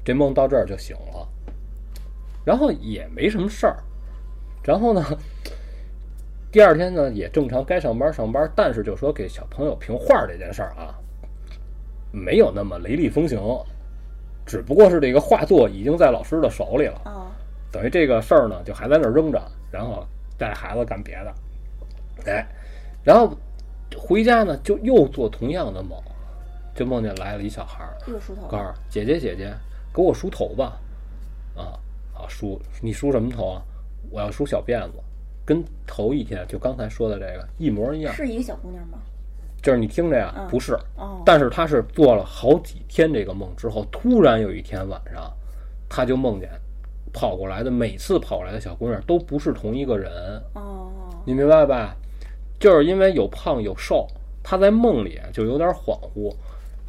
Speaker 1: 这梦到这儿就醒了，然后也没什么事儿，然后呢，第二天呢也正常该上班上班，但是就说给小朋友评画这件事儿啊，没有那么雷厉风行，只不过是这个画作已经在老师的手里了。
Speaker 2: 哦，
Speaker 1: 等于这个事儿呢，就还在那儿扔着，然后带孩子干别的，哎，然后回家呢，就又做同样的梦，就梦见来了一小孩儿，
Speaker 2: 又梳头
Speaker 1: 告诉我姐姐姐姐，给我梳头吧，啊啊梳，你梳什么头啊？我要梳小辫子，跟头一天就刚才说的这个一模一样，
Speaker 2: 是一个小姑娘吗？
Speaker 1: 就是你听着呀，
Speaker 2: 嗯
Speaker 1: 不是，
Speaker 2: 哦，
Speaker 1: 但是他是做了好几天这个梦之后，突然有一天晚上，他就梦见跑过来的每次跑过来的小姑娘都不是同一个人，
Speaker 2: 哦，
Speaker 1: 你明白吧？就是因为有胖有瘦，他在梦里就有点恍惚，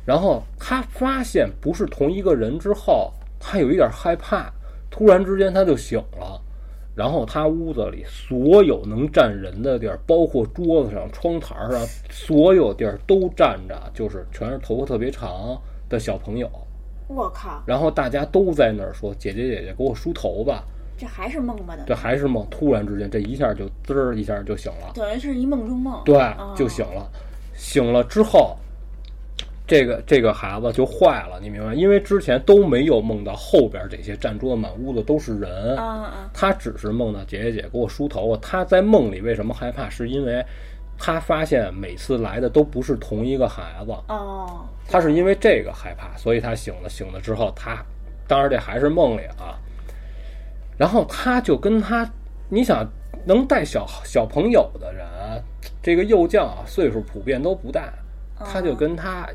Speaker 1: 然后他发现不是同一个人之后，他有一点害怕，突然之间他就醒了。然后他屋子里所有能站人的地儿，包括桌子上、窗台上，所有地儿都站着，就是全是头发特别长的小朋友。
Speaker 2: 我靠，
Speaker 1: 然后大家都在那儿说：“姐姐，姐姐，给我梳头吧。
Speaker 2: 这还是梦吧”的，
Speaker 1: 这还是梦，突然之间，这一下就滋儿一下就醒了。
Speaker 2: 等于是一梦中梦。
Speaker 1: 对
Speaker 2: 哦，
Speaker 1: 就醒了。醒了之后，这个这个孩子就坏了，你明白？因为之前都没有梦到后边这些占桌子满屋子都是人，
Speaker 2: 啊啊，
Speaker 1: 他只是梦到姐姐姐给我梳头发。他在梦里为什么害怕？是因为他发现每次来的都不是同一个孩子，
Speaker 2: 哦，
Speaker 1: 他是因为这个害怕，所以他醒了。醒了之后，他当然这还是梦里啊。然后他就跟他，你想能带小小朋友的人，这个幼教啊岁数普遍都不大，他就跟他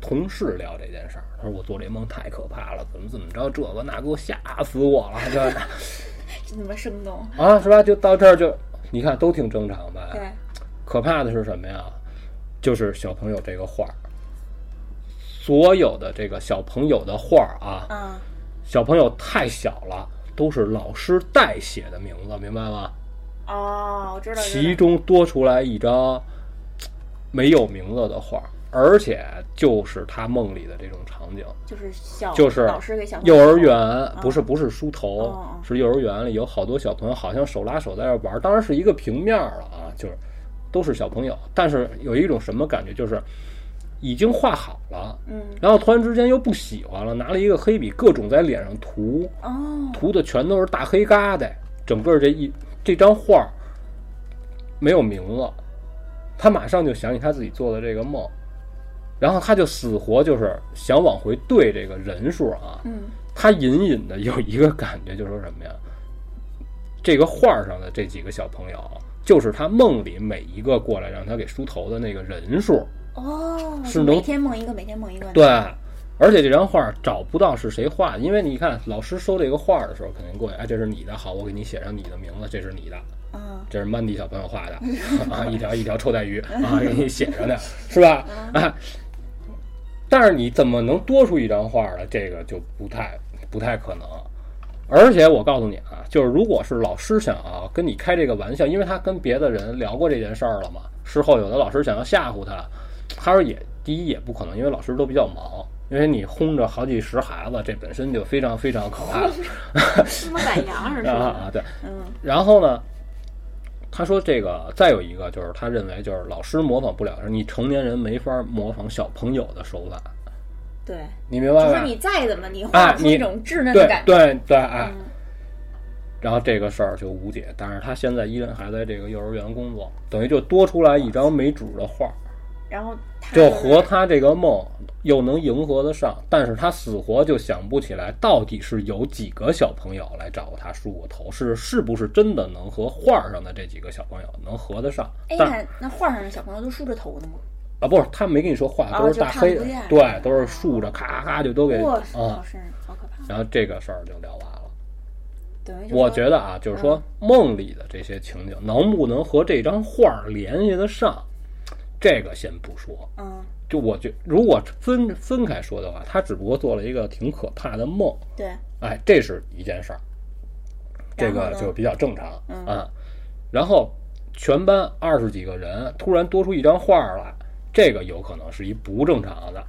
Speaker 1: 同事聊这件事儿。他说：“我做这梦太可怕了，怎么怎么着，这个那 给我吓死我了。”这那
Speaker 2: 真他妈生动。
Speaker 1: 啊，是吧？就到这儿就，你看都挺正常吧？
Speaker 2: 对，
Speaker 1: 可怕的是什么呀？就是小朋友这个画儿，所有的这个小朋友的画儿啊，
Speaker 2: 啊，
Speaker 1: 小朋友太小了，都是老师代写的名字，明白吗？
Speaker 2: 哦，我知道。
Speaker 1: 其
Speaker 2: 知道
Speaker 1: 中多出来一张没有名字的画儿，而且就是他梦里的这种场景，
Speaker 2: 就是小，
Speaker 1: 就是
Speaker 2: 老师给小朋友
Speaker 1: 幼儿园不是不是梳头，
Speaker 2: 哦哦
Speaker 1: 是幼儿园里有好多小朋友，好像手拉手在那玩儿，当然是一个平面儿了啊，就是都是小朋友，但是有一种什么感觉，就是已经画好了，
Speaker 2: 嗯，
Speaker 1: 然后突然之间又不喜欢了，拿了一个黑笔，各种在脸上涂，
Speaker 2: 哦，
Speaker 1: 涂的全都是大黑疙瘩，整个这一这张画儿没有名字，他马上就想起他自己做的这个梦，然后他就死活就是想往回对这个人数啊，
Speaker 2: 嗯，
Speaker 1: 他隐隐的有一个感觉，就是说什么呀？这个画儿上的这几个小朋友，就是他梦里每一个过来让他给梳头的那个人数，
Speaker 2: 哦，
Speaker 1: 是
Speaker 2: 就
Speaker 1: 能
Speaker 2: 每天梦一个，每天梦一个。
Speaker 1: 对，而且这张画儿找不到是谁画的，因为你看老师收这个画儿的时候，肯定过去，哎，这是你的，好，我给你写上你的名字，这是你的，
Speaker 2: 嗯，
Speaker 1: 这是曼迪小朋友画的啊，一条一条臭带鱼啊，给你写上的，是吧？啊，但是你怎么能多出一张画儿来？这个就不太不太可能。而且我告诉你啊，就是如果是老师想要跟你开这个玩笑，因为他跟别的人聊过这件事儿了嘛，事后有的老师想要吓唬他，他说也第一也不可能，因为老师都比较忙，因为你轰着好几十孩子，这本身就非常非常可怕
Speaker 2: 他妈赶羊似
Speaker 1: 啊
Speaker 2: 的。
Speaker 1: 啊！对，
Speaker 2: 嗯，
Speaker 1: 然后呢，他说这个再有一个就是他认为就是老师模仿不了，是你成年人没法模仿小朋友的手法，
Speaker 2: 对，
Speaker 1: 你明
Speaker 2: 就
Speaker 1: 白
Speaker 2: 是
Speaker 1: 吧？
Speaker 2: 你再怎么，你画
Speaker 1: 啊
Speaker 2: 不出那
Speaker 1: 哎你
Speaker 2: 种稚嫩的
Speaker 1: 对
Speaker 2: 感觉。
Speaker 1: 对对，哎。
Speaker 2: 嗯
Speaker 1: 然后这个事儿就无解，但是他现在依然还在这个幼儿园工作，等于就多出来一张没主的画，
Speaker 2: 然后他
Speaker 1: 就是和他这个梦又能迎合得上，但是他死活就想不起来到底是有几个小朋友来找他梳过头，是是不是真的能和画上的这几个小朋友能合得上？
Speaker 2: 哎，
Speaker 1: 但
Speaker 2: 那那画上的小朋友都梳着头呢吗？
Speaker 1: 啊，不是，他没跟你说话，
Speaker 2: 哦
Speaker 1: 都是大黑，
Speaker 2: 就看不见啊
Speaker 1: 对，都是竖着，咔咔就都给
Speaker 2: 哇
Speaker 1: 啊、
Speaker 2: 塞，好瘆人，好可怕！
Speaker 1: 然后这个事儿就聊完了。
Speaker 2: 等于就
Speaker 1: 我
Speaker 2: 说嗯
Speaker 1: 觉得啊，就是说梦里的这些情景能不能和这张画儿联系得上，这个先不说。
Speaker 2: 嗯，
Speaker 1: 就我觉，如果分分开说的话，他只不过做了一个挺可怕的梦，
Speaker 2: 对，
Speaker 1: 哎，这是一件事儿，这
Speaker 2: 然后
Speaker 1: 个
Speaker 2: 呢
Speaker 1: 就比较正常
Speaker 2: 嗯
Speaker 1: 啊。然后全班二十几个人突然多出一张画儿来，这个有可能是一不正常的。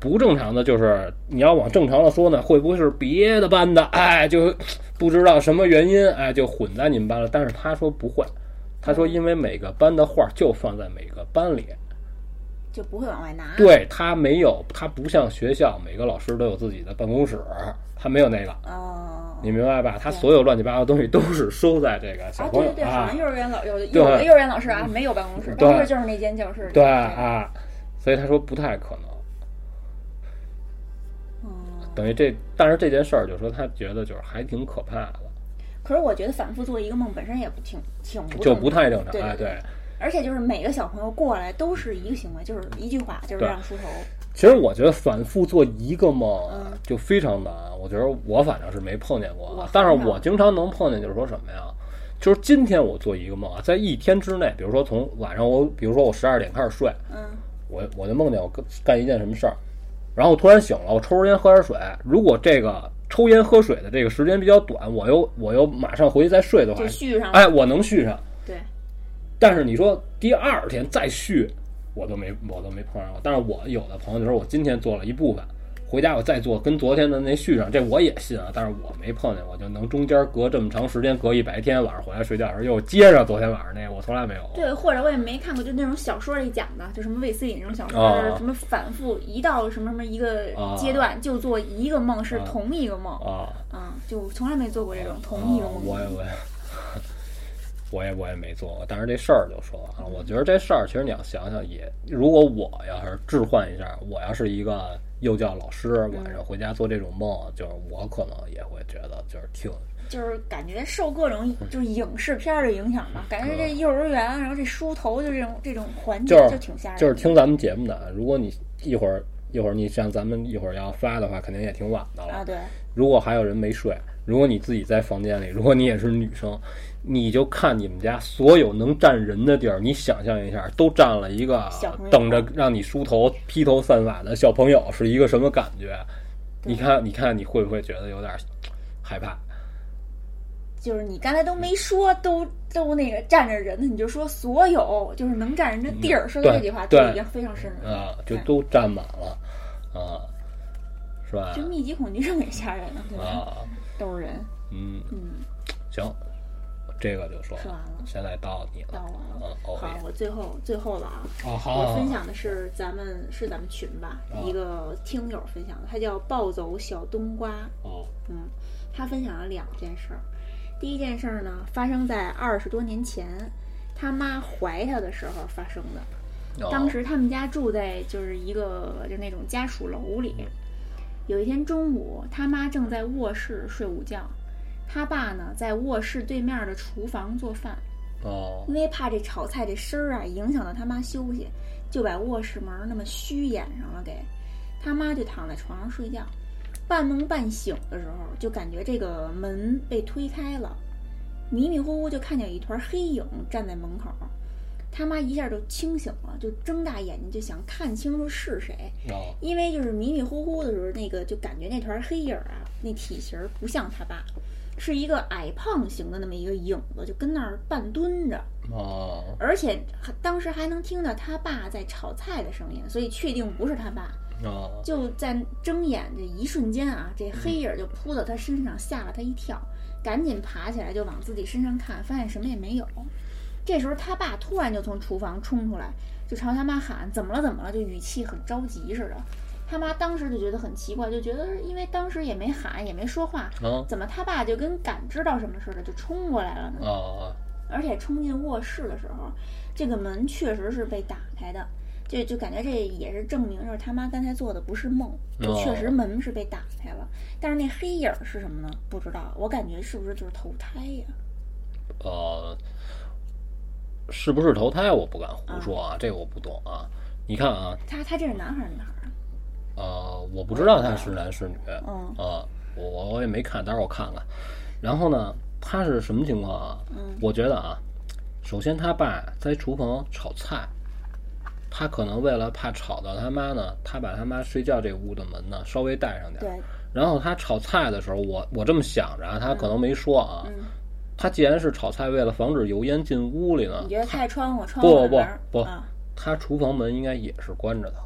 Speaker 1: 不正常的就是你要往正常的说呢，会不会是别的班的？哎，就不知道什么原因，哎，就混在你们班了。但是他说不会，他说因为每个班的画儿就放在每个班里，
Speaker 2: 就不会往外拿。
Speaker 1: 对他没有，他不像学校每个老师都有自己的办公室，他没有那个。
Speaker 2: 哦，
Speaker 1: 你明白吧？他
Speaker 2: 对
Speaker 1: 所有乱七八糟的东西都是收在这个小
Speaker 2: 啊，
Speaker 1: 朋
Speaker 2: 对
Speaker 1: 友
Speaker 2: 对对，好
Speaker 1: 啊
Speaker 2: 像，幼儿园老有有
Speaker 1: 对
Speaker 2: 的幼儿园老师啊，没有办公室，
Speaker 1: 对
Speaker 2: 办公室就是那间教室。
Speaker 1: 对，啊，所以他说不太可能。
Speaker 2: 嗯，哦
Speaker 1: 等于这，但是这件事儿，就说他觉得就是还挺可怕的。
Speaker 2: 可是我觉得反复做一个梦本身也不挺挺不
Speaker 1: 就
Speaker 2: 正
Speaker 1: 不太正
Speaker 2: 对
Speaker 1: 常。哎，对，
Speaker 2: 而且就是每个小朋友过来都是一个行为，就是一句话，就是
Speaker 1: 对
Speaker 2: 让出头。
Speaker 1: 其实我觉得反复做一个梦啊
Speaker 2: 嗯
Speaker 1: 就非常难，我觉得我反正是没碰见过
Speaker 2: 我
Speaker 1: 啊，但是
Speaker 2: 很少
Speaker 1: 我经常能碰见，就是说什么呀？就是今天我做一个梦啊，在一天之内，比如说从晚上我，比如说我十二点开始睡，
Speaker 2: 嗯
Speaker 1: 我我就梦见我干干一件什么事儿，然后我突然醒了，我抽根烟喝点水。如果这个抽烟喝水的这个时间比较短，我又我又马上回去再睡的，话
Speaker 2: 就，续上了。
Speaker 1: 哎，我能续上。
Speaker 2: 对，
Speaker 1: 但是你说第二天再续，我都没我都没碰上过。但是我有的朋友就说我今天做了一部分，回家我再做跟昨天的那续上，这我也信啊。但是我没碰见过，就能中间隔这么长时间，隔一白天晚上回来睡觉的时候又接着昨天晚上那个，我从来没有。
Speaker 2: 对，或者我也没看过，就那种小说里讲的，就什么卫斯理那种小说，
Speaker 1: 啊
Speaker 2: 什么反复一到什么什么一个
Speaker 1: 啊
Speaker 2: 阶段就做一个梦，是
Speaker 1: 啊
Speaker 2: 同一个梦，
Speaker 1: 啊，
Speaker 2: 嗯，就从来没做过这种同一个
Speaker 1: 啊
Speaker 2: 梦。
Speaker 1: 我也我也我也我也没做过，但是这事儿就说完了。我觉得这事儿其实你要想想也，如果我要是置换一下，我要是一个幼教老师，晚
Speaker 2: 嗯
Speaker 1: 上回家做这种梦，就是我可能也会觉得就是挺
Speaker 2: 就是感觉受各种
Speaker 1: 嗯
Speaker 2: 就是影视片儿的影响吧，感觉这幼儿园，啊然后这梳头就这种这种环境
Speaker 1: 就是
Speaker 2: 就挺吓人的。
Speaker 1: 就是听咱们节目的啊，如果你一会儿一会儿你像咱们一会儿要发的话，肯定也挺晚的了。
Speaker 2: 啊，对，
Speaker 1: 如果还有人没睡，如果你自己在房间里，如果你也是女生，你就看你们家所有能站人的地儿，你想象一下，都站了一个
Speaker 2: 小朋友
Speaker 1: 等着让你梳头、披头散发的小朋友，是一个什么感觉？
Speaker 2: 对
Speaker 1: 你看，你看，你会不会觉得有点害怕？
Speaker 2: 就是你刚才都没说，都都那个站着人的，你就说所有就是能站人的地儿，说的这句话就
Speaker 1: 嗯对
Speaker 2: 已经非常深入了。
Speaker 1: 啊，就都站满了，啊，是吧
Speaker 2: 就？密集恐惧症也吓人了，对吧？
Speaker 1: 啊，
Speaker 2: 都是人，
Speaker 1: 嗯，
Speaker 2: 嗯，
Speaker 1: 行，这个就说
Speaker 2: 说完了，
Speaker 1: 现在到你
Speaker 2: 到
Speaker 1: 了，
Speaker 2: 我
Speaker 1: 啊
Speaker 2: 了。
Speaker 1: ，OK，
Speaker 2: 好，我最后最后了啊，
Speaker 1: 哦，好好
Speaker 2: 我
Speaker 1: 好
Speaker 2: 分享的是咱们是咱们群吧，
Speaker 1: 啊
Speaker 2: 一个听友分享的，他叫暴走小冬瓜，
Speaker 1: 哦，
Speaker 2: 嗯，他分享了两件事儿。第一件事儿呢，发生在二十多年前，他妈怀他的时候发生的。
Speaker 1: 哦
Speaker 2: 当时他们家住在就是一个就是那种家属楼里。有一天中午，他妈正在卧室睡午觉，他爸呢在卧室对面的厨房做饭。
Speaker 1: 哦
Speaker 2: 因为怕这炒菜这声儿啊影响到他妈休息，就把卧室门儿那么虚掩上了给。他妈就躺在床上睡觉，半梦半醒的时候，就感觉这个门被推开了，迷迷糊糊就看见有一团黑影站在门口。他妈一下就清醒了，就睁大眼睛就想看清楚是谁，
Speaker 1: 哦
Speaker 2: 因为就是迷迷糊糊的时候，那个就感觉那团黑影儿啊，那体型儿不像他爸，是一个矮胖型的那么一个影子，就跟那儿半蹲着，
Speaker 1: 哦。
Speaker 2: 而且还当时还能听到他爸在炒菜的声音，所以确定不是他爸。
Speaker 1: 哦
Speaker 2: 就在睁眼这一瞬间啊，这黑影儿就扑到他身上，吓了他一跳，赶紧爬起来就往自己身上看，发现什么也没有。这时候他爸突然就从厨房冲出来，就朝他妈喊：“怎么了？怎么了？”就语气很着急似的。他妈当时就觉得很奇怪，就觉得因为当时也没喊也没说话，
Speaker 1: 啊
Speaker 2: 怎么他爸就跟感知到什么似的就冲过来了呢？
Speaker 1: 啊
Speaker 2: 而且冲进卧室的时候，这个门确实是被打开的，就就感觉这也是证明，就是他妈刚才做的不是梦，就确实
Speaker 1: 哦
Speaker 2: 门是被打开了。但是那黑影儿是什么呢？不知道，我感觉是不是就是投胎呀？
Speaker 1: 呃，是不是投胎我不敢胡说啊，这个我不懂啊。你看啊，
Speaker 2: 他他这是男孩儿女孩儿啊？
Speaker 1: 呃，我不知道他是男是女
Speaker 2: 嗯
Speaker 1: 啊，我我也没看，待会儿我看看。然后呢，他是什么情况啊？
Speaker 2: 嗯
Speaker 1: 我觉得啊，首先他爸在厨房炒菜，他可能为了怕吵到他妈呢，他把他妈睡觉这屋的门呢稍微带上点儿。
Speaker 2: 对，
Speaker 1: 然后他炒菜的时候，我我这么想着啊，他可能没说啊，
Speaker 2: 嗯，
Speaker 1: 他既然是炒菜，为了防止油烟进屋里呢
Speaker 2: 你，觉得开窗户窗
Speaker 1: 啊不
Speaker 2: 户
Speaker 1: 不
Speaker 2: 门儿
Speaker 1: 不
Speaker 2: 啊
Speaker 1: 他厨房门应该也是关着的。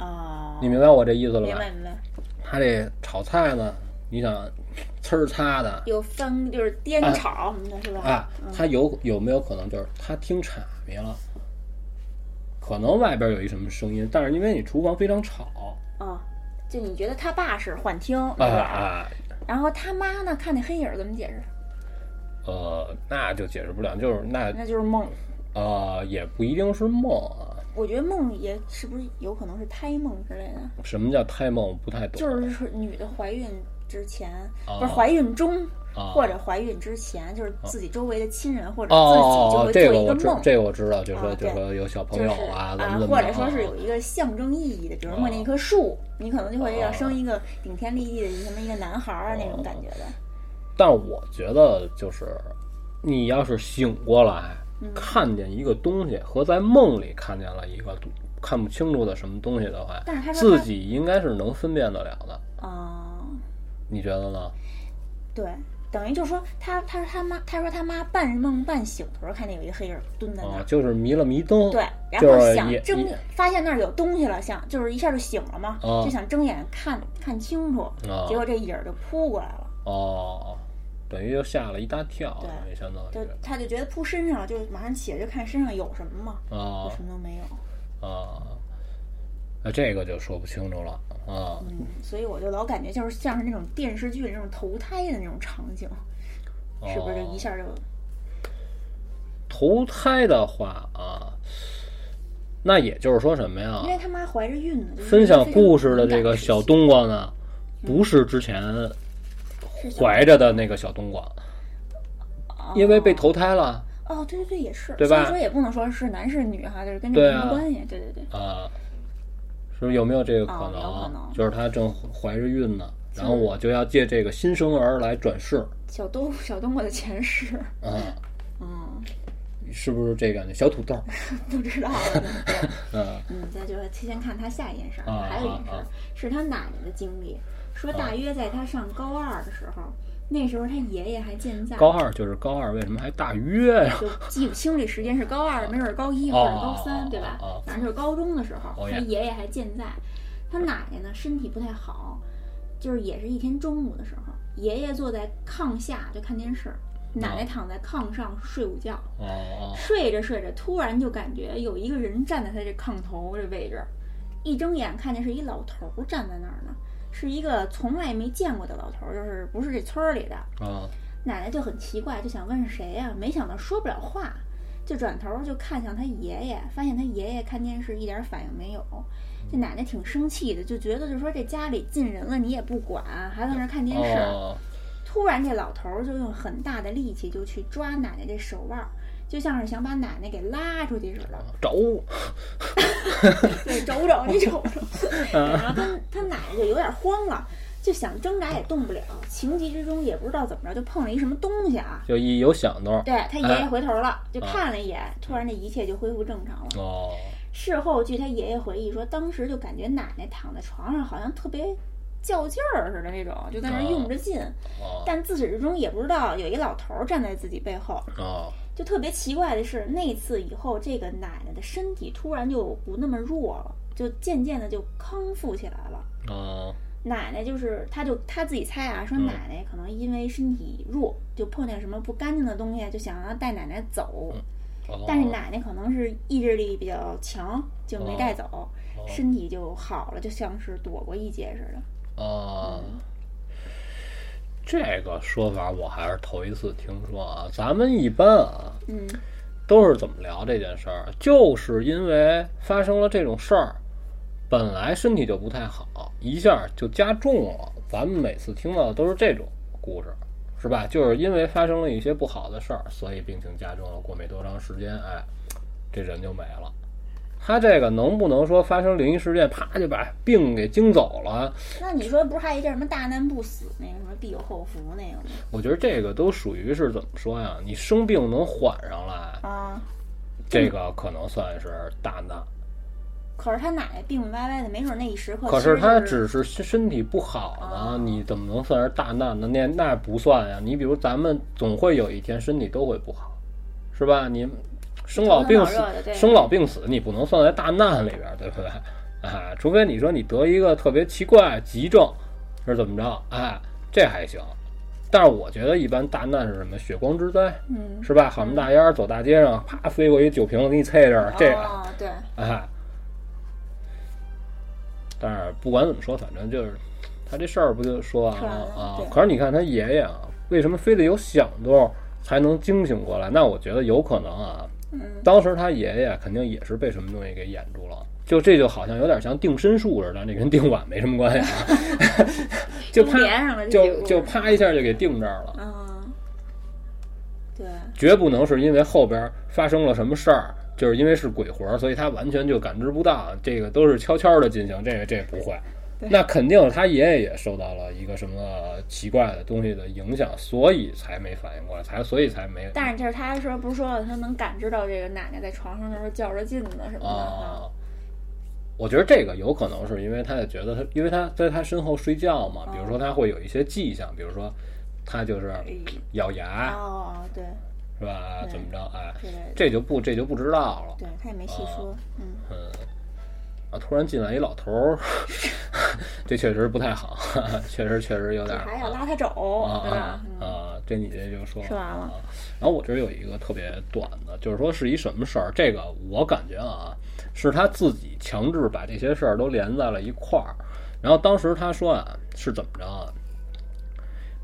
Speaker 2: 哦，
Speaker 1: 你明白我这意思了
Speaker 2: 明
Speaker 1: 吧？
Speaker 2: 白明白，
Speaker 1: 他这炒菜呢，你想呲儿擦的
Speaker 2: 有翻就是颠炒什么的，是吧？
Speaker 1: 啊，他有有没有可能就是他听岔鸣了？可能外边有一什么声音，但是因为你厨房非常吵
Speaker 2: 哦，就你觉得他爸是幻听，
Speaker 1: 啊
Speaker 2: 对吧？
Speaker 1: 啊，
Speaker 2: 然后他妈呢，看那黑影儿怎么解释？
Speaker 1: 呃，那就解释不了，就是那
Speaker 2: 那就是梦。
Speaker 1: 呃也不一定是梦啊。
Speaker 2: 我觉得梦也是不是有可能是胎梦之类的，
Speaker 1: 什么叫胎梦？我不太懂。啊
Speaker 2: 就是说女的怀孕之前，
Speaker 1: 哦
Speaker 2: 不是怀孕中、
Speaker 1: 啊，
Speaker 2: 或者怀孕之前，就是自己周围的亲人或者自己就
Speaker 1: 哦哦哦
Speaker 2: 会，
Speaker 1: 这
Speaker 2: 做
Speaker 1: 个
Speaker 2: 一
Speaker 1: 我
Speaker 2: 个
Speaker 1: 知
Speaker 2: 梦，，
Speaker 1: 这个我知道，就说
Speaker 2: 啊
Speaker 1: 就
Speaker 2: 对
Speaker 1: 说有小朋
Speaker 2: 就是
Speaker 1: 友
Speaker 2: 啊
Speaker 1: 怎么怎么
Speaker 2: 或
Speaker 1: 着
Speaker 2: 者说是有一个象征意义的，比如梦见一棵
Speaker 1: 哦
Speaker 2: 树，你可能就会要生一个顶天立地的什么一个男孩儿啊那种感觉的。
Speaker 1: 但我觉得就是，你要是醒过来，
Speaker 2: 嗯
Speaker 1: 看见一个东西和在梦里看见了一个看不清楚的什么东西的话，
Speaker 2: 但是他说
Speaker 1: 自
Speaker 2: 他
Speaker 1: 己应该是能分辨得了的，
Speaker 2: 啊、
Speaker 1: 你觉得呢？
Speaker 2: 对，等于就是说他他说他妈他说他妈半梦半醒的时候看见有一黑影蹲在那
Speaker 1: 啊，
Speaker 2: 儿，
Speaker 1: 就是迷了迷灯，
Speaker 2: 对，然
Speaker 1: 就
Speaker 2: 后
Speaker 1: 是
Speaker 2: 想
Speaker 1: 也
Speaker 2: 睁
Speaker 1: 也
Speaker 2: 发现那儿有东西了，想就是一下就醒了嘛，
Speaker 1: 啊
Speaker 2: 就想睁眼看看清楚，
Speaker 1: 啊
Speaker 2: 结果这影儿就扑过来了，
Speaker 1: 哦，等于就吓了一大跳，
Speaker 2: 对
Speaker 1: 等于相当
Speaker 2: 就
Speaker 1: 于
Speaker 2: 他就觉得扑身上了，就马上起来就看身上有什么嘛，
Speaker 1: 啊
Speaker 2: 就什么都没有，
Speaker 1: 啊，那这个就说不清楚了啊。
Speaker 2: 嗯，所以我就老感觉就是像是那种电视剧里那种投胎的那种场景，是不是就
Speaker 1: 哦
Speaker 2: 一下就
Speaker 1: 投胎的话啊，那也就是说什么呀
Speaker 2: 因？为他妈怀着孕呢，就是
Speaker 1: 分
Speaker 2: 一个
Speaker 1: 享
Speaker 2: 非常
Speaker 1: 故事的
Speaker 2: 敏
Speaker 1: 这
Speaker 2: 感
Speaker 1: 个
Speaker 2: 时
Speaker 1: 小
Speaker 2: 期
Speaker 1: 冬瓜
Speaker 2: 嗯
Speaker 1: 呢，不是之前
Speaker 2: 是小
Speaker 1: 怀着的那个小冬瓜，因为被投胎了
Speaker 2: 哦，对对对，也是，
Speaker 1: 对吧
Speaker 2: 所以说也不能说是男是女哈，就是跟这
Speaker 1: 对
Speaker 2: 个
Speaker 1: 啊
Speaker 2: 没关系。对对对，
Speaker 1: 啊，是不是有没有这个
Speaker 2: 哦
Speaker 1: 可能
Speaker 2: 有可
Speaker 1: 啊？
Speaker 2: 能
Speaker 1: 就是他正怀着孕呢，然后我就要借这个新生儿来转世
Speaker 2: 小冬小冬瓜的前世，
Speaker 1: 啊，
Speaker 2: 嗯，
Speaker 1: 是不是这感觉？小土 豆，
Speaker 2: 不知道了。对
Speaker 1: 嗯
Speaker 2: 嗯，再就是先看他下一件事儿，
Speaker 1: 啊
Speaker 2: 还有一件事
Speaker 1: 啊
Speaker 2: 儿
Speaker 1: 啊
Speaker 2: 是他奶奶的经历，说大约在他上高二的时候，那时候他爷爷还健在，
Speaker 1: 高二就是高二，为什么还大约呀？
Speaker 2: 就记不清这时间是高二，没准儿高一
Speaker 1: 哦
Speaker 2: 或者高三，
Speaker 1: 哦
Speaker 2: 对吧
Speaker 1: 哦哦？
Speaker 2: 反正就是高中的时候，
Speaker 1: 哦
Speaker 2: 他
Speaker 1: 耶
Speaker 2: 爷爷还健在，他奶奶呢身体不太好，就是也是一天中午的时候，爷爷坐在炕下就看电视，奶奶躺在炕上睡午觉，
Speaker 1: 哦哦
Speaker 2: 睡着睡着突然就感觉有一个人站在他这炕头这位置，一睁眼看见是一老头儿站在那儿呢，是一个从来没见过的老头儿，就是不是这村儿里的，
Speaker 1: 啊
Speaker 2: 奶奶就很奇怪，就想问是谁呀、没想到说不了话，就转头就看向他爷爷，发现他爷爷看电视一点反应没有。这奶奶挺生气的，就觉得就说这家里进人了你也不管，还在那儿看电视。
Speaker 1: 哦
Speaker 2: 突然，这老头儿就用很大的力气就去抓奶奶这手腕儿，就像是想把奶奶给拉出去似的。
Speaker 1: 找我
Speaker 2: 对，瞅瞅你瞅瞅，然后他他奶奶就有点慌了，就想挣扎也动不了，情急之中也不知道怎么着就碰了一什么东西啊，
Speaker 1: 就一有响动
Speaker 2: 对他爷爷
Speaker 1: 啊
Speaker 2: 回头了，就看了一眼，突然这一切就恢复正常了。
Speaker 1: 哦
Speaker 2: 事后据他爷爷回忆说，当时就感觉奶奶躺在床上好像特别较劲儿似的那种，就在那儿用着劲，
Speaker 1: 哦
Speaker 2: 但自始至终也不知道有一老头儿站在自己背后。
Speaker 1: 哦
Speaker 2: 就特别奇怪的是，那次以后，这个奶奶的身体突然就不那么弱了，就渐渐的就康复起来了。
Speaker 1: 哦
Speaker 2: 奶奶就是，她就她自己猜啊，说奶奶可能因为身体弱，就碰见什么不干净的东西，就想要带奶奶走。
Speaker 1: 哦，
Speaker 2: 但是奶奶可能是意志力比较强，就没带走，
Speaker 1: 哦
Speaker 2: 身体就好了，就像是躲过一劫似的。
Speaker 1: 啊，这个说法我还是头一次听说啊。咱们一般啊
Speaker 2: 嗯，
Speaker 1: 都是怎么聊这件事儿，就是因为发生了这种事儿，本来身体就不太好，一下就加重了。咱们每次听到的都是这种故事，是吧？就是因为发生了一些不好的事儿，所以病情加重了。过没多长时间，哎，这人就没了。他这个能不能说发生灵异事件，啪就把病给惊走了？
Speaker 2: 那你说不是还有一叫什么大难不死那个什么必有后福那个吗？
Speaker 1: 我觉得这个都属于是怎么说呀？你生病能缓上来，
Speaker 2: 啊，
Speaker 1: 这个可能算是大难。
Speaker 2: 可是他奶奶病病歪歪的，没准那一时刻
Speaker 1: 可
Speaker 2: 啊其实
Speaker 1: 是他
Speaker 2: 就是
Speaker 1: 只是身身体不好呢，
Speaker 2: 啊
Speaker 1: 你怎么能算是大难呢？那那不算呀。你比如咱们总会有一天身体都会不好，是吧？你生老病死
Speaker 2: 头疼脑热的，对
Speaker 1: 生老病死，你不能算在大难里边儿，对不对？哎，除非你说你得一个特别奇怪急症，是怎么着？哎，这还行。但是我觉得一般大难是什么？血光之灾，
Speaker 2: 嗯，
Speaker 1: 是吧？好么大烟儿走大街上，啪飞过一酒瓶子给你啐这儿，这个
Speaker 2: 哦、对，
Speaker 1: 哎，但是不管怎么说，反正就是他这事儿不就说完
Speaker 2: 说完
Speaker 1: 了
Speaker 2: 了
Speaker 1: 啊
Speaker 2: 对？
Speaker 1: 可是你看他爷爷啊，为什么非得有响动才能惊醒过来？那我觉得有可能啊，
Speaker 2: 嗯
Speaker 1: 当时他爷爷肯定也是被什么东西给掩住了，就这就好像有点像定身术似的，但这跟定碗没什么关系啊， 就
Speaker 2: 都
Speaker 1: 啪
Speaker 2: 连上了这几
Speaker 1: 就
Speaker 2: 个
Speaker 1: 就啪一下就给定这儿了，
Speaker 2: 嗯，对，
Speaker 1: 绝不能是因为后边发生了什么事儿，就是因为是鬼魂儿，所以他完全就感知不到，这个都是悄悄的进行，这个这不会。
Speaker 2: 对
Speaker 1: 那肯定他爷爷也受到了一个什么奇怪的东西的影响，所以才没反应过来，才所以才没。
Speaker 2: 但是就是他说不是说了，他能感知到这个奶奶在床上的时候较着劲呢什么的
Speaker 1: 啊，我觉得这个有可能是因为他也觉得他，因为他在他身后睡觉嘛，比如说他会有一些迹象，比如说他就是咬
Speaker 2: 啊
Speaker 1: 牙，
Speaker 2: 哦，对
Speaker 1: 是吧？
Speaker 2: 对
Speaker 1: 怎么着？哎，
Speaker 2: 之类的，
Speaker 1: 这就不这就不知道了。
Speaker 2: 对他也没细
Speaker 1: 哦
Speaker 2: 说，嗯，
Speaker 1: 啊，突然进来一老头儿， 这确实不太好， 确实确实有
Speaker 2: 这
Speaker 1: 点儿
Speaker 2: 还要拉他走，
Speaker 1: 啊
Speaker 2: 对吧
Speaker 1: 啊？
Speaker 2: 嗯
Speaker 1: 啊！这你这就说
Speaker 2: 说完了
Speaker 1: 啊然后我这儿有一个特别短的，就是说是一什么事儿？这个我感觉啊，是他自己强制把这些事儿都连在了一块儿。然后当时他说啊，是怎么着啊？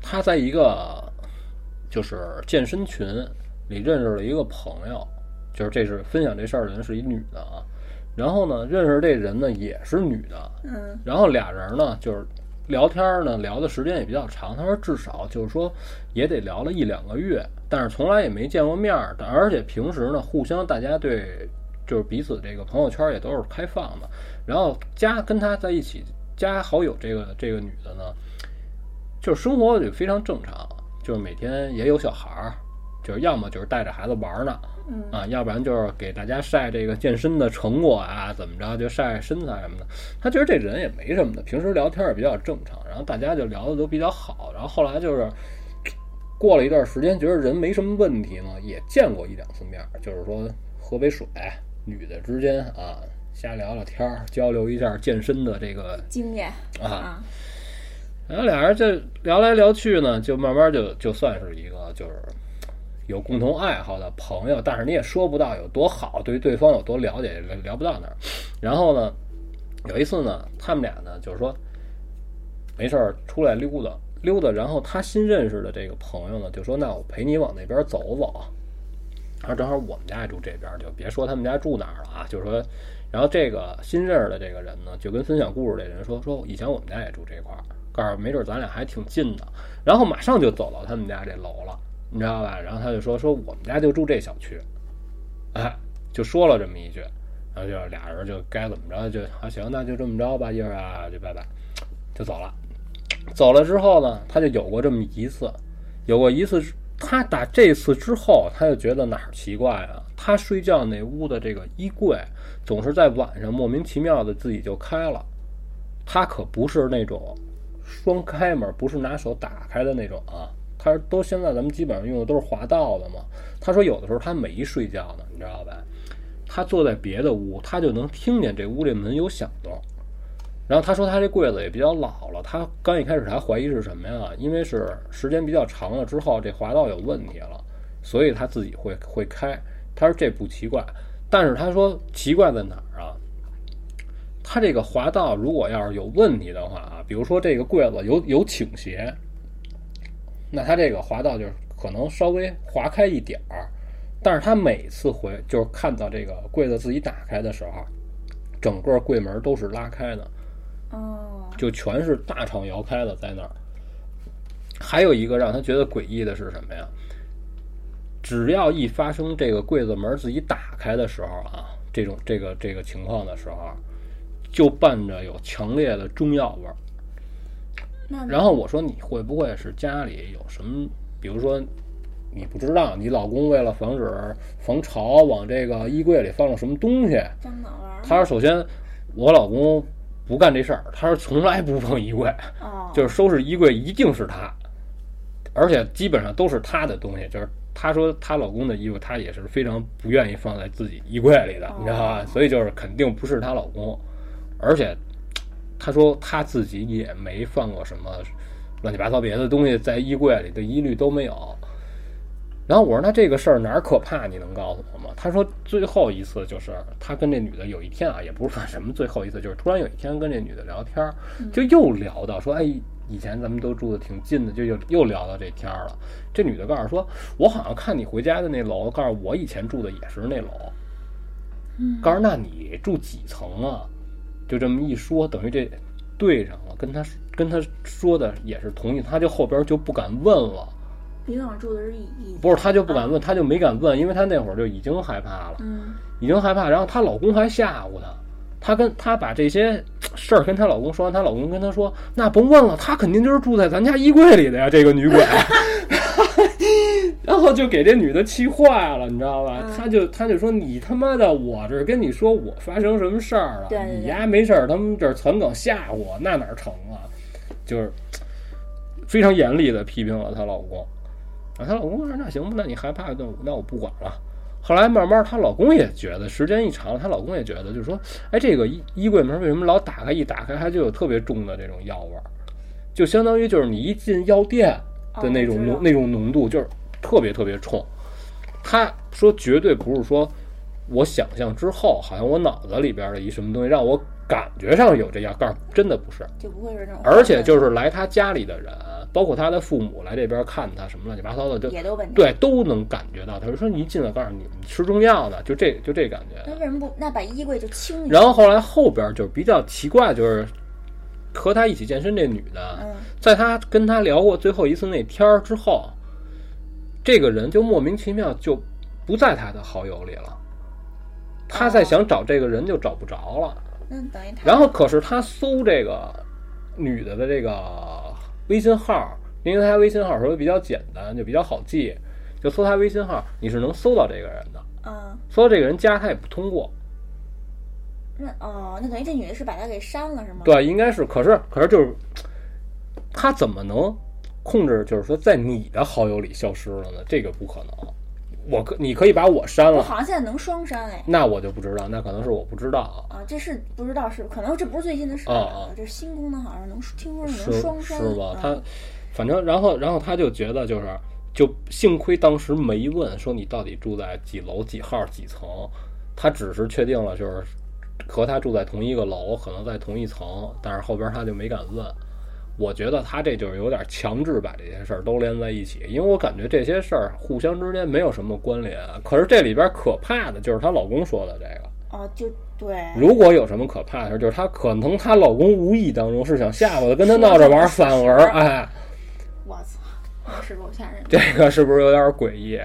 Speaker 1: 他在一个就是健身群里认识了一个朋友，就是这是分享这事儿的人是一女的啊。然后呢，认识这人呢也是女的，
Speaker 2: 嗯
Speaker 1: 然后俩人呢，就是聊天儿呢，聊的时间也比较长。他说至少就是说也得聊了一两个月，但是从来也没见过面儿。但而且平时呢，互相大家对就是彼此这个朋友圈儿也都是开放的。然后加跟他在一起加好友这个这个女的呢，就是生活也非常正常，就是每天也有小孩儿，就是要么就是带着孩子玩儿呢，
Speaker 2: 嗯
Speaker 1: 啊，要不然就是给大家晒这个健身的成果啊，怎么着就晒身材什么的。他觉得这人也没什么的，平时聊天也比较正常，然后大家就聊的都比较好。然后后来就是过了一段时间，觉得人没什么问题嘛，也见过一两次面儿，就是说喝杯水，女的之间啊瞎聊聊天儿，交流一下健身的这个
Speaker 2: 经验
Speaker 1: 啊
Speaker 2: 啊，
Speaker 1: 然后俩人就聊来聊去呢，就慢慢就就算是一个就是有共同爱好的朋友，但是你也说不到有多好，对于对方有多了解，也聊不到那儿。然后呢，有一次呢，他们俩呢就是说没事儿出来溜达溜达，然后他新认识的这个朋友呢就说：“那我陪你往那边走走。”然后正好我们家也住这边儿，就别说他们家住哪儿了啊，就是说，然后这个新认识的这个人呢，就跟分享故事这人说说，以前我们家也住这块儿，告诉没准咱俩还挺近的。然后马上就走到他们家这楼了，你知道吧？然后他就说说我们家就住这小区，哎，就说了这么一句，然后就俩人就该怎么着就啊行，那就这么着吧，一会儿啊就拜拜，就走了。走了之后呢，他就有过这么一次，有过一次，他打这次之后，他就觉得哪儿奇怪啊？他睡觉那屋的这个衣柜总是在晚上莫名其妙的自己就开了，他可不是那种双开门，不是拿手打开的那种啊。他都现在咱们基本上用的都是滑道的嘛。他说有的时候他没睡觉呢，你知道吧？他坐在别的屋，他就能听见这屋这门有响动。然后他说他这柜子也比较老了，他刚一开始还怀疑是什么呀？因为是时间比较长了之后，这滑道有问题了，所以他自己会会开。他说这不奇怪，但是他说奇怪在哪儿啊？他这个滑道如果要是有问题的话啊，比如说这个柜子有有倾斜，那他这个滑道就是可能稍微滑开一点儿，但是他每次回就是看到这个柜子自己打开的时候，整个柜门都是拉开的。
Speaker 2: 哦，
Speaker 1: 就全是大敞摇开的在那儿。还有一个让他觉得诡异的是什么呀？只要一发生这个柜子门自己打开的时候啊，这种这个这个情况的时候，啊就伴着有强烈的中药味儿。
Speaker 2: 那
Speaker 1: 然后我说你会不会是家里有什么，比如说你不知道，你老公为了防止防潮，往这个衣柜里放了什么东西？
Speaker 2: 张啊脑丸儿
Speaker 1: 他说首先我老公不干这事儿，他说从来不碰衣柜。
Speaker 2: 哦，
Speaker 1: 就是收拾衣柜一定是她，而且基本上都是她的东西。就是她说她老公的衣服，她也是非常不愿意放在自己衣柜里的
Speaker 2: 哦，
Speaker 1: 你知道吧？所以就是肯定不是她老公，而且她说她自己也没放过什么乱七八糟别的东西在衣柜里的一律都没有。然后我说那这个事儿哪儿可怕？你能告诉我吗？他说最后一次就是他跟这女的有一天啊，也不是算什么最后一次，就是突然有一天跟这女的聊天儿，就又聊到说，哎，以前咱们都住的挺近的，就又又聊到这天儿了。这女的告诉说，我好像看你回家的那楼，告诉我以前住的也是那楼。
Speaker 2: 嗯，
Speaker 1: 告诉那你住几层啊？就这么一说，等于这对上了，跟他跟他说的也是同意，他就后边就不敢问了。
Speaker 2: 李总住的是乙乙，
Speaker 1: 不是，他就不敢问，他就没敢问，因为他那会儿就已经害怕了，
Speaker 2: 嗯
Speaker 1: 已经害怕。然后她老公还吓唬她，她跟她把这些事儿跟她老公说完，她老公跟她说：“那甭问了，她肯定就是住在咱家衣柜里的呀，这个女鬼。” 然后就给这女的气坏了，你知道吧
Speaker 2: 嗯？
Speaker 1: 她就她就说：“你他妈的，我这是跟你说我发生什么事儿了？
Speaker 2: 对对对
Speaker 1: 你丫啊没事儿，他们这儿传梗吓唬我，那哪儿成啊？”就是非常严厉的批评了她老公。啊，她老公说：“那行吧，那你害怕，那我那我不管了。”后来慢慢，她老公也觉得时间一长了，她老公也觉得就是说，哎，这个衣衣柜门为什么老打开？一打开它就有特别重的这种药味儿，就相当于就是你一进药店的那
Speaker 2: 哦我
Speaker 1: 种
Speaker 2: 知道
Speaker 1: 浓、那种浓度，就是特别特别冲。她说绝对不是说我想象之后，好像我脑子里边的一什么东西让我感觉上有这样，告诉真的不是。
Speaker 2: 就不会是那种，
Speaker 1: 而且就是来她家里的人，包括她的父母来这边看她什么乱七八糟的，就
Speaker 2: 也都稳定。
Speaker 1: 对，都能感觉到。他说说你一进来，告诉你你吃中药呢，就这就这感
Speaker 2: 那
Speaker 1: 觉。
Speaker 2: 为什么不那把衣柜就清一下？
Speaker 1: 然后后来后边就是比较奇怪，就是和他一起健身这女的，
Speaker 2: 嗯，
Speaker 1: 在他跟他聊过最后一次那天儿之后，这个人就莫名其妙就不在他的好友里了。他在想找这个人就找不着了。
Speaker 2: 那等于他
Speaker 1: 然后可是他搜这个女的的这个微信号，因为她微信号说比较简单，就比较好记，就搜她微信号，你是能搜到这个人的。
Speaker 2: 嗯，
Speaker 1: 搜到这个人加他也不通过，
Speaker 2: 那哦，那等于这女的是把他给删了是吗？，
Speaker 1: 对，应该是。可是可是就是，他怎么能控制？就是说在你的好友里消失了呢？这个不可能。我可你可以把我删
Speaker 2: 我
Speaker 1: 了，
Speaker 2: 好像现在能双删哎。
Speaker 1: 那我就不知道，那可能是我不知道啊。
Speaker 2: 啊，这是不知道是可能这不是最近的事儿
Speaker 1: 啊啊
Speaker 2: 这新功能好像能听说是
Speaker 1: 是
Speaker 2: 能双删
Speaker 1: 是吧
Speaker 2: 嗯？
Speaker 1: 他反正然后然后他就觉得就是就幸亏当时没问说你到底住在几楼几号几层，他只是确定了就是和他住在同一个楼，可能在同一层，但是后边他就没敢问。我觉得他这就是有点强制把这些事儿都连在一起，因为我感觉这些事儿互相之间没有什么关联。啊可是这里边可怕的就是她老公说的这个，
Speaker 2: 哦，就对，
Speaker 1: 如果有什么可怕的事，就是她可能她老公无意当中是想吓唬她，跟她闹着玩儿，反而哎，
Speaker 2: 我操，那是够吓人的。
Speaker 1: 这个是不是有点诡异？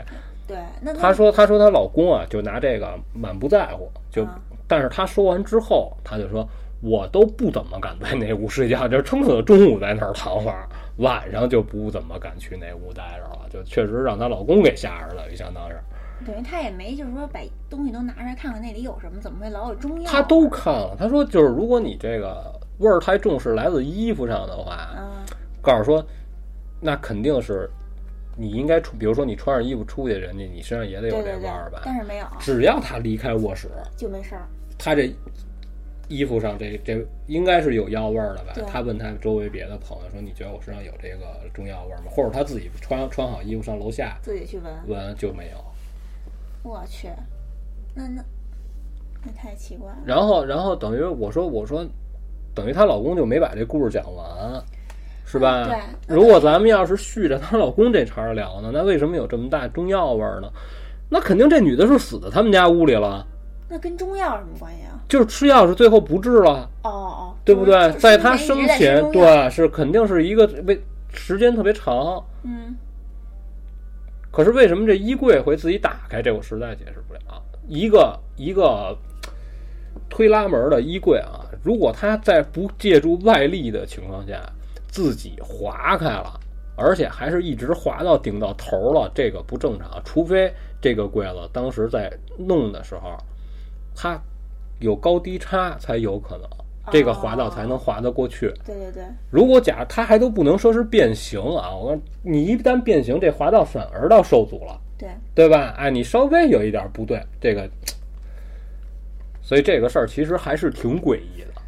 Speaker 2: 对，那
Speaker 1: 她说她说她老公啊，就拿这个满不在乎，就
Speaker 2: 啊
Speaker 1: 但是她说完之后，她就说。我都不怎么敢在那屋睡觉，就是撑死中午在那儿躺会儿，晚上就不怎么敢去那屋待着了。就确实让她老公给吓着了，就相当是。
Speaker 2: 等于他也没就是说把东西都拿出来看看那里有什么，怎么会老有中药？
Speaker 1: 她都看了，她说就是如果你这个味儿太重是来自衣服上的话，
Speaker 2: 嗯
Speaker 1: 告诉说，那肯定是你应该出，比如说你穿上衣服出去，人家你身上也得
Speaker 2: 对
Speaker 1: 有这
Speaker 2: 对
Speaker 1: 味
Speaker 2: 对
Speaker 1: 儿吧，？
Speaker 2: 但是没有
Speaker 1: 只要他离开卧室，
Speaker 2: 就没事儿。
Speaker 1: 他这衣服上这这应该是有药味儿的吧
Speaker 2: 对？
Speaker 1: 他问他周围别的朋友说：“你觉得我身上有这个中药味儿吗？”或者他自己穿穿好衣服上楼下
Speaker 2: 自己去闻。
Speaker 1: 闻就没有。
Speaker 2: 我去，那那那太奇怪了。
Speaker 1: 然后，然后等于我说我说，等于她老公就没把这故事讲完，是吧？
Speaker 2: 嗯对
Speaker 1: 如果咱们要是续着她老公这茬儿聊呢，那为什么有这么大中药味儿呢？那肯定这女的是死在他们家屋里了，
Speaker 2: 那跟中药有什么关系啊？
Speaker 1: 就是吃药是最后不治了，
Speaker 2: 哦哦，
Speaker 1: 对不
Speaker 2: 就是
Speaker 1: 对？
Speaker 2: 就是
Speaker 1: 在她
Speaker 2: 因为一直
Speaker 1: 生
Speaker 2: 在吃
Speaker 1: 前，
Speaker 2: 中药，
Speaker 1: 对，是肯定是一个为时间特别长。
Speaker 2: 嗯，
Speaker 1: 可是为什么这衣柜会自己打开？这我实在解释不了。啊一个一个推拉门的衣柜啊，如果它在不借助外力的情况下自己滑开了，而且还是一直滑到顶到头了，这个不正常。除非这个柜子当时在弄的时候，它有高低差才有可能，这个滑道才能滑得过去。
Speaker 2: 对对对，
Speaker 1: 如果假如它还都不能说是变形啊，我说你一旦变形，这滑道反而倒受阻了，
Speaker 2: 对，
Speaker 1: 对吧？哎，你稍微有一点不对，这个，所以这个事儿其实还是挺诡异的。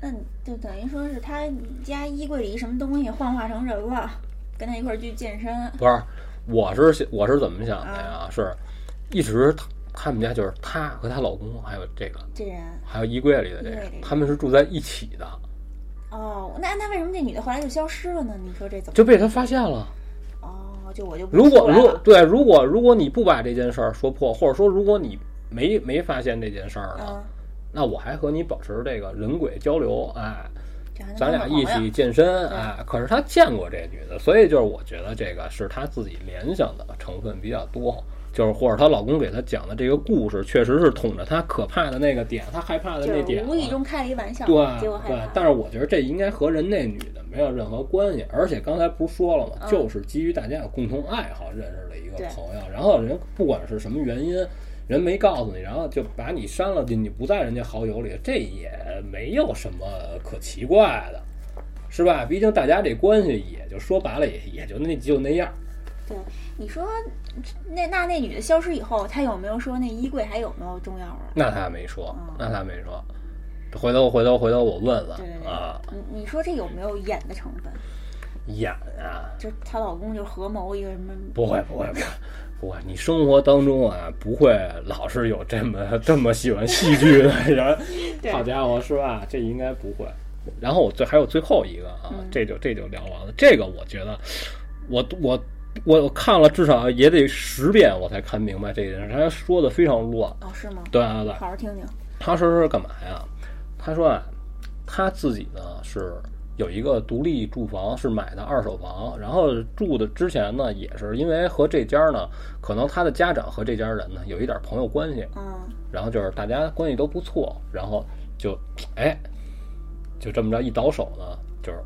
Speaker 2: 那你就等于说是他家衣柜里什么东西幻化成人了，跟他一块儿去健身。
Speaker 1: 不是，我是我是怎么想的呀？是，一直他他们家就是她和她老公，还有这个，
Speaker 2: 这人
Speaker 1: 还有衣柜里的这
Speaker 2: 衣
Speaker 1: 个
Speaker 2: 柜里，
Speaker 1: 他们是住在一起的。
Speaker 2: 哦，那那为什么这女的后来就消失了呢？你说这怎么
Speaker 1: 就被他发现了。
Speaker 2: 哦，就我就不
Speaker 1: 如
Speaker 2: 出
Speaker 1: 果
Speaker 2: 来
Speaker 1: 如
Speaker 2: 了
Speaker 1: 对，如果如果你不把这件事儿说破，或者说如果你没没发现这件事儿呢，
Speaker 2: 嗯，
Speaker 1: 那我还和你保持这个人轨交流，哎，
Speaker 2: 嗯这还能
Speaker 1: 咱俩
Speaker 2: 当个
Speaker 1: 一
Speaker 2: 朋友
Speaker 1: 起健身，
Speaker 2: 对
Speaker 1: 哎，可是他见过这女的，所以就是我觉得这个是他自己联想的成分比较多，就是或者她老公给她讲的这个故事，确实是捅着她可怕的那个点，她害怕的那
Speaker 2: 就是
Speaker 1: 点
Speaker 2: 无意
Speaker 1: 了。
Speaker 2: 中开了一玩笑，
Speaker 1: 对
Speaker 2: 结果害
Speaker 1: 对
Speaker 2: 怕，
Speaker 1: 但是我觉得这应该和人那女的没有任何关系，而且刚才不是说了吗？
Speaker 2: 嗯
Speaker 1: 就是基于大家有共同爱好认识的一个
Speaker 2: 对
Speaker 1: 朋友，然后人不管是什么原因，人没告诉你，然后就把你删了进去，不在人家好友里，这也没有什么可奇怪的，是吧？毕竟大家这关系也就说白了也也就那就那样。
Speaker 2: 对你说那那那女的消失以后，她有没有说那衣柜还有没啊有中药味儿？
Speaker 1: 那他没说
Speaker 2: 嗯，
Speaker 1: 那他没说，回头回头回头我问问
Speaker 2: 对对对
Speaker 1: 啊，
Speaker 2: 你你说这有没有演的成分？
Speaker 1: 演啊。
Speaker 2: 就是她老公就是合谋一个什么？
Speaker 1: 不会，不会，不会，不会。你生活当中啊，不会老是有这么这么喜欢戏剧的人。
Speaker 2: 对
Speaker 1: 好家伙，是吧？这应该不会。然后我最还有最后一个啊，
Speaker 2: 嗯
Speaker 1: 这就这就聊完了。这个我觉得，我我我看了至少也得十遍，我才看明白这件事。他说的非常乱。
Speaker 2: 哦，是吗？
Speaker 1: 对啊对对，
Speaker 2: 好好听听。
Speaker 1: 他说是干嘛呀？他说啊，他自己呢是有一个独立住房，是买的二手房，然后住的之前呢也是因为和这家呢，可能他的家长和这家人呢有一点朋友关系，
Speaker 2: 嗯，
Speaker 1: 然后就是大家关系都不错，然后就哎，就这么着一倒手呢，就是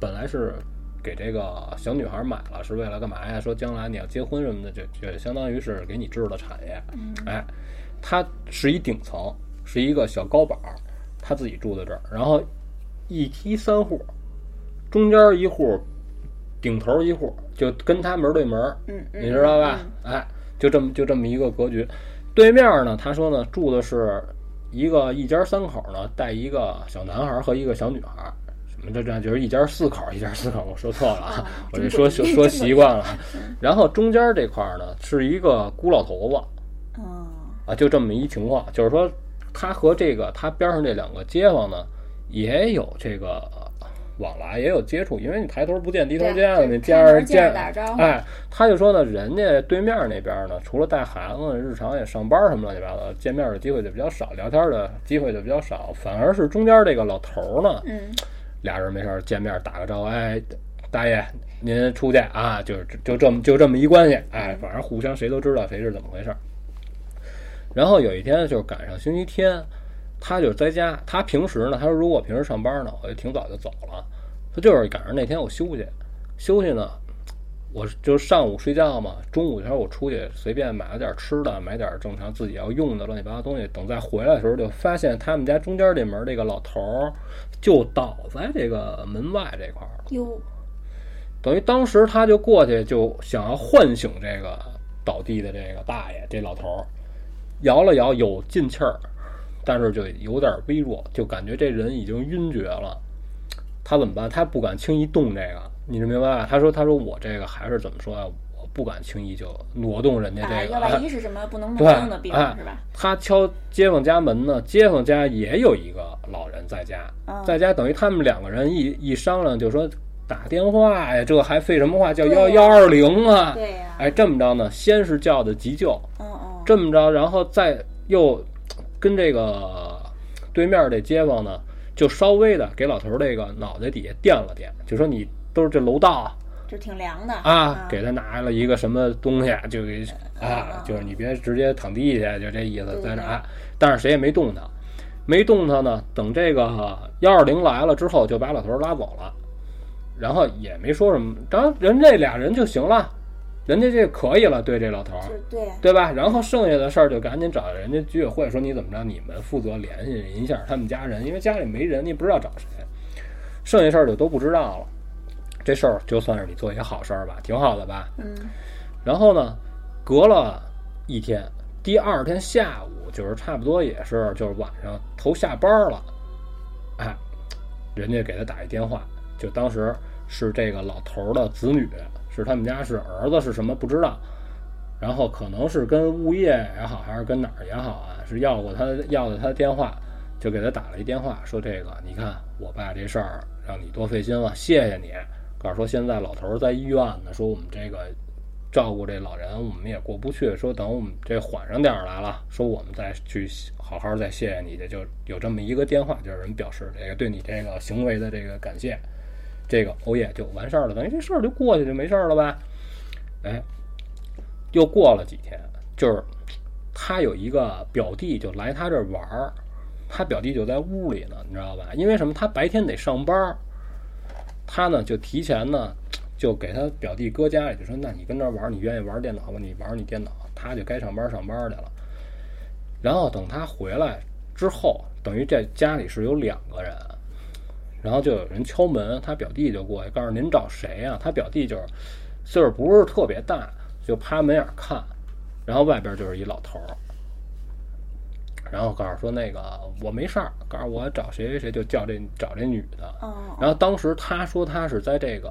Speaker 1: 本来是给这个小女孩买了，是为了干嘛呀？说将来你要结婚什么的，就就相当于是给你制的产业。哎，她是一顶层，是一个小高板儿，她自己住在这儿，然后一梯三户，中间一户，顶头一户，就跟她门对门儿。
Speaker 2: 嗯嗯，
Speaker 1: 你知道吧？哎，就这么就这么一个格局。对面呢，他说呢，住的是一个一家三口呢，带一个小男孩和一个小女孩，什么这这就是一家四口，一家四口，我说错了啊，我这说
Speaker 2: 哦
Speaker 1: 说
Speaker 2: 真诡
Speaker 1: 说
Speaker 2: 异真诡
Speaker 1: 习
Speaker 2: 异
Speaker 1: 惯了。啊然后中间这块儿呢，是一个孤老头子，
Speaker 2: 嗯，
Speaker 1: 啊，就这么一情况，就是说他和这个他边上这两个街坊呢，也有这个呃往来，也有接触，因为你抬头不见低头
Speaker 2: 对
Speaker 1: 见
Speaker 2: 就
Speaker 1: 啊，
Speaker 2: 是
Speaker 1: 你
Speaker 2: 开
Speaker 1: 见
Speaker 2: 门
Speaker 1: 着
Speaker 2: 见着
Speaker 1: 见
Speaker 2: 打招呼
Speaker 1: 哎，他就说呢，人家对面那边呢，除了带孩子，日常也上班什么乱七八糟的，见面的机会就比较少，聊天的机会就比较少，反而是中间这个老头儿呢，
Speaker 2: 嗯，
Speaker 1: 俩人没事儿见面打个招呼，哎，大爷您出去啊，就是就这么就这么一关系，哎，反正互相谁都知道谁是怎么回事儿。然后有一天就是赶上星期天，他就在家，他平时呢，他说如果平时上班呢，我就挺早就走了，他就是赶上那天我休息，休息呢。我就上午睡觉嘛，中午的时候我出去随便买了点吃的，买点正常自己要用的乱七八糟东西。等再回来的时候，就发现他们家中间这门这个老头儿就倒在这个门外这块儿了。
Speaker 2: 哟，
Speaker 1: 等于当时他就过去就想要唤醒这个倒地的这个大爷，这老头儿摇了摇，有进气儿，但是就有点微弱，就感觉这人已经晕厥了。他怎么办？他不敢轻易动这个，你明白吧？他说：“他说我这个还是怎么说呀、啊我不敢轻易就挪动人家
Speaker 2: 啊，
Speaker 1: 这个。
Speaker 2: 要万一是什么不能弄
Speaker 1: 对
Speaker 2: 清的病
Speaker 1: 哎
Speaker 2: 是吧？嗯
Speaker 1: 他敲街坊家门呢，街坊家也有一个老人在家，
Speaker 2: 嗯
Speaker 1: 在家等于他们两个人一一商量，就说打电话呀，这还废什么话，叫幺
Speaker 2: 对
Speaker 1: 幺
Speaker 2: 呀
Speaker 1: 二零啊！
Speaker 2: 对呀，
Speaker 1: 哎，这么着呢，先是叫的急救，
Speaker 2: 嗯嗯，
Speaker 1: 这么着，然后再又跟这个对面这街坊呢，就稍微的给老头儿这个脑袋底下垫了垫，就说你都是这楼道啊，
Speaker 2: 就挺凉的嗯
Speaker 1: 啊，给他拿了一个什么东西，就给啊
Speaker 2: 啊，
Speaker 1: 就是你别直接躺地下，就这意思
Speaker 2: 对，
Speaker 1: 在那
Speaker 2: 对
Speaker 1: 儿。但是谁也没动他，没动他呢。等这个幺二零来了之后，就把老头儿拉走了，然后也没说什么，当然人这俩人就行了，人家这可以了，对这老头儿。
Speaker 2: 就是对呀，
Speaker 1: 对吧？然后剩下的事儿就赶紧找人家居委会说你怎么着，你们负责联系一下他们家人，因为家里没人，你不知道找谁。剩下事儿就都不知道了。这事儿就算是你做一个好事儿吧，挺好的吧？
Speaker 2: 嗯
Speaker 1: 然后呢，隔了一天，第二天下午就是差不多也是就是晚上头下班了，哎，人家给他打一电话，就当时是这个老头儿的子女，是他们家是儿子是什么不知道，然后可能是跟物业也好，还是跟哪儿也好啊，是要过他要的他的电话，就给他打了一电话，说这个你看我爸这事儿，让你多费心了，谢谢你。告诉说现在老头儿在医院呢，说我们这个照顾这老人，我们也过不去。说等我们这缓上点儿来了，说我们再去好好再谢谢你的，就有这么一个电话，就是人表示这个对你这个行为的这个感谢，这个欧耶就完事儿了，等于这事儿就过去就没事儿了呗。哎，又过了几天，就是他有一个表弟就来他这儿玩儿，他表弟就在屋里呢，你知道吧？因为什么？他白天得上班儿。他呢就提前呢，就给他表弟搁家里，就说：“那你跟这玩，你愿意玩电脑吧？你玩你电脑。”他就该上班上班去了。然后等他回来之后，等于这家里是有两个人，然后就有人敲门，他表弟就过去，告诉您找谁呀、啊？他表弟就是岁数不是特别大，就趴门眼看，然后外边就是一老头儿。然后告诉说那个我没事儿，告诉我找谁谁谁就叫这找这女的。
Speaker 2: 哦嗯
Speaker 1: 然后当时他说他是在这个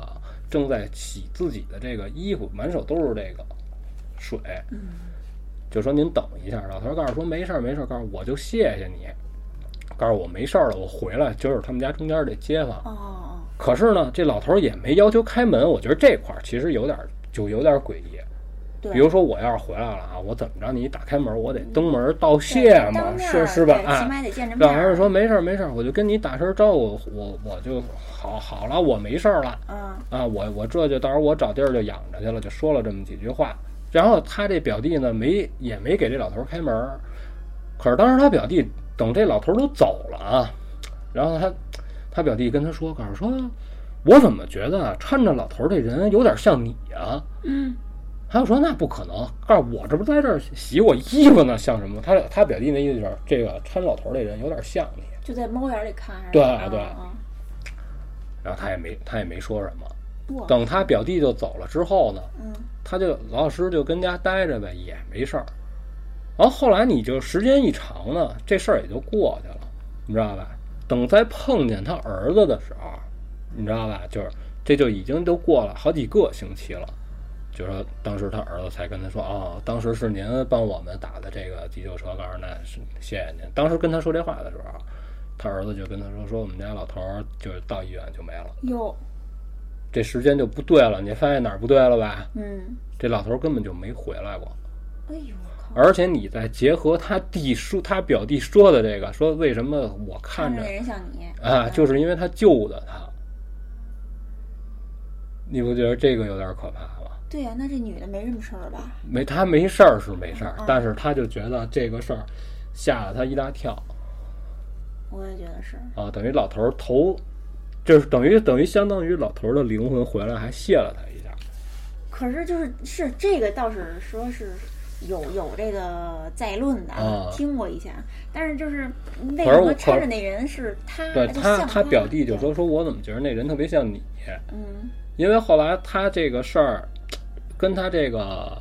Speaker 1: 正在洗自己的这个衣服，满手都是这个水，
Speaker 2: 嗯
Speaker 1: 就说您等一下。老头告诉说没事儿没事儿，告诉我就谢谢你，告诉我没事儿了，我回来就是他们家中间这街坊。
Speaker 2: 哦
Speaker 1: 可是呢，这老头也没要求开门，我觉得这块儿其实有点就有点诡异。比如说我要是回来了啊，我怎么着？你打开门，我得登门道谢嘛，是是吧？
Speaker 2: 起码得见着面。
Speaker 1: 老头儿说没事儿没事儿，我就跟你打声招呼，我我就好好了，我没事儿了。嗯啊，我我这就到时候我找地儿就养着去了，就说了这么几句话。然后他这表弟呢，没也没给这老头儿开门，可是当时他表弟等这老头儿都走了啊，然后他他表弟跟他说，告诉说，我怎么觉得啊穿着老头儿这人有点像你啊？
Speaker 2: 嗯。
Speaker 1: 他就说：“那不可能！告诉我这不在这儿洗我衣服呢，像什么？他他表弟那意思就是，这个穿老头这人有点像你，
Speaker 2: 就在猫眼里看着。
Speaker 1: 对
Speaker 2: 对、
Speaker 1: 啊。然后他也没他也没说什么。等他表弟就走了之后呢，
Speaker 2: 嗯，
Speaker 1: 他就老老实实就跟家待着呗，也没事儿。然后后来你就时间一长呢，这事儿也就过去了，你知道吧？等再碰见他儿子的时候，你知道吧？就是这就已经都过了好几个星期了。”就说当时他儿子才跟他说啊、哦，当时是您帮我们打的这个急救车，告诉那是谢谢您。当时跟他说这话的时候，他儿子就跟他说说我们家老头儿就是到医院就没了，
Speaker 2: 哟，
Speaker 1: 这时间就不对了，你发现哪儿不对了吧？
Speaker 2: 嗯，
Speaker 1: 这老头儿根本就没回来过，
Speaker 2: 哎呦我靠！
Speaker 1: 而且你再结合他弟说他表弟说的这个，说为什么我看着
Speaker 2: 人像你
Speaker 1: 啊，就是因为他救的他，你不觉得这个有点可怕吗？
Speaker 2: 对呀、啊，那这女的没什么事儿吧？
Speaker 1: 没，她没事儿是没事
Speaker 2: 嗯
Speaker 1: 儿，但是她就觉得这个事儿吓了她一大跳。
Speaker 2: 我也觉得是。
Speaker 1: 啊，等于老头儿头，就是等于等于相当于老头儿的灵魂回来还谢了她一下。
Speaker 2: 可是就是是这个倒是说是有有这个再论的，
Speaker 1: 啊、
Speaker 2: 听过一下，但是就是为什么穿着那人是
Speaker 1: 他？
Speaker 2: 对
Speaker 1: 他
Speaker 2: 他
Speaker 1: 表弟就说说我怎么觉得那人特别像你？
Speaker 2: 嗯，
Speaker 1: 因为后来他这个事儿。跟他这个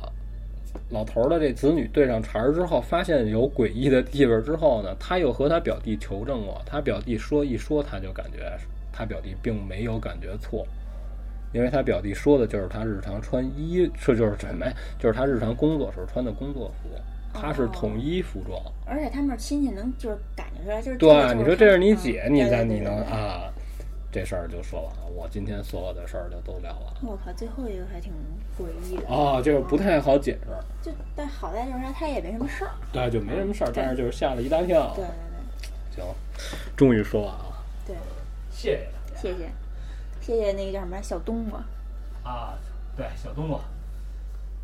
Speaker 1: 老头的这子女对上茬儿之后，发现有诡异的地方之后呢，他又和他表弟求证过，他表弟说一说，他就感觉他表弟并没有感觉错，因为他表弟说的就是他日常穿衣，这就是什么？就是他日常工作时候穿的工作服，他是统一服装，哦、
Speaker 2: 而且他们是亲戚，能就是感觉出来，就是嗯
Speaker 1: 对，啊你说这
Speaker 2: 是
Speaker 1: 你姐，你
Speaker 2: 咱
Speaker 1: 你能啊？这事儿就说完了，我今天所有的事儿就都聊完了。
Speaker 2: 我靠，最后一个还挺诡异的
Speaker 1: 啊，就是不太好解释。
Speaker 2: 就但好在就是他他也没什么事儿，
Speaker 1: 对，就没什么事儿，但是就是吓了一大跳。
Speaker 2: 对对
Speaker 1: 对，行，终于说完了。
Speaker 2: 对，
Speaker 1: 谢谢大家，
Speaker 2: 谢谢，谢谢那个叫什么小冬瓜
Speaker 1: 啊，对小冬瓜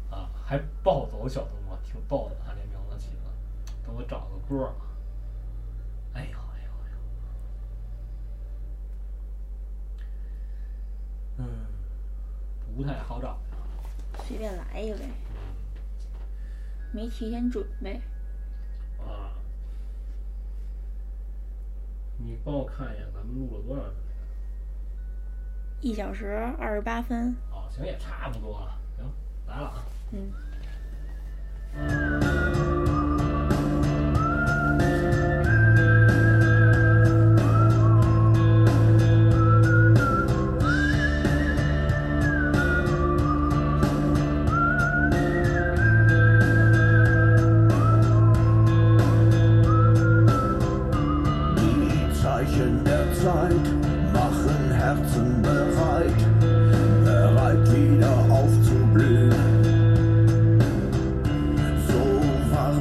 Speaker 1: 啊，还暴走小冬瓜，挺逗的啊，这名字起的。等我找个歌儿，哎呦。嗯，不太好找。
Speaker 2: 随便来一个呗，没提前准备。
Speaker 1: 啊，你帮我看一眼，咱们录了多长时间？
Speaker 2: 一小时二十八分。
Speaker 1: 哦，行，也差不多了。行，来了啊。
Speaker 2: 嗯。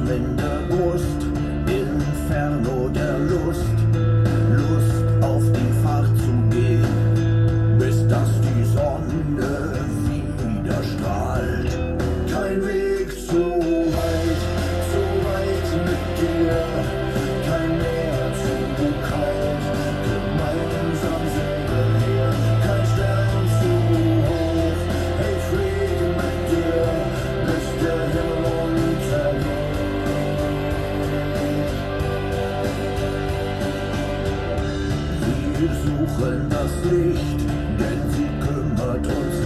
Speaker 3: wenn der Durst, Inferno der Lust, Lust auf die Fahrt zu gehen, bis dass die Sonne wieder strahlt. Kein Weg zu weit, zu weit mit dir, kein Meer zu kalt, gemeinsam segeln wir, kein Stern zu hoch, hey fliegen mit dir, bis der Himmel untergeht. Wir suchen das Licht, denn sie kümmert uns